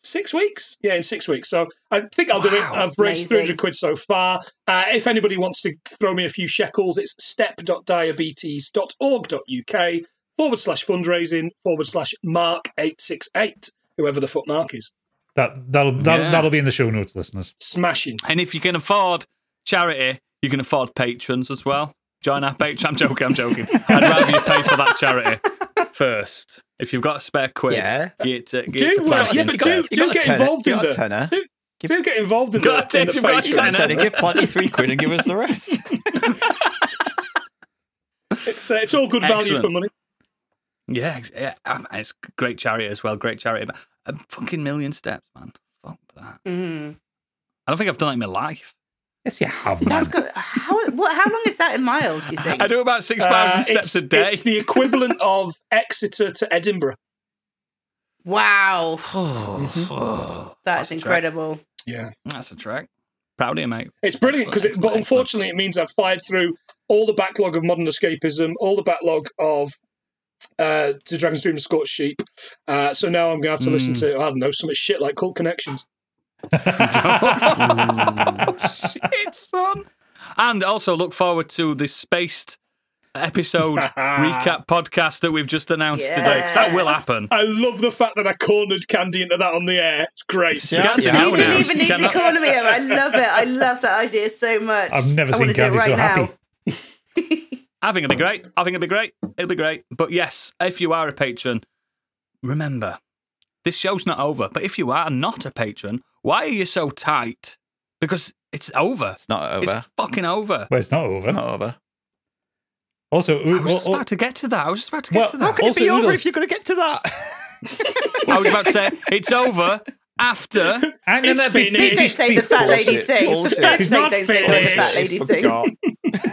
Speaker 5: six weeks. Yeah, in six weeks. So I think I'll do it.
Speaker 1: Wow,
Speaker 5: I've raised
Speaker 4: amazing.
Speaker 5: 300 quid so far. Uh, if anybody wants to throw me a few shekels, it's step.diabetes.org.uk forward slash fundraising forward slash mark 868, whoever the fuck mark is.
Speaker 2: That, that'll, that'll,
Speaker 1: Yeah.
Speaker 2: that'll be in the show notes, listeners.
Speaker 5: Smashing.
Speaker 1: And if you can afford charity, you can afford patrons as well. Join our patrons. I'm joking, I'm joking. I'd rather you pay for that charity first. If you've got a spare quid,
Speaker 3: Yeah.
Speaker 1: get it. Get it
Speaker 5: Do, well, yeah, but do,
Speaker 1: instead.
Speaker 3: You
Speaker 5: do
Speaker 3: got a
Speaker 5: get
Speaker 3: tenner.
Speaker 5: involved
Speaker 3: You
Speaker 5: in
Speaker 3: got a
Speaker 5: the.
Speaker 3: tenner.
Speaker 5: Do, do get involved in the,
Speaker 1: Got a
Speaker 5: in
Speaker 1: tip,
Speaker 5: the
Speaker 1: you've got a
Speaker 5: Patreon.
Speaker 1: tenner.
Speaker 3: Said he give plenty three quid and give us the rest.
Speaker 5: It's, uh, it's all good value for
Speaker 1: Excellent.
Speaker 5: money.
Speaker 1: Yeah, ex- yeah, um, it's great charity as well. Great charity, but a fucking million steps, man. Fuck that. Mm-hmm.
Speaker 4: Mm.
Speaker 1: I don't think I've done that in my life.
Speaker 2: Yes, you have, man.
Speaker 4: That's good. How what? How long is that in miles? Do you think?
Speaker 1: I do about six
Speaker 5: Uh,
Speaker 1: thousand
Speaker 5: it's-
Speaker 1: steps a day.
Speaker 5: It's the equivalent of Exeter to Edinburgh.
Speaker 4: Wow, that's
Speaker 5: Mm-hmm.
Speaker 1: That's a trek.
Speaker 4: incredible.
Speaker 5: Yeah,
Speaker 1: That's a track. Proud of you, mate.
Speaker 5: it's brilliant because, it,
Speaker 1: Excellent,
Speaker 5: but
Speaker 1: excellent, excellent.
Speaker 5: unfortunately, it means I've fired through all the backlog of modern escapism, all the backlog of uh, to Dragon's Dream and Scorched Sheep. Uh, so now I'm going to have to listen
Speaker 1: Mm.
Speaker 5: to I don't know some shit like Cult Connections.
Speaker 1: oh, shit, son. And also look forward to the spaced episode recap podcast that we've just announced today. 'cause that will
Speaker 4: Yes.
Speaker 1: happen.
Speaker 5: I love the fact that I cornered Candy into that on the air. It's great.
Speaker 1: You can't say
Speaker 3: yeah.
Speaker 1: no
Speaker 4: You didn't
Speaker 1: now.
Speaker 4: even need
Speaker 1: Cannot-
Speaker 4: to corner me. Emma. I love it. I love that idea so much.
Speaker 2: I've never
Speaker 4: I
Speaker 2: seen
Speaker 4: want to do
Speaker 2: Candy
Speaker 4: it right
Speaker 2: so
Speaker 4: now.
Speaker 2: happy.
Speaker 1: I think it'd be great. I think it'd be great. It'll be great. But yes, if you are a patron, remember, this show's not over. But if you are not a patron, why are you so tight? Because it's over.
Speaker 3: It's not over.
Speaker 1: It's
Speaker 3: It's
Speaker 1: fucking over.
Speaker 2: Well, it's not over.
Speaker 3: not over.
Speaker 2: Also, oh,
Speaker 1: I
Speaker 2: oo-
Speaker 1: was just
Speaker 2: oo-
Speaker 1: about to get to that. I was just about to get
Speaker 2: Well,
Speaker 1: to
Speaker 2: how
Speaker 1: that.
Speaker 2: can it Also, be over Oodles- if
Speaker 3: you're going to get to that?
Speaker 1: I was about to say it's over after.
Speaker 2: and then
Speaker 5: It's
Speaker 2: there'd be-
Speaker 5: finished.
Speaker 4: Please don't say the fat lady
Speaker 3: Bullshit.
Speaker 4: sings. For
Speaker 3: Bullshit.
Speaker 4: fuck's
Speaker 5: It's
Speaker 4: sake,
Speaker 5: not
Speaker 4: don't say the
Speaker 5: finished.
Speaker 4: fat lady sings.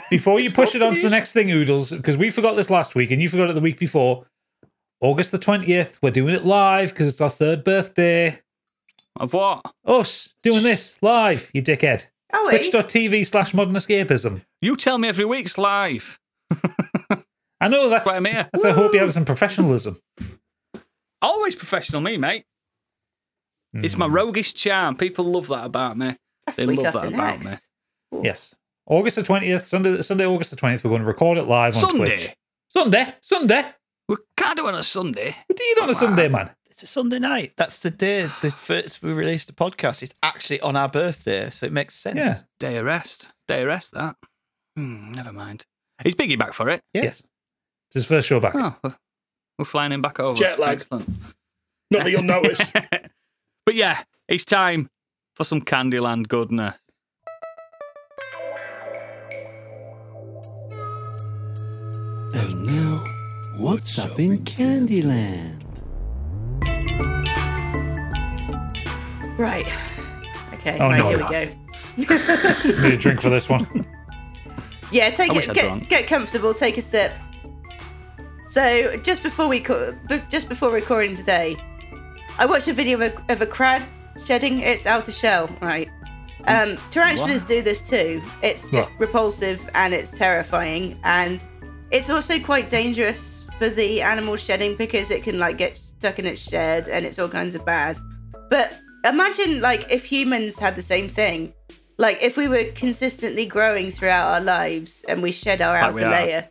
Speaker 2: before you push it on to the next thing, Oodles, because we forgot this last week and you forgot it the week before. August the 20th, we're doing it live because it's our third birthday.
Speaker 1: Of what?
Speaker 2: Us doing this live, you dickhead.
Speaker 4: Are we?
Speaker 2: Twitch.tv slash modern escapism.
Speaker 1: You tell me every week's live.
Speaker 2: I know that's,
Speaker 1: Right, I'm here.
Speaker 2: that's I hope you have some professionalism.
Speaker 1: Always professional, me, mate. It's
Speaker 5: Hmm.
Speaker 1: my roguish charm. People love that about me.
Speaker 4: That's
Speaker 1: They
Speaker 4: the week
Speaker 1: love
Speaker 4: after
Speaker 1: that about me.
Speaker 4: next.
Speaker 2: Yes. August the 20th, Sunday, Sunday, August the 20th, we're going to record it live on
Speaker 1: Sunday.
Speaker 2: Twitch. Sunday. Sunday.
Speaker 1: We can't do it on a Sunday.
Speaker 2: What do you do on a Sunday, man?
Speaker 3: It's a Sunday night. That's the day the first we released the podcast. It's actually on our birthday, so it makes sense.
Speaker 2: Yeah.
Speaker 1: Day of rest. Day of rest, that. Hmm, never mind. He's Biggie back for it.
Speaker 2: Yes. It's his first show back.
Speaker 1: Oh, we're- we're flying him back over.
Speaker 5: Jet lag.
Speaker 1: Excellent.
Speaker 5: Not that you'll notice.
Speaker 1: But yeah, it's time for some Candyland goodness.
Speaker 7: And now, what's up in Candyland?
Speaker 4: Right. Okay.
Speaker 2: Oh,
Speaker 4: right,
Speaker 2: no,
Speaker 4: here
Speaker 2: no.
Speaker 4: we go.
Speaker 2: Need a drink for this one.
Speaker 4: Yeah, take
Speaker 1: I wish
Speaker 4: it.
Speaker 1: I'd drunk.
Speaker 4: Get, get comfortable. Take a sip. So, just before we co- b- just before recording today, I watched a video of a, of a crab shedding its outer shell. Right. Um, tarantulas do this too. It's just
Speaker 2: Right.
Speaker 4: repulsive and it's terrifying, and it's also quite dangerous for the animal shedding because it can like get stuck in its shed and it's all kinds of bad. But imagine like if humans had the same thing. Like if we were consistently growing throughout our lives and we shed our
Speaker 1: Like we
Speaker 4: outer
Speaker 1: are.
Speaker 4: layer.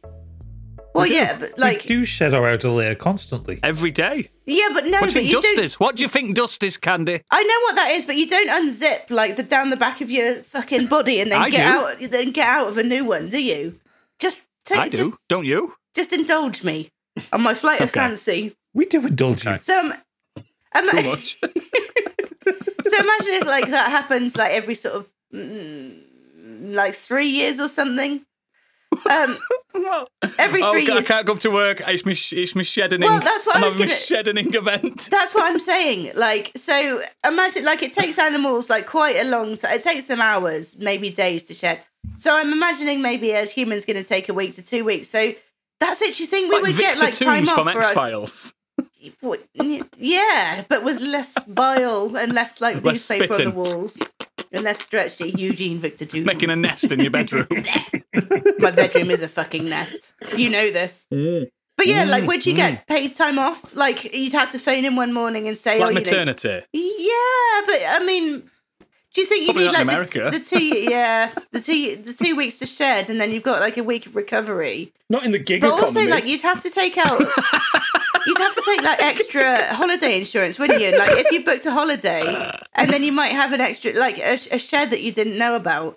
Speaker 4: Well, yeah, but like,
Speaker 2: we do shed our outer layer constantly.
Speaker 1: Every day.
Speaker 4: yeah, but no,
Speaker 1: What do
Speaker 4: but
Speaker 1: you
Speaker 4: you
Speaker 1: think dust
Speaker 4: don't.
Speaker 1: is? What do you think dust is, Candy?
Speaker 4: I know what that is, but you don't unzip like the down the back of your fucking body and then
Speaker 1: I
Speaker 4: get
Speaker 1: do.
Speaker 4: out, then get out of a new one, do you? Just take,
Speaker 1: I do.
Speaker 4: just
Speaker 1: Don't you?
Speaker 4: just indulge me on my flight of fancy.
Speaker 2: We do indulge you.
Speaker 4: So, um, um,
Speaker 1: Too much.
Speaker 4: so imagine if like that happens like every sort of mm, like three years or something. Um, every
Speaker 1: Oh,
Speaker 4: three
Speaker 1: I
Speaker 4: years.
Speaker 1: can't go up to work. It's my, sh- it's my shedding.
Speaker 4: Well, that's what I
Speaker 1: I'm
Speaker 4: was
Speaker 1: having my
Speaker 4: gonna-
Speaker 1: shedding event.
Speaker 4: That's what I'm saying. Like, so imagine, like, it takes animals like quite a long time. It takes them hours, maybe days to shed. So I'm imagining maybe as humans going to take a week to two weeks. So that's it. You think we
Speaker 1: like
Speaker 4: would
Speaker 1: Victor
Speaker 4: get like
Speaker 1: Toombs
Speaker 4: time off
Speaker 1: from
Speaker 4: for
Speaker 1: X
Speaker 4: our-
Speaker 1: Files.
Speaker 4: What- yeah, but with less bile and less like
Speaker 1: Less
Speaker 4: newspaper on the
Speaker 1: spitting.
Speaker 4: walls and less stretchy. Eugene Victor Dooms.
Speaker 1: Making a nest in your bedroom.
Speaker 4: My bedroom is a fucking nest. You know this. But yeah, like, would you get paid time off? Like, you'd have to phone in one morning and say, "Oh,
Speaker 1: like
Speaker 4: you know,
Speaker 1: maternity.
Speaker 4: yeah, but I mean, do you think you
Speaker 1: Probably
Speaker 4: need
Speaker 1: not
Speaker 4: like
Speaker 1: in
Speaker 4: the,
Speaker 1: America.
Speaker 4: the two? Yeah, the two the two weeks to shed, and then you've got like a week of recovery.
Speaker 5: Not in the gig
Speaker 4: But
Speaker 5: economy.
Speaker 4: also, like you'd have to take out. You'd have to take like extra holiday insurance, wouldn't you? Like if you booked a holiday, and then you might have an extra like a, a shed that you didn't know about.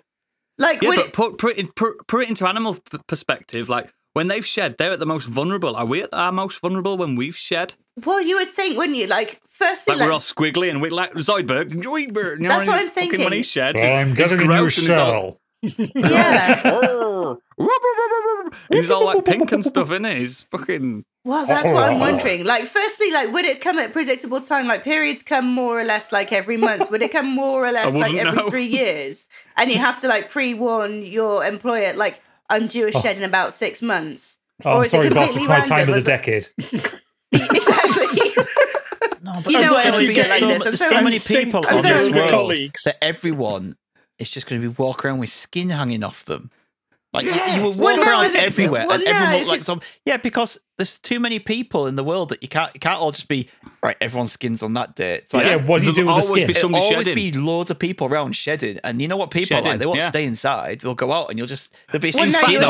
Speaker 4: Like
Speaker 1: Yeah,
Speaker 4: would
Speaker 1: but
Speaker 4: it,
Speaker 1: put, put, it in, put, put it into animal p- perspective. Like when they've shed, they're at the most vulnerable. Are we at our most vulnerable when we've shed?
Speaker 4: well, you would think, wouldn't you? Like firstly,
Speaker 1: Like
Speaker 4: like,
Speaker 1: we're all squiggly and we like Zoidberg. Zoidberg, you know,
Speaker 4: That's what
Speaker 1: and
Speaker 4: I'm
Speaker 1: fucking When
Speaker 4: thinking.
Speaker 1: he sheds,
Speaker 2: Well, I'm
Speaker 1: it's, it's
Speaker 2: getting a new
Speaker 1: gross and he's all,
Speaker 2: shell.
Speaker 4: yeah.
Speaker 1: and he's all like pink and stuff in it. He's fucking.
Speaker 4: Well, that's what I'm wondering. Like, firstly, like, would it come at predictable time? Like, periods come more or less like every month. Would it come more or less like
Speaker 1: wouldn't
Speaker 4: every
Speaker 1: know.
Speaker 4: three years? And you have to like pre-warn your employer, like, I'm due a shed in about six months.
Speaker 2: Oh, I'm
Speaker 4: is it
Speaker 2: sorry, boss. It's
Speaker 4: completely
Speaker 2: my time of the
Speaker 4: random?
Speaker 2: decade.
Speaker 4: exactly.
Speaker 3: No, but
Speaker 4: You know
Speaker 3: I'm
Speaker 4: what,
Speaker 3: saying
Speaker 4: it'll
Speaker 3: there's
Speaker 4: be like this.
Speaker 3: so, mu-
Speaker 4: I'm
Speaker 3: there's
Speaker 4: so
Speaker 3: so many
Speaker 5: angry.
Speaker 3: people
Speaker 4: I'm
Speaker 3: on
Speaker 4: so
Speaker 3: this
Speaker 4: angry.
Speaker 3: world
Speaker 5: Colleagues.
Speaker 3: that everyone is just going to be walking around with skin hanging off them. Like
Speaker 1: Yes!
Speaker 3: you will
Speaker 4: Well,
Speaker 3: walk
Speaker 4: no,
Speaker 3: around
Speaker 4: but-
Speaker 3: everywhere,
Speaker 4: well,
Speaker 3: and everyone
Speaker 4: no,
Speaker 3: looked like some. Yeah, because there's too many people in the world that you can't. You can't all just be right. Everyone's skins on that day. It's like
Speaker 2: Yeah, what do you do
Speaker 1: There'll
Speaker 2: with the
Speaker 1: always
Speaker 2: skin?
Speaker 1: be
Speaker 3: It'll
Speaker 1: somebody
Speaker 3: always
Speaker 1: shedding.
Speaker 3: be loads of people around shedding, and you know what people are
Speaker 1: Shedding,
Speaker 3: like? They won't
Speaker 1: yeah.
Speaker 3: stay inside. They'll go out, and you'll just there'll be.
Speaker 4: Well,
Speaker 1: In
Speaker 4: no,
Speaker 1: fact,
Speaker 4: you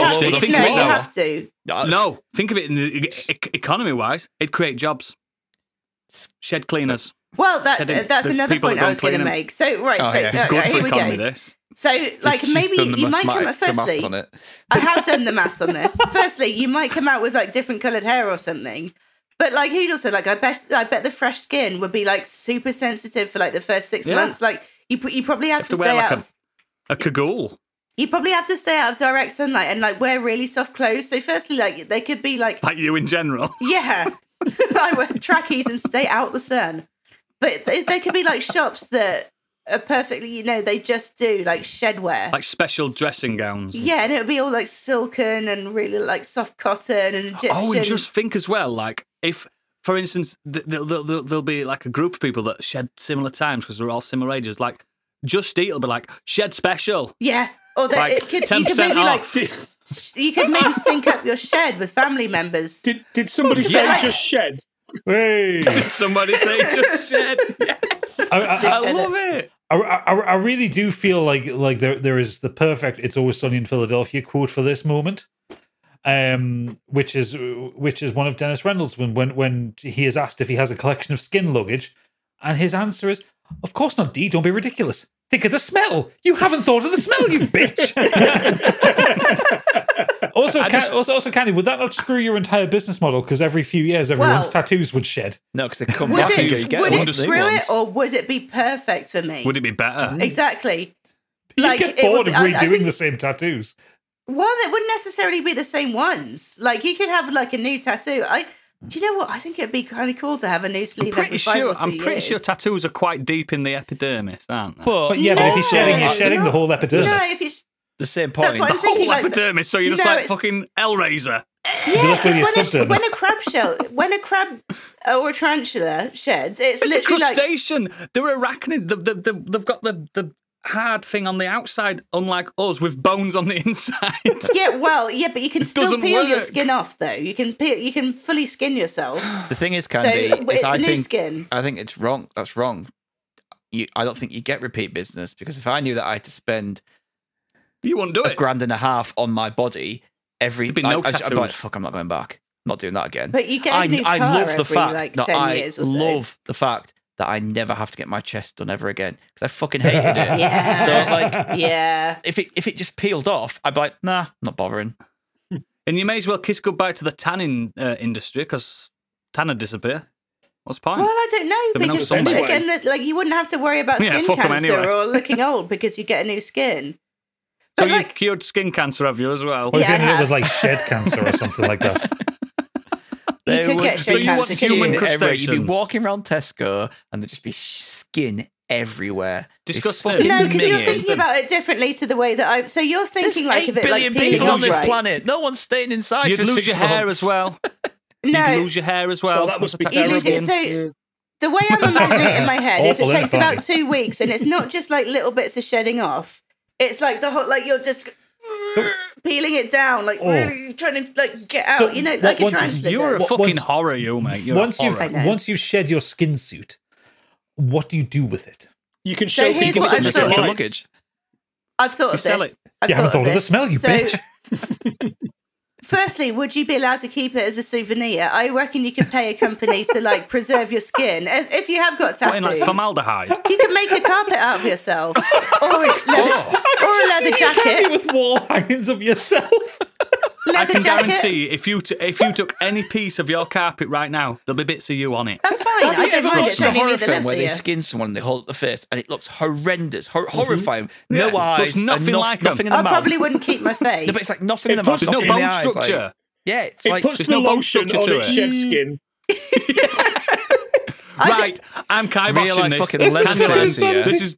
Speaker 1: no,
Speaker 4: have to.
Speaker 1: Lola, think we know.
Speaker 4: No, you have to.
Speaker 1: No, think of it in the e- economy wise, it'd create jobs. Shed cleaners.
Speaker 4: Well, that's
Speaker 1: Said it-
Speaker 4: that's
Speaker 1: the
Speaker 4: another
Speaker 1: people
Speaker 4: point
Speaker 1: that
Speaker 4: I
Speaker 1: don't
Speaker 4: was going to
Speaker 1: clean 'em.
Speaker 4: make. So right,
Speaker 3: Oh,
Speaker 4: so
Speaker 3: yeah, it's
Speaker 1: It's
Speaker 4: okay,
Speaker 1: good
Speaker 4: here
Speaker 1: for
Speaker 4: we
Speaker 1: economy,
Speaker 4: go.
Speaker 1: this.
Speaker 4: So like
Speaker 3: She's
Speaker 4: maybe
Speaker 3: done the
Speaker 4: you might come
Speaker 3: mathematic-
Speaker 4: at
Speaker 3: the maths
Speaker 4: firstly.
Speaker 3: on it.
Speaker 4: I have done the maths on this. Firstly, you might come out with like different coloured hair or something. But like he'd also like I bet I bet the fresh skin would be like super sensitive for like the first six
Speaker 1: Yeah.
Speaker 4: months. Like you put you probably have,
Speaker 1: Have
Speaker 4: to,
Speaker 1: to
Speaker 4: stay
Speaker 1: wear like
Speaker 4: out.
Speaker 1: a,
Speaker 4: of,
Speaker 1: a cagoule.
Speaker 4: you probably have to stay out of direct sunlight and like wear really soft clothes. So firstly, like they could be like
Speaker 1: Like you in general.
Speaker 4: yeah, I wear trackies and stay out the sun. But th- they could be like shops that are perfectly you know they just do like shed wear.
Speaker 1: Like special dressing gowns.
Speaker 4: yeah, and it would be all like silken and really like soft cotton and Egyptian.
Speaker 1: Oh, and just think as well, like if, for instance, th- th- th- th- there'll be like a group of people that shed similar times because they're all similar ages. Like Just Eat will be like shed special,
Speaker 4: Yeah. Or that
Speaker 1: like
Speaker 4: it could,
Speaker 1: ten
Speaker 4: you could
Speaker 1: percent
Speaker 4: maybe like
Speaker 1: off.
Speaker 5: Did,
Speaker 4: s- you could maybe sync up your shed with family members.
Speaker 5: did, did somebody say
Speaker 1: Oh, Yeah.
Speaker 5: just shed?
Speaker 2: Hey.
Speaker 1: Did somebody say just shed? Yes,
Speaker 2: I- I-
Speaker 1: I
Speaker 4: Shed it.
Speaker 1: love it.
Speaker 2: I, I, I really do feel like like there there is the perfect "It's always sunny in Philadelphia" quote for this moment, um, which is which is one of Dennis Reynolds when when when he is asked if he has a collection of skin luggage, and his answer is, "Of course not, D. Don't be ridiculous. Think of the smell. You haven't thought of the smell, you bitch." also, Ca-
Speaker 1: just-
Speaker 2: also, also, Candy, would that not screw your entire business model? Because every few years, everyone's
Speaker 4: Well-
Speaker 2: tattoos would shed.
Speaker 3: No, because they come
Speaker 4: Would
Speaker 3: back. and you
Speaker 4: it,
Speaker 3: get
Speaker 4: would
Speaker 3: one
Speaker 4: it
Speaker 3: of the same
Speaker 4: screw
Speaker 3: ones.
Speaker 4: it or would it be perfect for me?
Speaker 1: Would it be better?
Speaker 4: exactly.
Speaker 2: you get
Speaker 4: it would
Speaker 2: bored
Speaker 4: be-
Speaker 2: of
Speaker 4: I- I
Speaker 2: redoing
Speaker 4: think-
Speaker 2: the same tattoos.
Speaker 4: Well, it wouldn't necessarily be the same ones. Like you could have like a new tattoo. I do you know what? I think it'd be kind of cool to have a new
Speaker 1: I'm
Speaker 4: sleeve
Speaker 1: pretty
Speaker 4: every five
Speaker 1: sure.
Speaker 4: or
Speaker 1: I'm
Speaker 4: six
Speaker 1: pretty
Speaker 4: years.
Speaker 1: sure tattoos are quite deep in the epidermis, aren't they?
Speaker 3: But
Speaker 2: But yeah, but if you're
Speaker 4: No,
Speaker 2: shedding, you're
Speaker 4: you're
Speaker 2: shedding the
Speaker 4: not.
Speaker 2: whole epidermis.
Speaker 4: No, if you
Speaker 3: the same point.
Speaker 4: what I'm
Speaker 1: the whole
Speaker 4: thinking, like,
Speaker 1: Oh, epidermis, so you're
Speaker 4: you
Speaker 1: just
Speaker 4: know,
Speaker 1: like
Speaker 4: it's-
Speaker 1: fucking Hellraiser.
Speaker 2: Good
Speaker 4: yeah,
Speaker 2: luck with your
Speaker 4: because when a,
Speaker 2: symptoms.
Speaker 4: when a crab shell, when a crab uh, or a tarantula sheds,
Speaker 1: It's
Speaker 4: it's,
Speaker 1: a
Speaker 4: literally like
Speaker 1: crustacean. They're arachnid. The, the, the, they've got the, the hard thing on the outside, unlike us, with bones on the inside.
Speaker 4: yeah, well, yeah, but you can still
Speaker 1: doesn't
Speaker 4: peel your
Speaker 1: work.
Speaker 4: skin off, though. You can peel, you can fully skin yourself.
Speaker 3: The thing is,
Speaker 4: so
Speaker 3: Candy,
Speaker 4: it's,
Speaker 3: is I
Speaker 4: new
Speaker 3: think
Speaker 4: skin.
Speaker 3: I think it's wrong. That's wrong. You, I don't think you get repeat business because if I knew that I had to spend
Speaker 1: you wouldn't do
Speaker 3: a
Speaker 1: it.
Speaker 3: grand and a half on my body every,
Speaker 1: There'd be
Speaker 3: I-
Speaker 1: no
Speaker 3: I, would be like,
Speaker 1: tattoos.
Speaker 3: fuck, I'm not going back. I'm not doing that again.
Speaker 4: But you get a
Speaker 3: I,
Speaker 4: new
Speaker 3: I
Speaker 4: car
Speaker 3: love the
Speaker 4: every
Speaker 3: fact
Speaker 4: like
Speaker 3: that
Speaker 4: ten
Speaker 3: I
Speaker 4: years or so.
Speaker 3: love the fact that I never have to get my chest done ever again because I fucking hated it.
Speaker 4: Yeah.
Speaker 3: So like,
Speaker 4: yeah.
Speaker 3: if it if it just peeled off, I'd be like, nah, I'm not bothering.
Speaker 1: And you may as well kiss goodbye to the tanning uh, industry because tanner disappear. What's the point?
Speaker 4: Well, I don't know
Speaker 1: There'd be no
Speaker 4: because
Speaker 1: sunbed.
Speaker 4: again, that, like you wouldn't have to worry about
Speaker 1: Yeah,
Speaker 4: skin
Speaker 1: fuck 'em
Speaker 4: cancer
Speaker 1: anyway.
Speaker 4: or looking old because you get a new skin.
Speaker 1: so
Speaker 4: But
Speaker 1: you've
Speaker 4: like,
Speaker 1: cured skin cancer, have you, as well?
Speaker 2: Or if you
Speaker 4: Yeah,
Speaker 2: ended
Speaker 4: I
Speaker 2: up with
Speaker 4: have.
Speaker 2: like shed cancer or something like that.
Speaker 4: You
Speaker 3: They
Speaker 4: could
Speaker 3: would
Speaker 4: get
Speaker 3: just
Speaker 4: skin
Speaker 3: be
Speaker 4: cancer, couldn't
Speaker 3: skin
Speaker 1: you?
Speaker 3: everywhere. You'd be
Speaker 1: Crustaceans.
Speaker 3: walking around Tesco and there'd just be skin everywhere. They
Speaker 1: Disgusting.
Speaker 3: fucking
Speaker 4: no, because you're
Speaker 3: minions.
Speaker 4: thinking about it differently to the way that I. So you're
Speaker 3: There's
Speaker 4: thinking like
Speaker 3: eight
Speaker 4: of it like
Speaker 3: billion
Speaker 4: peeling
Speaker 3: people on
Speaker 4: off,
Speaker 3: this
Speaker 4: right?
Speaker 3: planet. No one's staying inside
Speaker 1: You'd
Speaker 3: for
Speaker 1: lose
Speaker 3: six
Speaker 1: your hair
Speaker 3: months.
Speaker 1: as well. You'd
Speaker 4: No,
Speaker 1: lose your hair as well.
Speaker 5: Well, that must be
Speaker 1: That's a
Speaker 4: You
Speaker 5: terrible.
Speaker 4: lose it.
Speaker 1: tattoo.
Speaker 4: So the way I'm imagining it in my head is it
Speaker 2: Awful,
Speaker 4: takes
Speaker 2: isn't it,
Speaker 4: about two weeks, and it's not just like little bits of shedding off. It's like the whole like you're just peeling it down, like
Speaker 2: Oh.
Speaker 4: really trying to like get out.
Speaker 2: So,
Speaker 4: you know,
Speaker 2: what-
Speaker 4: like a
Speaker 2: once
Speaker 4: tarantula.
Speaker 1: You're a
Speaker 4: does.
Speaker 2: What-
Speaker 1: fucking
Speaker 2: once-
Speaker 1: horror, you mate. You're
Speaker 2: Once
Speaker 1: a
Speaker 2: you've
Speaker 1: horror.
Speaker 4: I know.
Speaker 2: once you've shed your skin suit, what do you do with it?
Speaker 5: You can
Speaker 4: So
Speaker 5: show
Speaker 4: here's
Speaker 5: people
Speaker 4: what
Speaker 5: some
Speaker 4: I
Speaker 5: of
Speaker 4: thought.
Speaker 5: your
Speaker 4: It's a
Speaker 5: lines.
Speaker 3: luggage.
Speaker 4: I've thought
Speaker 1: You
Speaker 4: of
Speaker 1: sell
Speaker 4: this.
Speaker 1: it.
Speaker 4: I've
Speaker 2: you haven't thought of the
Speaker 4: this.
Speaker 2: smell, you
Speaker 4: So,
Speaker 2: bitch.
Speaker 4: Firstly, would you be allowed to keep it as a souvenir? I reckon you could pay a company to like preserve your skin As- if you have got
Speaker 1: What, in
Speaker 4: tattoos.
Speaker 1: like formaldehyde?
Speaker 4: you can make a carpet out of yourself, or a leather, or a leather
Speaker 2: Oh. You can't be
Speaker 4: jacket.
Speaker 2: with wall hangings of yourself.
Speaker 1: I
Speaker 4: Leather
Speaker 1: can
Speaker 4: jacket.
Speaker 1: guarantee if you t- if you took any piece of your carpet right now, there'll be bits of you on it.
Speaker 4: That's fine. I don't mind. It's
Speaker 3: It's a
Speaker 4: only me
Speaker 3: horror
Speaker 4: that
Speaker 3: film
Speaker 4: lives
Speaker 3: where they
Speaker 4: here.
Speaker 3: skin someone and they hold the face and it looks horrendous, hor- horrifying.
Speaker 1: Yeah,
Speaker 3: No
Speaker 1: looks
Speaker 3: eyes, and
Speaker 1: nothing
Speaker 3: no-
Speaker 1: like 'em.
Speaker 3: nothing in the
Speaker 4: I
Speaker 3: mouth.
Speaker 4: probably wouldn't keep my face.
Speaker 3: No, but it's like nothing in the
Speaker 5: It
Speaker 3: mouth.
Speaker 5: puts-
Speaker 1: There's no
Speaker 3: nothing in
Speaker 1: bone
Speaker 3: the eyes, like-
Speaker 1: structure.
Speaker 3: yeah, it's
Speaker 5: It
Speaker 3: like
Speaker 5: puts
Speaker 1: there's
Speaker 5: the
Speaker 1: no bone
Speaker 5: lotion
Speaker 1: structure
Speaker 5: on
Speaker 1: to
Speaker 5: its
Speaker 1: it.
Speaker 5: shed skin.
Speaker 1: Right, I'm Kai
Speaker 3: Real
Speaker 1: watching this.
Speaker 3: life fucking
Speaker 1: This is
Speaker 3: leather
Speaker 1: the-
Speaker 3: fancy, yeah.
Speaker 1: This is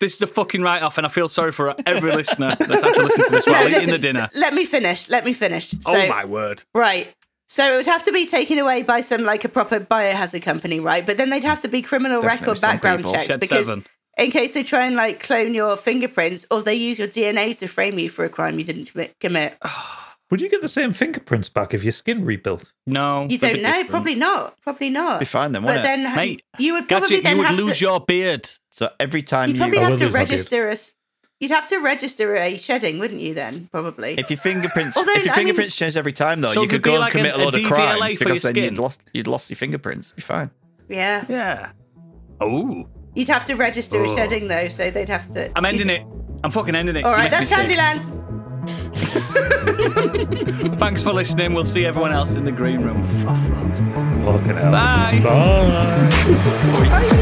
Speaker 1: this is the fucking write off, and I feel sorry for every listener that's had to listen to this while eating
Speaker 4: listen,
Speaker 1: the dinner.
Speaker 4: s- Let me finish. Let me finish. So,
Speaker 1: oh my word!
Speaker 4: right. So it would have to be taken away by some like a proper biohazard company, right? But then they'd have to be criminal
Speaker 3: Definitely
Speaker 4: record
Speaker 3: some
Speaker 4: background
Speaker 3: people.
Speaker 4: checks
Speaker 1: Shed
Speaker 4: because
Speaker 1: seven.
Speaker 4: in case they try and like clone your fingerprints or they use your DNA to frame you for a crime you didn't commit- commit.
Speaker 3: Ah,
Speaker 2: Would you get the same fingerprints back if your skin rebuilt?
Speaker 1: No,
Speaker 4: You don't know. Probably not. Probably not.
Speaker 3: Be fine then,
Speaker 4: But
Speaker 3: wouldn't it?
Speaker 4: then
Speaker 1: Mate,
Speaker 4: you would
Speaker 1: That's
Speaker 4: probably
Speaker 1: it.
Speaker 4: then
Speaker 1: You would
Speaker 4: have to,
Speaker 1: lose your beard.
Speaker 3: So every time
Speaker 4: You'd
Speaker 3: you,
Speaker 4: probably
Speaker 2: I
Speaker 4: have
Speaker 2: would
Speaker 4: to
Speaker 2: lose my beard.
Speaker 4: register us. You'd have to register a shedding, wouldn't you? Then probably.
Speaker 3: if your fingerprints,
Speaker 4: Although,
Speaker 3: if your
Speaker 4: I mean-
Speaker 3: fingerprints changed every time though,
Speaker 1: So
Speaker 3: you
Speaker 1: it
Speaker 3: could
Speaker 1: could be
Speaker 3: go and
Speaker 1: like an-
Speaker 3: commit a,
Speaker 1: a
Speaker 3: load of
Speaker 1: DVLA
Speaker 3: crimes
Speaker 1: for
Speaker 3: because
Speaker 1: your
Speaker 3: then you'd
Speaker 1: skin.
Speaker 3: lost you'd lost your fingerprints. Be fine.
Speaker 4: yeah,
Speaker 1: Yeah. Oh,
Speaker 4: you'd have to register a shedding though, so they'd have to.
Speaker 1: I'm ending
Speaker 4: you'd-
Speaker 1: it. I'm fucking ending it.
Speaker 4: All right,
Speaker 1: You make me
Speaker 4: that's
Speaker 1: sick.
Speaker 4: Candyland.
Speaker 1: Thanks for listening. We'll see everyone else in the green room. For fuck's
Speaker 2: Fucking hell.
Speaker 1: Bye.
Speaker 2: Bye.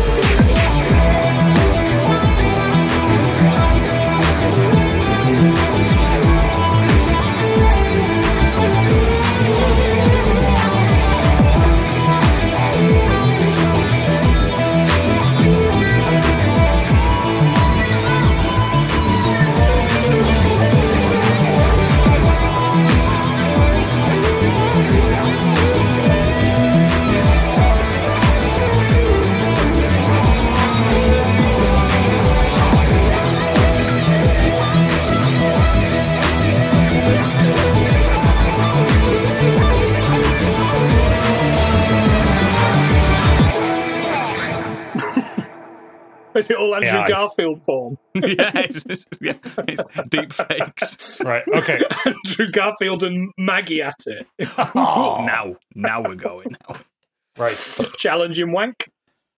Speaker 5: Is it all Andrew
Speaker 2: Yeah, I-
Speaker 5: Garfield porn?
Speaker 1: yeah, it's, it's- yeah, it's deep fakes.
Speaker 2: Right. Okay.
Speaker 5: Andrew Garfield and Maggie at it.
Speaker 1: Now, now we're going. Now.
Speaker 2: Right.
Speaker 5: Challenging wank.